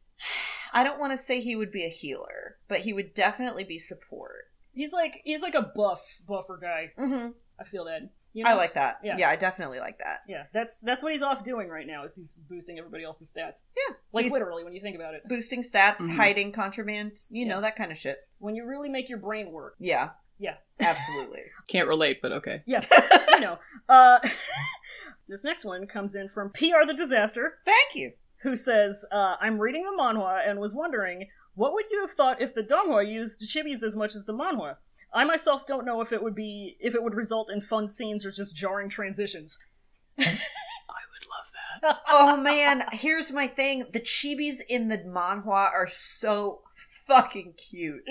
Speaker 2: I don't want to say he would be a healer, but he would definitely be support.
Speaker 4: He's like he's like a buff buffer guy.
Speaker 2: Mm-hmm.
Speaker 4: I feel that. You
Speaker 2: I like that.
Speaker 4: Yeah.
Speaker 2: yeah, I definitely like that.
Speaker 4: Yeah, that's that's what he's off doing right now is he's boosting everybody else's stats.
Speaker 2: Yeah,
Speaker 4: like
Speaker 2: he's-
Speaker 4: literally when you think about it.
Speaker 2: boosting stats,
Speaker 1: Mhm.
Speaker 2: hiding contraband, you
Speaker 4: Yeah.
Speaker 2: know, that kind of shit.
Speaker 4: when you really make your brain work.
Speaker 2: Yeah.
Speaker 4: Yeah.
Speaker 2: Absolutely.
Speaker 1: Can't relate, but okay.
Speaker 4: Yeah, you know. Uh, this next one comes in from PR the Disaster,
Speaker 2: Thank you.
Speaker 4: who says, uh, "I'm reading the manhwa and was wondering what would you have thought if the donghua used chibis as much as the manhwa. I myself don't know if it would be if it would result in fun scenes or just jarring transitions.
Speaker 1: I would love that.
Speaker 2: Oh man, here's my thing. The chibis in the manhwa are so fucking cute.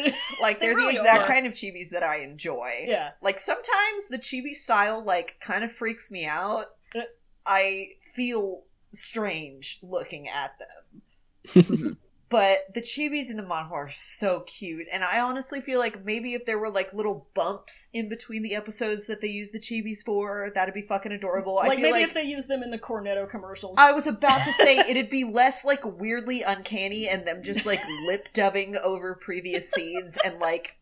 Speaker 2: Like
Speaker 4: They
Speaker 2: they're
Speaker 4: really
Speaker 2: the exact
Speaker 4: are.
Speaker 2: kind of chibis that I enjoy.
Speaker 4: Yeah,
Speaker 2: Like sometimes the chibi style like kind of freaks me out.
Speaker 4: Uh.
Speaker 2: I feel strange looking at them. But the chibis in the manhwa are so cute, and I honestly feel like maybe if there were like little bumps in between the episodes that they use the chibis for, that'd be fucking adorable. I
Speaker 4: like
Speaker 2: feel
Speaker 4: maybe
Speaker 2: like
Speaker 4: if they use them in the Cornetto commercials.
Speaker 2: I was about to say it'd be less like weirdly uncanny and them just like lip dubbing over previous scenes and like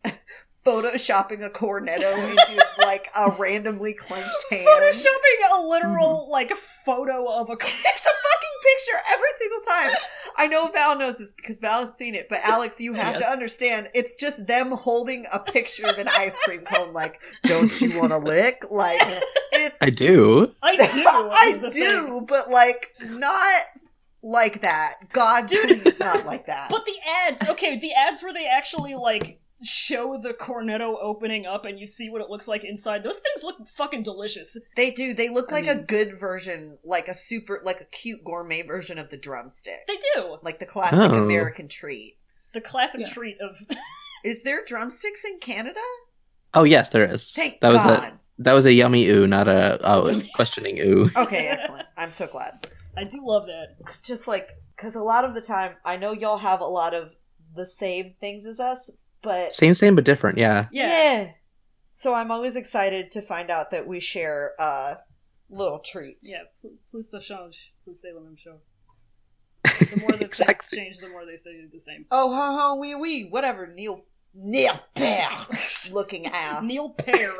Speaker 2: photoshopping a cornetto into like a randomly clenched hand.
Speaker 4: Photoshopping a literal
Speaker 2: Mm-hmm.
Speaker 4: like photo of a
Speaker 2: It's a fucking picture every single time. I know Val knows this because Val has seen it, but Alex, you have to
Speaker 4: Yes.
Speaker 2: understand it's just them holding a picture of an ice cream cone, like, don't you want to lick? Like, it's.
Speaker 3: I do.
Speaker 4: I do. is
Speaker 2: I
Speaker 4: the
Speaker 2: do,
Speaker 4: thing.
Speaker 2: but like, not like that. God,
Speaker 4: Dude.
Speaker 2: please, not like that.
Speaker 4: But the ads, okay, the ads where they actually like show the cornetto opening up and you see what it looks like inside. Those things look fucking delicious.
Speaker 2: They do. They look
Speaker 1: I
Speaker 2: like a
Speaker 1: mean-
Speaker 2: good version, like a super, like a cute gourmet version of the drumstick,
Speaker 4: They do.
Speaker 2: like the classic
Speaker 3: Oh.
Speaker 2: American treat.
Speaker 4: The classic
Speaker 1: Yeah.
Speaker 4: treat of
Speaker 2: Is there drumsticks in Canada?
Speaker 3: Oh yes, there is.
Speaker 2: Thank
Speaker 3: that was
Speaker 2: God.
Speaker 3: a that was a yummy ooh, not a oh, questioning ooh.
Speaker 2: okay, excellent. I'm so glad.
Speaker 4: I do love that.
Speaker 2: just like because a lot of the time i know y'all have a lot of the same things as us but
Speaker 3: Same, same, but different. Yeah.
Speaker 4: Yeah.
Speaker 2: so i'm always excited to find out that we share uh little treats
Speaker 4: Yeah. Plus ça change, plus c'est le même chose. The more that
Speaker 3: Exactly.
Speaker 4: things change, the more they say the same.
Speaker 2: oh ho ho wee wee whatever neil neil bear looking ass
Speaker 4: Neil Pear.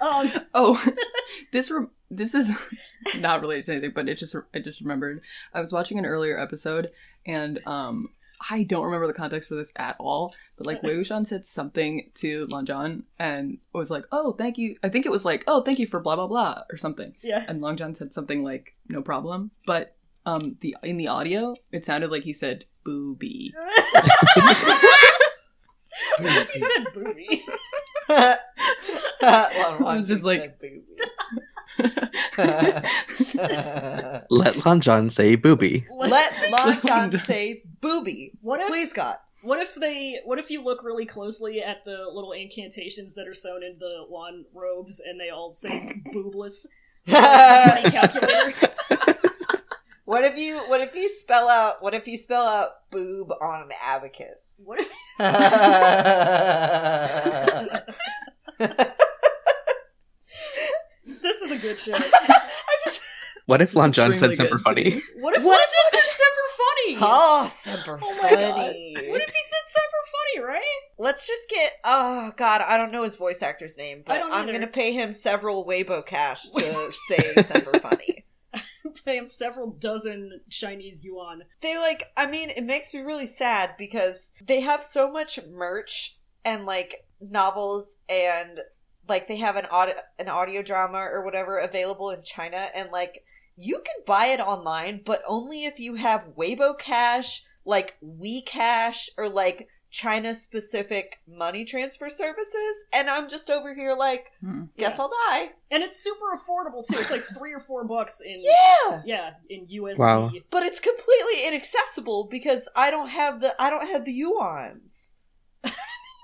Speaker 4: um,
Speaker 1: Oh, this rem- this is not related to anything, but it just I just remembered. I was watching an earlier episode, and um, I don't remember the context for this at all. But like, Wei Wuxian said something to Lan Zhan and was like, "Oh, thank you." I think it was like, "Oh, thank you for blah blah blah" or something.
Speaker 4: yeah.
Speaker 1: And Long John said something like, "No problem," but um, the in the audio, it sounded like he said "booby."
Speaker 4: he said booby.
Speaker 2: Well,
Speaker 1: I was just like-
Speaker 2: let
Speaker 3: Let Lan John say booby.
Speaker 2: Long John say booby.
Speaker 4: What if
Speaker 2: Please, God.
Speaker 4: What if they? What if you look really closely at the little incantations that are sewn in the lawn robes, and they all say "boobless"? Money calculator.
Speaker 2: What if you what if you spell out what if you spell out boob on an abacus?
Speaker 4: What if?
Speaker 2: I
Speaker 4: This is a good show.
Speaker 2: just
Speaker 3: What if Lan John said
Speaker 1: Extremely
Speaker 3: something
Speaker 1: good.
Speaker 3: funny?
Speaker 4: What if
Speaker 2: What
Speaker 4: what
Speaker 2: if
Speaker 4: if said Semper Funny?
Speaker 2: Oh Semper
Speaker 4: Oh my God.
Speaker 2: Funny.
Speaker 4: What if he said Semper Funny? Right?
Speaker 2: Let's just get oh god, I don't know his voice actor's name,
Speaker 4: I
Speaker 2: but
Speaker 4: don't
Speaker 2: I'm
Speaker 4: either.
Speaker 2: gonna pay him several Weibo cash to say Semper Funny.
Speaker 4: Pay him several dozen Chinese yuan.
Speaker 2: they like i mean it makes me really sad because they have so much merch and like novels and like they have an audio an audio drama or whatever available in china and like you can buy it online but only if you have weibo cash like wecash or like china specific money transfer services and i'm just over here like
Speaker 1: Hmm.
Speaker 2: guess
Speaker 4: Yeah.
Speaker 2: i'll die
Speaker 4: and it's super affordable too. It's like three or four bucks in
Speaker 2: yeah
Speaker 4: yeah in USD.
Speaker 3: Wow.
Speaker 2: but it's completely inaccessible because i don't have the i don't have the yuans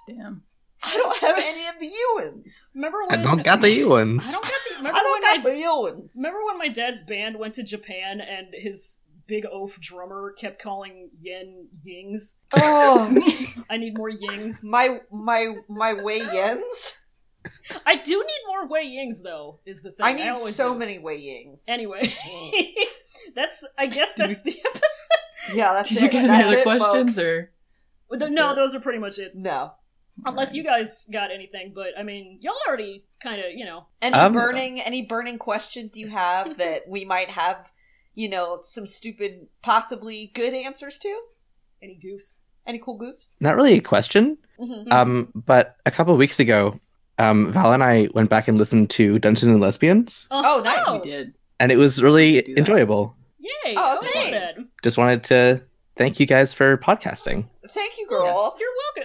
Speaker 1: Damn.
Speaker 2: I don't have any of the Ewans.
Speaker 4: Remember
Speaker 3: I
Speaker 4: when
Speaker 3: don't got the
Speaker 4: I
Speaker 3: Ewans.
Speaker 4: don't got the. Remember
Speaker 2: I don't
Speaker 4: when
Speaker 2: got
Speaker 4: my
Speaker 2: the Ewans.
Speaker 4: Remember when my dad's band went to Japan and his big oaf drummer kept calling yen yings?
Speaker 2: Oh,
Speaker 4: I need more yings.
Speaker 2: my my my Wei Yens.
Speaker 4: I do need more wei yings though. Is the thing
Speaker 2: I need
Speaker 4: always
Speaker 2: so
Speaker 4: do.
Speaker 2: many Wei Yings.
Speaker 4: Anyway, that's I guess
Speaker 1: Did we-
Speaker 4: that's the episode.
Speaker 2: Yeah, that's
Speaker 1: Did
Speaker 2: it.
Speaker 1: you get
Speaker 2: That's
Speaker 1: any other
Speaker 2: it,
Speaker 1: questions
Speaker 2: folks.
Speaker 1: or?
Speaker 4: Well,
Speaker 1: That's
Speaker 4: no,
Speaker 1: it.
Speaker 4: those are pretty much it.
Speaker 2: No.
Speaker 4: Unless you guys got anything, but I mean, y'all already kind of you know.
Speaker 2: Any
Speaker 3: Um,
Speaker 2: burning any burning questions you have that we might have, you know, some stupid, possibly good answers to?
Speaker 4: Any goofs?
Speaker 2: Any cool goofs?
Speaker 3: Not really a question.
Speaker 2: hmm
Speaker 3: Um, but a couple of weeks ago, um, Val and I went back and listened to Dungeon and Lesbians,
Speaker 2: Oh, nice.
Speaker 1: We did.
Speaker 3: and it was really
Speaker 1: Do that.
Speaker 3: enjoyable.
Speaker 4: Yay!
Speaker 2: Oh,
Speaker 4: I love
Speaker 2: nice.
Speaker 4: that.
Speaker 3: Just wanted to thank you guys for podcasting.
Speaker 2: Thank you, girl.
Speaker 4: You're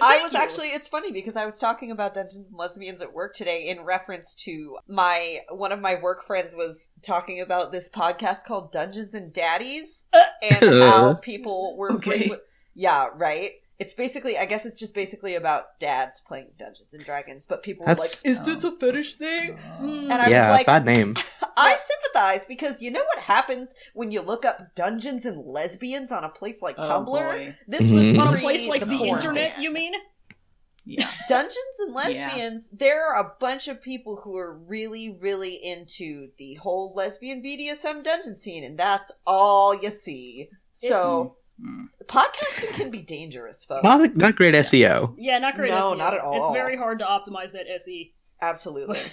Speaker 2: I
Speaker 4: welcome. Thank
Speaker 2: was
Speaker 4: you.
Speaker 2: actually it's funny because I was talking about Dungeons and Lesbians at work today in reference to my one of my work friends was talking about this podcast called Dungeons and Daddies and how
Speaker 3: Uh.
Speaker 2: people were
Speaker 1: Okay.
Speaker 2: frequent- Yeah, right. It's basically I guess it's just basically about dads playing Dungeons and Dragons, but people were like,
Speaker 3: That's-
Speaker 2: Is this a fetish thing?
Speaker 4: Mm.
Speaker 2: And I
Speaker 3: yeah,
Speaker 2: was like
Speaker 3: bad name.
Speaker 2: I sympathize because you know what happens when you look up Dungeons and Lesbians on a place like
Speaker 1: Oh,
Speaker 2: Tumblr?
Speaker 1: boy.
Speaker 2: This was
Speaker 3: Mhm.
Speaker 4: on a
Speaker 2: pre
Speaker 4: place like the,
Speaker 2: porn
Speaker 4: internet.
Speaker 2: ban.
Speaker 4: You mean?
Speaker 1: Yeah.
Speaker 2: Dungeons and
Speaker 1: Yeah.
Speaker 2: Lesbians, there are a bunch of people who are really, really into the whole lesbian BDSM dungeon scene, and that's all you see. So
Speaker 1: Mm.
Speaker 2: Podcasting can be dangerous, folks.
Speaker 3: Not not great E SEO.
Speaker 4: Yeah, not great.
Speaker 2: No,
Speaker 4: SEO.
Speaker 2: not at all.
Speaker 4: It's very hard to optimize that SE.
Speaker 2: Absolutely.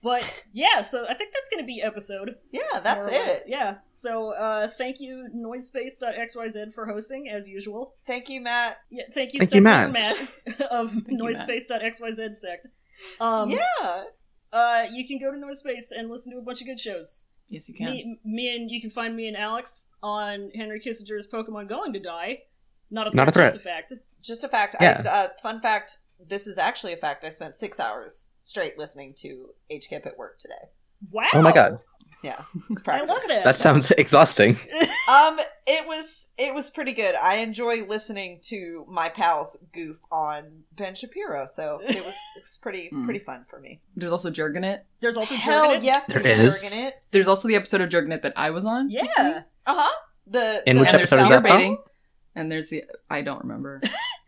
Speaker 4: But yeah, so I think that's going to be episode.
Speaker 2: Yeah,
Speaker 4: more
Speaker 2: that's
Speaker 4: or less.
Speaker 2: it.
Speaker 4: Yeah. So uh, thank you, Noisepace.xyz, for hosting as usual.
Speaker 2: Thank you, Matt.
Speaker 4: Yeah, thank you,
Speaker 3: Thank
Speaker 4: so
Speaker 3: you,
Speaker 4: much,
Speaker 3: Matt.
Speaker 4: Matt of
Speaker 1: you, Matt.
Speaker 4: Noisepace.xyz sect. Um,
Speaker 2: yeah.
Speaker 4: uh, you can go to Noisepace and listen to a bunch of good shows.
Speaker 1: Yes, you can.
Speaker 4: Me, me and you can find me and Alex on Henry Kissinger's Pokemon Going to Die. Not a
Speaker 3: Not a
Speaker 4: threat, just a fact.
Speaker 2: Just a fact.
Speaker 3: Yeah.
Speaker 2: I, uh, fun fact. This is actually a fact. I spent six hours straight listening to HKIP at work today.
Speaker 4: Wow!
Speaker 3: Oh my god,
Speaker 2: It's
Speaker 4: I
Speaker 2: practice.
Speaker 4: love that.
Speaker 3: that sounds exhausting.
Speaker 2: Um, it was it was pretty good. I enjoy listening to my pals goof on Ben Shapiro, so it was it was pretty
Speaker 3: Hmm.
Speaker 1: Mm.
Speaker 2: pretty fun for me.
Speaker 1: There's also Jurgenit.
Speaker 4: There's also
Speaker 2: Hell
Speaker 4: Jurgenid.
Speaker 2: yes,
Speaker 3: There
Speaker 2: there's
Speaker 3: is.
Speaker 2: Jurgen in it.
Speaker 1: There's also the episode of Jurgenit that I was on. recently.
Speaker 4: Yeah.
Speaker 2: Uh huh.
Speaker 1: Uh-huh.
Speaker 2: The
Speaker 3: In
Speaker 2: the-
Speaker 3: which
Speaker 1: and there's
Speaker 3: episode is that?
Speaker 1: Soundbaiting, And there's the I don't remember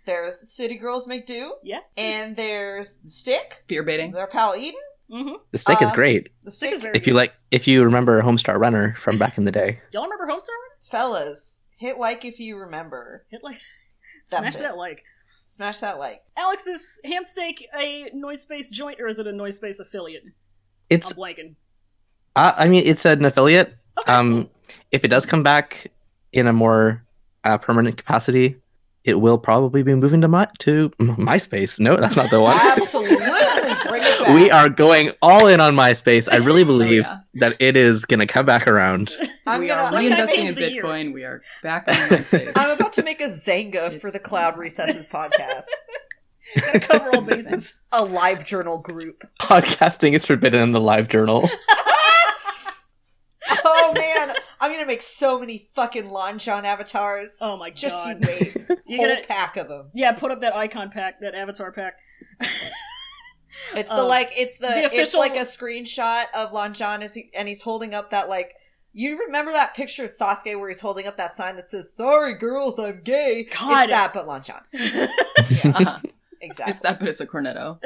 Speaker 2: There's City Girls Make Do,
Speaker 4: Yeah.
Speaker 2: and there's Stick.
Speaker 1: fear baiting.
Speaker 2: Their pal Eden.
Speaker 4: Mm-hmm.
Speaker 3: The steak is
Speaker 2: Uh,
Speaker 3: great.
Speaker 2: The
Speaker 4: Stick
Speaker 2: Stick
Speaker 4: is very
Speaker 3: If you like, if you remember Homestar Runner from back in the day,
Speaker 4: Y'all remember Homestar? Runner?
Speaker 2: fellas hit like if you remember.
Speaker 4: Hit like.
Speaker 2: That's
Speaker 4: Smash
Speaker 2: it.
Speaker 4: that like.
Speaker 2: Smash that like.
Speaker 4: Alex, is ham steak a noise space joint or is it a noise space affiliate?
Speaker 3: it's.
Speaker 4: I'm blanking.
Speaker 3: I, I mean, it's an affiliate.
Speaker 4: Okay.
Speaker 3: Um, if it does come back in a more uh, permanent capacity, it will probably be moving to my to MySpace. No, that's not the one.
Speaker 2: Absolutely, bring it back.
Speaker 3: we are going all in on MySpace. I really believe
Speaker 1: Oh, yeah.
Speaker 3: that it is going to come back around.
Speaker 2: I'm
Speaker 1: we
Speaker 2: gonna.
Speaker 1: are
Speaker 4: Twenty
Speaker 1: reinvesting
Speaker 4: nineteen
Speaker 1: in
Speaker 4: is the year. Uh-huh.
Speaker 1: Bitcoin. We are back on MySpace.
Speaker 2: I'm about to make a Zanga for
Speaker 1: It's-
Speaker 2: the Cloud Recesses podcast.
Speaker 4: Gotta cover all bases.
Speaker 2: a live journal group.
Speaker 3: Podcasting is forbidden in the live journal.
Speaker 2: oh man, I'm gonna make so many fucking Lon John avatars.
Speaker 4: Oh my
Speaker 2: Just
Speaker 4: god.
Speaker 2: you wait,
Speaker 4: You
Speaker 2: whole
Speaker 4: gotta-
Speaker 2: pack of them.
Speaker 4: yeah, put up that icon pack, that avatar pack.
Speaker 2: It's the
Speaker 4: Um,
Speaker 2: like, it's the,
Speaker 4: the
Speaker 2: it's
Speaker 4: official-
Speaker 2: like a screenshot of Lon John as he, and he's holding up that like. You remember that picture of Sasuke where he's holding up that sign that says "Sorry, girls, I'm gay."
Speaker 4: God.
Speaker 2: It's that, but Lon John.
Speaker 1: Uh-huh.
Speaker 2: Exactly.
Speaker 1: It's that, but it's a cornetto.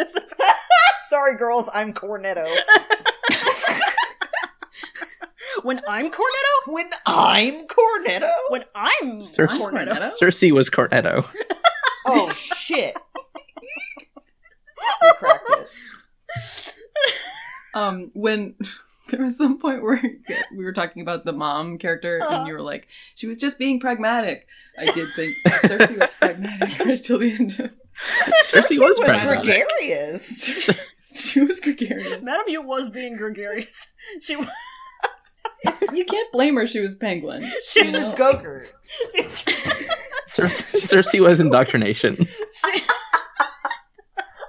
Speaker 2: Sorry, girls, I'm Cornetto.
Speaker 4: when I'm Cornetto?
Speaker 2: when I'm Cornetto.
Speaker 4: When I'm
Speaker 3: Sir-
Speaker 4: Cornetto?
Speaker 3: Cersei was Cornetto.
Speaker 2: Oh shit. we cracked it.
Speaker 1: Um, when there was some point where we were talking about the mom character,
Speaker 4: Uh-huh.
Speaker 1: and you were like, "She was just being pragmatic." I did think Cersei was pragmatic right till the end. Of-
Speaker 3: Cersei was
Speaker 2: was
Speaker 3: Cornetto.
Speaker 2: gregarious.
Speaker 1: she was gregarious.
Speaker 4: Madame Yu was being gregarious. She was.
Speaker 1: It's, you can't blame her. She was penguin.
Speaker 2: She was Gogurt.
Speaker 3: Cer- Cersei was indoctrination.
Speaker 4: she-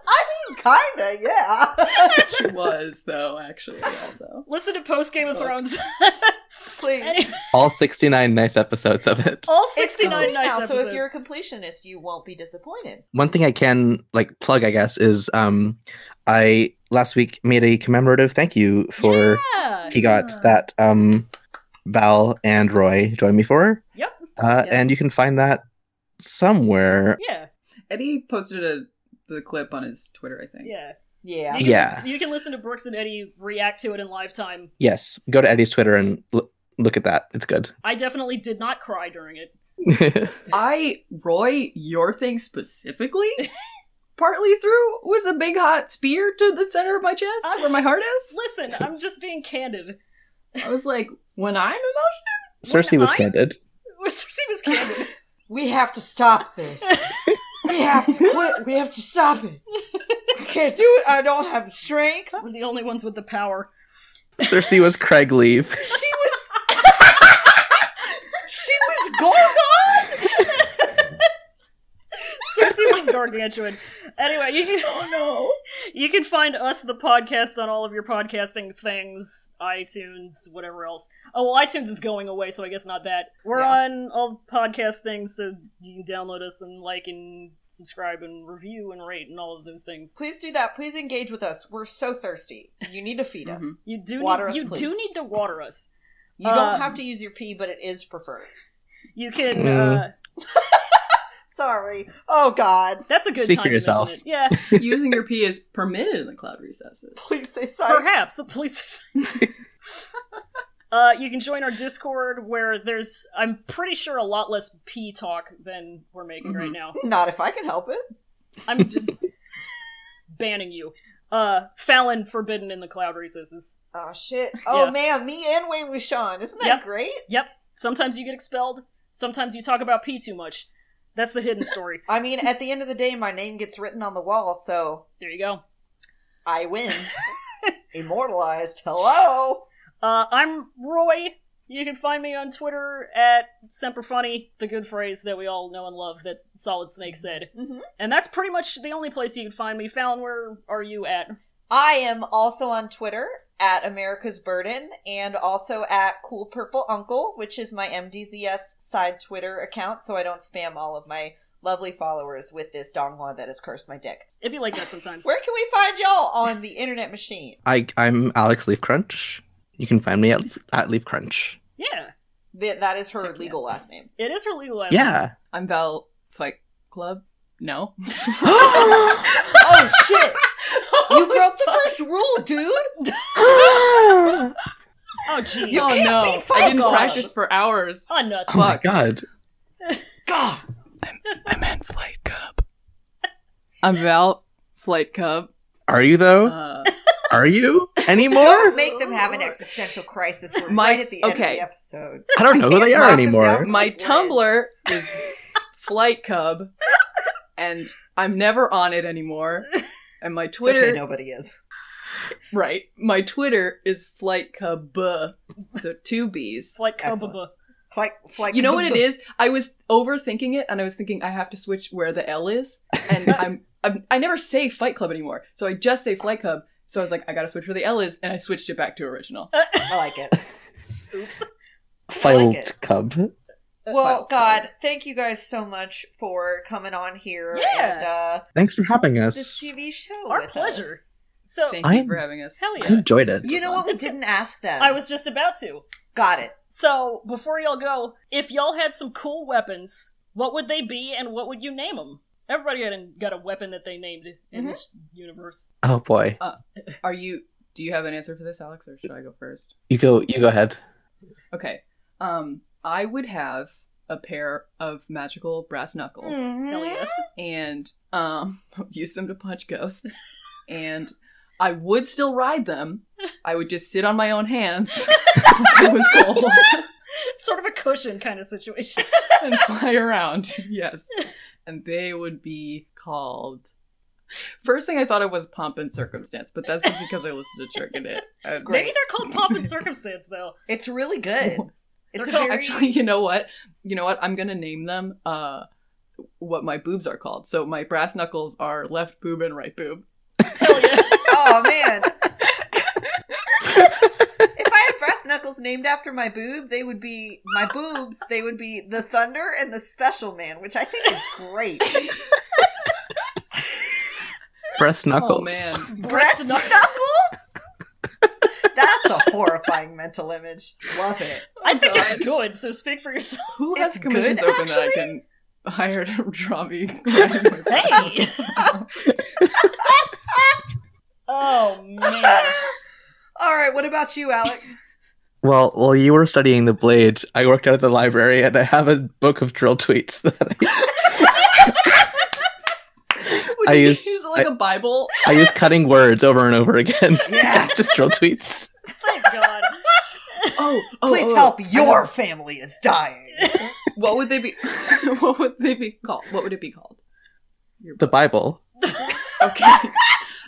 Speaker 2: I mean, kinda, yeah.
Speaker 1: She was though, actually. Also,
Speaker 4: listen to post Game of
Speaker 1: Oh.
Speaker 4: Thrones.
Speaker 2: Please.
Speaker 4: Anyway,
Speaker 3: All 69 nice episodes of it.
Speaker 4: all
Speaker 2: It's complete
Speaker 4: 69 nice
Speaker 2: now,
Speaker 4: episodes.
Speaker 2: so if you're a completionist, you won't be disappointed.
Speaker 3: One thing I can like plug, I guess, is um, I last week made a commemorative thank you for
Speaker 4: yeah.
Speaker 3: he got that um, Val and Roy joined me for.
Speaker 4: Yep.
Speaker 3: Uh, And
Speaker 4: Yes.
Speaker 3: you can find that somewhere.
Speaker 4: Yeah,
Speaker 1: Eddie posted a the clip on his Twitter. I think.
Speaker 4: yeah.
Speaker 2: Yeah.
Speaker 4: You can,
Speaker 3: Yeah.
Speaker 4: You can listen to Brooks and Eddie react to it in live time.
Speaker 3: Yes, go to Eddie's Twitter and l- look at that. It's good.
Speaker 4: I definitely did not cry during it.
Speaker 1: I Roy, your thing specifically, partly through was a big hot spear to the center of my chest
Speaker 4: I'm
Speaker 1: where my heart is.
Speaker 4: Listen, I'm just being candid.
Speaker 1: I was like, when I'm emotional,
Speaker 3: Cersei was
Speaker 4: I-
Speaker 3: candid.
Speaker 4: Cersei was candid.
Speaker 2: We have to stop this. we have to quit. We have to stop it. I can't do it. I don't have the strength.
Speaker 4: We're the only ones with the power.
Speaker 3: Cersei was Craig Leave.
Speaker 2: She was. she was Gorgon.
Speaker 4: Cersei was gargantuan. Anyway, you can, oh no, you can find us the podcast on all of your podcasting things, iTunes, whatever else. Oh well, iTunes is going away, so I guess not that. We're
Speaker 2: Yeah.
Speaker 4: on all podcast things, so you can download us and like and subscribe and review and rate and all of those things.
Speaker 2: Please do that. Please engage with us. We're so thirsty. You need to feed us.
Speaker 1: Mhm.
Speaker 4: You do
Speaker 2: Water
Speaker 4: need,
Speaker 2: us,
Speaker 4: you
Speaker 2: please.
Speaker 4: do need to water us.
Speaker 2: You don't
Speaker 4: Um,
Speaker 2: have to use your pee, but it is preferred.
Speaker 4: You can.
Speaker 3: Mm.
Speaker 4: Uh,
Speaker 2: Sorry. Oh God.
Speaker 4: that's a good
Speaker 3: Speak
Speaker 4: time
Speaker 3: for
Speaker 4: to mention
Speaker 3: yourself.
Speaker 4: it. Yeah,
Speaker 1: using your pee is permitted in the cloud recesses.
Speaker 2: Please say sorry.
Speaker 4: perhaps. Please. Uh, you can join our Discord where there's, I'm pretty sure, a lot less pee talk than we're making right
Speaker 1: Mhm.
Speaker 2: Mm-hmm.
Speaker 4: now.
Speaker 2: Not if I can help it.
Speaker 4: I'm just banning you. Uh, Fallon forbidden in the cloud recesses.
Speaker 2: Oh shit. Oh
Speaker 4: Yeah.
Speaker 2: man, me and Wayne with Sean. Isn't that
Speaker 4: Yep.
Speaker 2: great?
Speaker 4: Yep. Sometimes you get expelled. Sometimes you talk about pee too much. That's the hidden story.
Speaker 2: I mean, at the end of the day, my name gets written on the wall, so
Speaker 4: there you go.
Speaker 2: I win. Immortalized. Hello.
Speaker 4: Uh, I'm Roy. You can find me on Twitter at Semperfunny, the good phrase that we all know and love that Solid Snake said.
Speaker 2: Mhm.
Speaker 4: And that's pretty much the only place you can find me. Fallon, where are you at?
Speaker 2: I am also on Twitter at America's Burden and also at Cool Purple Uncle, which is my MDZS side Twitter account, so I don't spam all of my lovely followers with this donghua that has cursed my dick.
Speaker 4: It'd be like that sometimes.
Speaker 2: Where can we find y'all on the internet machine?
Speaker 3: I, I'm Alex Leaf Crunch. You can find me at Leaf, at Leaf Crunch.
Speaker 4: yeah.
Speaker 2: Th- That is her
Speaker 1: Heck yeah.
Speaker 2: legal last name.
Speaker 4: It is her legal last name.
Speaker 3: Yeah.
Speaker 1: I'm Val Fight Club. No.
Speaker 2: Oh shit! You broke the first rule, dude.
Speaker 3: oh
Speaker 4: Oh, jeez.
Speaker 2: You
Speaker 1: oh
Speaker 2: can't
Speaker 1: no.
Speaker 2: be Fight
Speaker 1: I didn't
Speaker 2: Club.
Speaker 1: practice for hours.
Speaker 4: Oh, nuts.
Speaker 3: my
Speaker 1: Fuck.
Speaker 3: god.
Speaker 2: God.
Speaker 1: I meant Flight Cub. I'm Val Flight Cub.
Speaker 3: Are you though?
Speaker 1: Uh,
Speaker 3: Are you anymore?
Speaker 2: Make them have an existential crisis. We're
Speaker 1: My-
Speaker 2: right at the end
Speaker 1: okay.
Speaker 2: of the episode.
Speaker 3: I don't know who they
Speaker 2: Can't
Speaker 3: are
Speaker 2: knock them
Speaker 3: anymore.
Speaker 2: down.
Speaker 1: my
Speaker 2: Just
Speaker 1: Tumblr is Flight Cub, and I'm never on it anymore. And my
Speaker 2: It's okay,
Speaker 1: Twitter,
Speaker 2: nobody is.
Speaker 1: right? My Twitter is Flight Cub, so two B's.
Speaker 4: It's like
Speaker 2: Excellent.
Speaker 4: Kababa.
Speaker 2: Like, like
Speaker 1: You know what it is? I was overthinking it, and I was thinking I have to switch where the L is, and I'm, I'm I never say Fight Club anymore, so I just say Flight Club. So I was like, I gotta switch where the L is, and I switched it back to original.
Speaker 2: I like it.
Speaker 4: Oops.
Speaker 3: Filed
Speaker 2: it.
Speaker 3: cub.
Speaker 1: File.
Speaker 2: Well, God, thank you guys so much for coming on here
Speaker 4: Yeah.
Speaker 2: and uh,
Speaker 3: Thanks for having
Speaker 2: this
Speaker 3: us.
Speaker 2: TV show.
Speaker 4: Our
Speaker 2: with
Speaker 4: pleasure.
Speaker 2: us.
Speaker 4: So,
Speaker 1: Thank you
Speaker 3: I'm-
Speaker 1: for having us.
Speaker 4: Hell
Speaker 3: I enjoyed it.
Speaker 2: You know what? We didn't ask them.
Speaker 4: I was just about to.
Speaker 2: got it.
Speaker 4: So, before y'all go, if y'all had some cool weapons, what would they be and what would you name them? Everybody got a, got a weapon that they named in
Speaker 2: Mhm.
Speaker 4: this universe.
Speaker 3: Oh boy.
Speaker 1: Are you? Do you have an answer for this, Alex, or should I go first?
Speaker 3: You go you go ahead.
Speaker 1: Okay. Um, I would have a pair of magical brass knuckles
Speaker 2: Hmm.
Speaker 4: Hell
Speaker 2: Mm-hmm.
Speaker 4: yes.
Speaker 1: and um use them to punch ghosts. And I would still ride them. I would just sit on my own hands when it was cold
Speaker 4: sort of a cushion kind of situation.
Speaker 1: and fly around. Yes. And they would be called First thing I thought it was pomp and circumstance, but that's just because I listened to Jerk in it. Uh, And-
Speaker 2: Great.
Speaker 4: Maybe they're called pomp and circumstance, though.
Speaker 2: It's really good. It's a
Speaker 4: They're
Speaker 2: very
Speaker 1: Actually, you know what? You know what? I'm gonna name them uh what my boobs are called. So my brass knuckles are left boob and right boob.
Speaker 4: Hell yeah.
Speaker 2: oh man. if I had brass knuckles named after my boob, they would be my boobs. They would be the Thunder and the Special Man, which I think is great.
Speaker 3: Breast knuckles.
Speaker 1: Oh man.
Speaker 2: Brass
Speaker 4: Breast
Speaker 2: knuckles.
Speaker 4: knuckles.
Speaker 2: That's a horrifying mental image. Love it.
Speaker 4: I think it's good, so speak for yourself.
Speaker 1: Who
Speaker 2: It's
Speaker 1: has commissions
Speaker 2: good,
Speaker 1: open that I can hire to draw me? hey.
Speaker 4: Oh, man.
Speaker 2: All right. What about you, Alex?
Speaker 3: Well while you were studying the blade, I worked out at the library and I have a book of drill tweets that I, I used-
Speaker 1: use like a Bible.
Speaker 3: I use cutting words over and over again.
Speaker 2: Yeah.
Speaker 3: Just drill tweets.
Speaker 4: Thank God.
Speaker 1: Oh, oh,
Speaker 2: Please
Speaker 1: oh,
Speaker 2: help.
Speaker 1: I
Speaker 2: Your family is dying.
Speaker 1: know. What would they be? what would they be called? What would it be called? Your
Speaker 3: The Bible.
Speaker 1: okay.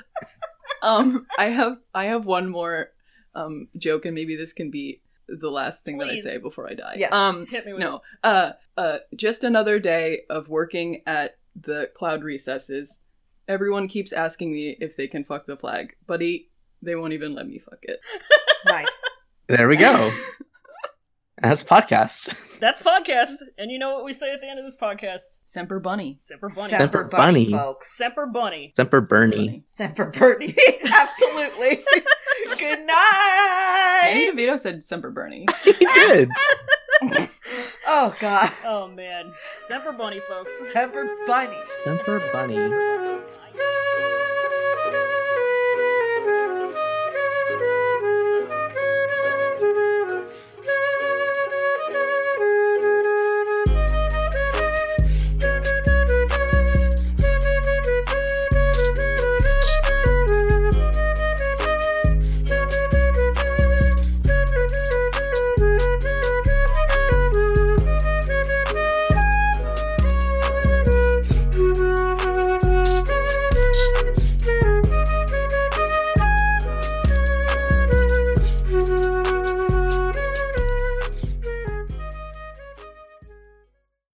Speaker 1: um, I have I have one more um joke, and maybe this can be the last thing
Speaker 4: Please.
Speaker 1: that I say before I die.
Speaker 2: Yes.
Speaker 1: Um,
Speaker 4: Hit me with
Speaker 1: no. Uh, uh, just another day of working at the cloud recesses. Everyone keeps asking me if they can fuck the flag, buddy. They won't even let me fuck it.
Speaker 2: Nice.
Speaker 3: There we go. That's podcast.
Speaker 4: it. That's podcast, and you know what we say at the end of this podcast.
Speaker 1: Semper Bunny.
Speaker 4: Semper Bunny.
Speaker 3: Sem-
Speaker 2: Semper
Speaker 3: Semper
Speaker 2: Bunny,
Speaker 3: Bunny.
Speaker 2: folks.
Speaker 4: Semper Bunny.
Speaker 3: Semper Bernie.
Speaker 2: Semper Bernie. Absolutely. Good
Speaker 1: Danny
Speaker 2: night.
Speaker 1: DeVito said Semper Bernie.
Speaker 3: he did.
Speaker 2: Oh, God.
Speaker 4: Oh, man. Semper Bunny, folks.
Speaker 2: Semper Bunny.
Speaker 3: Semper Bunny.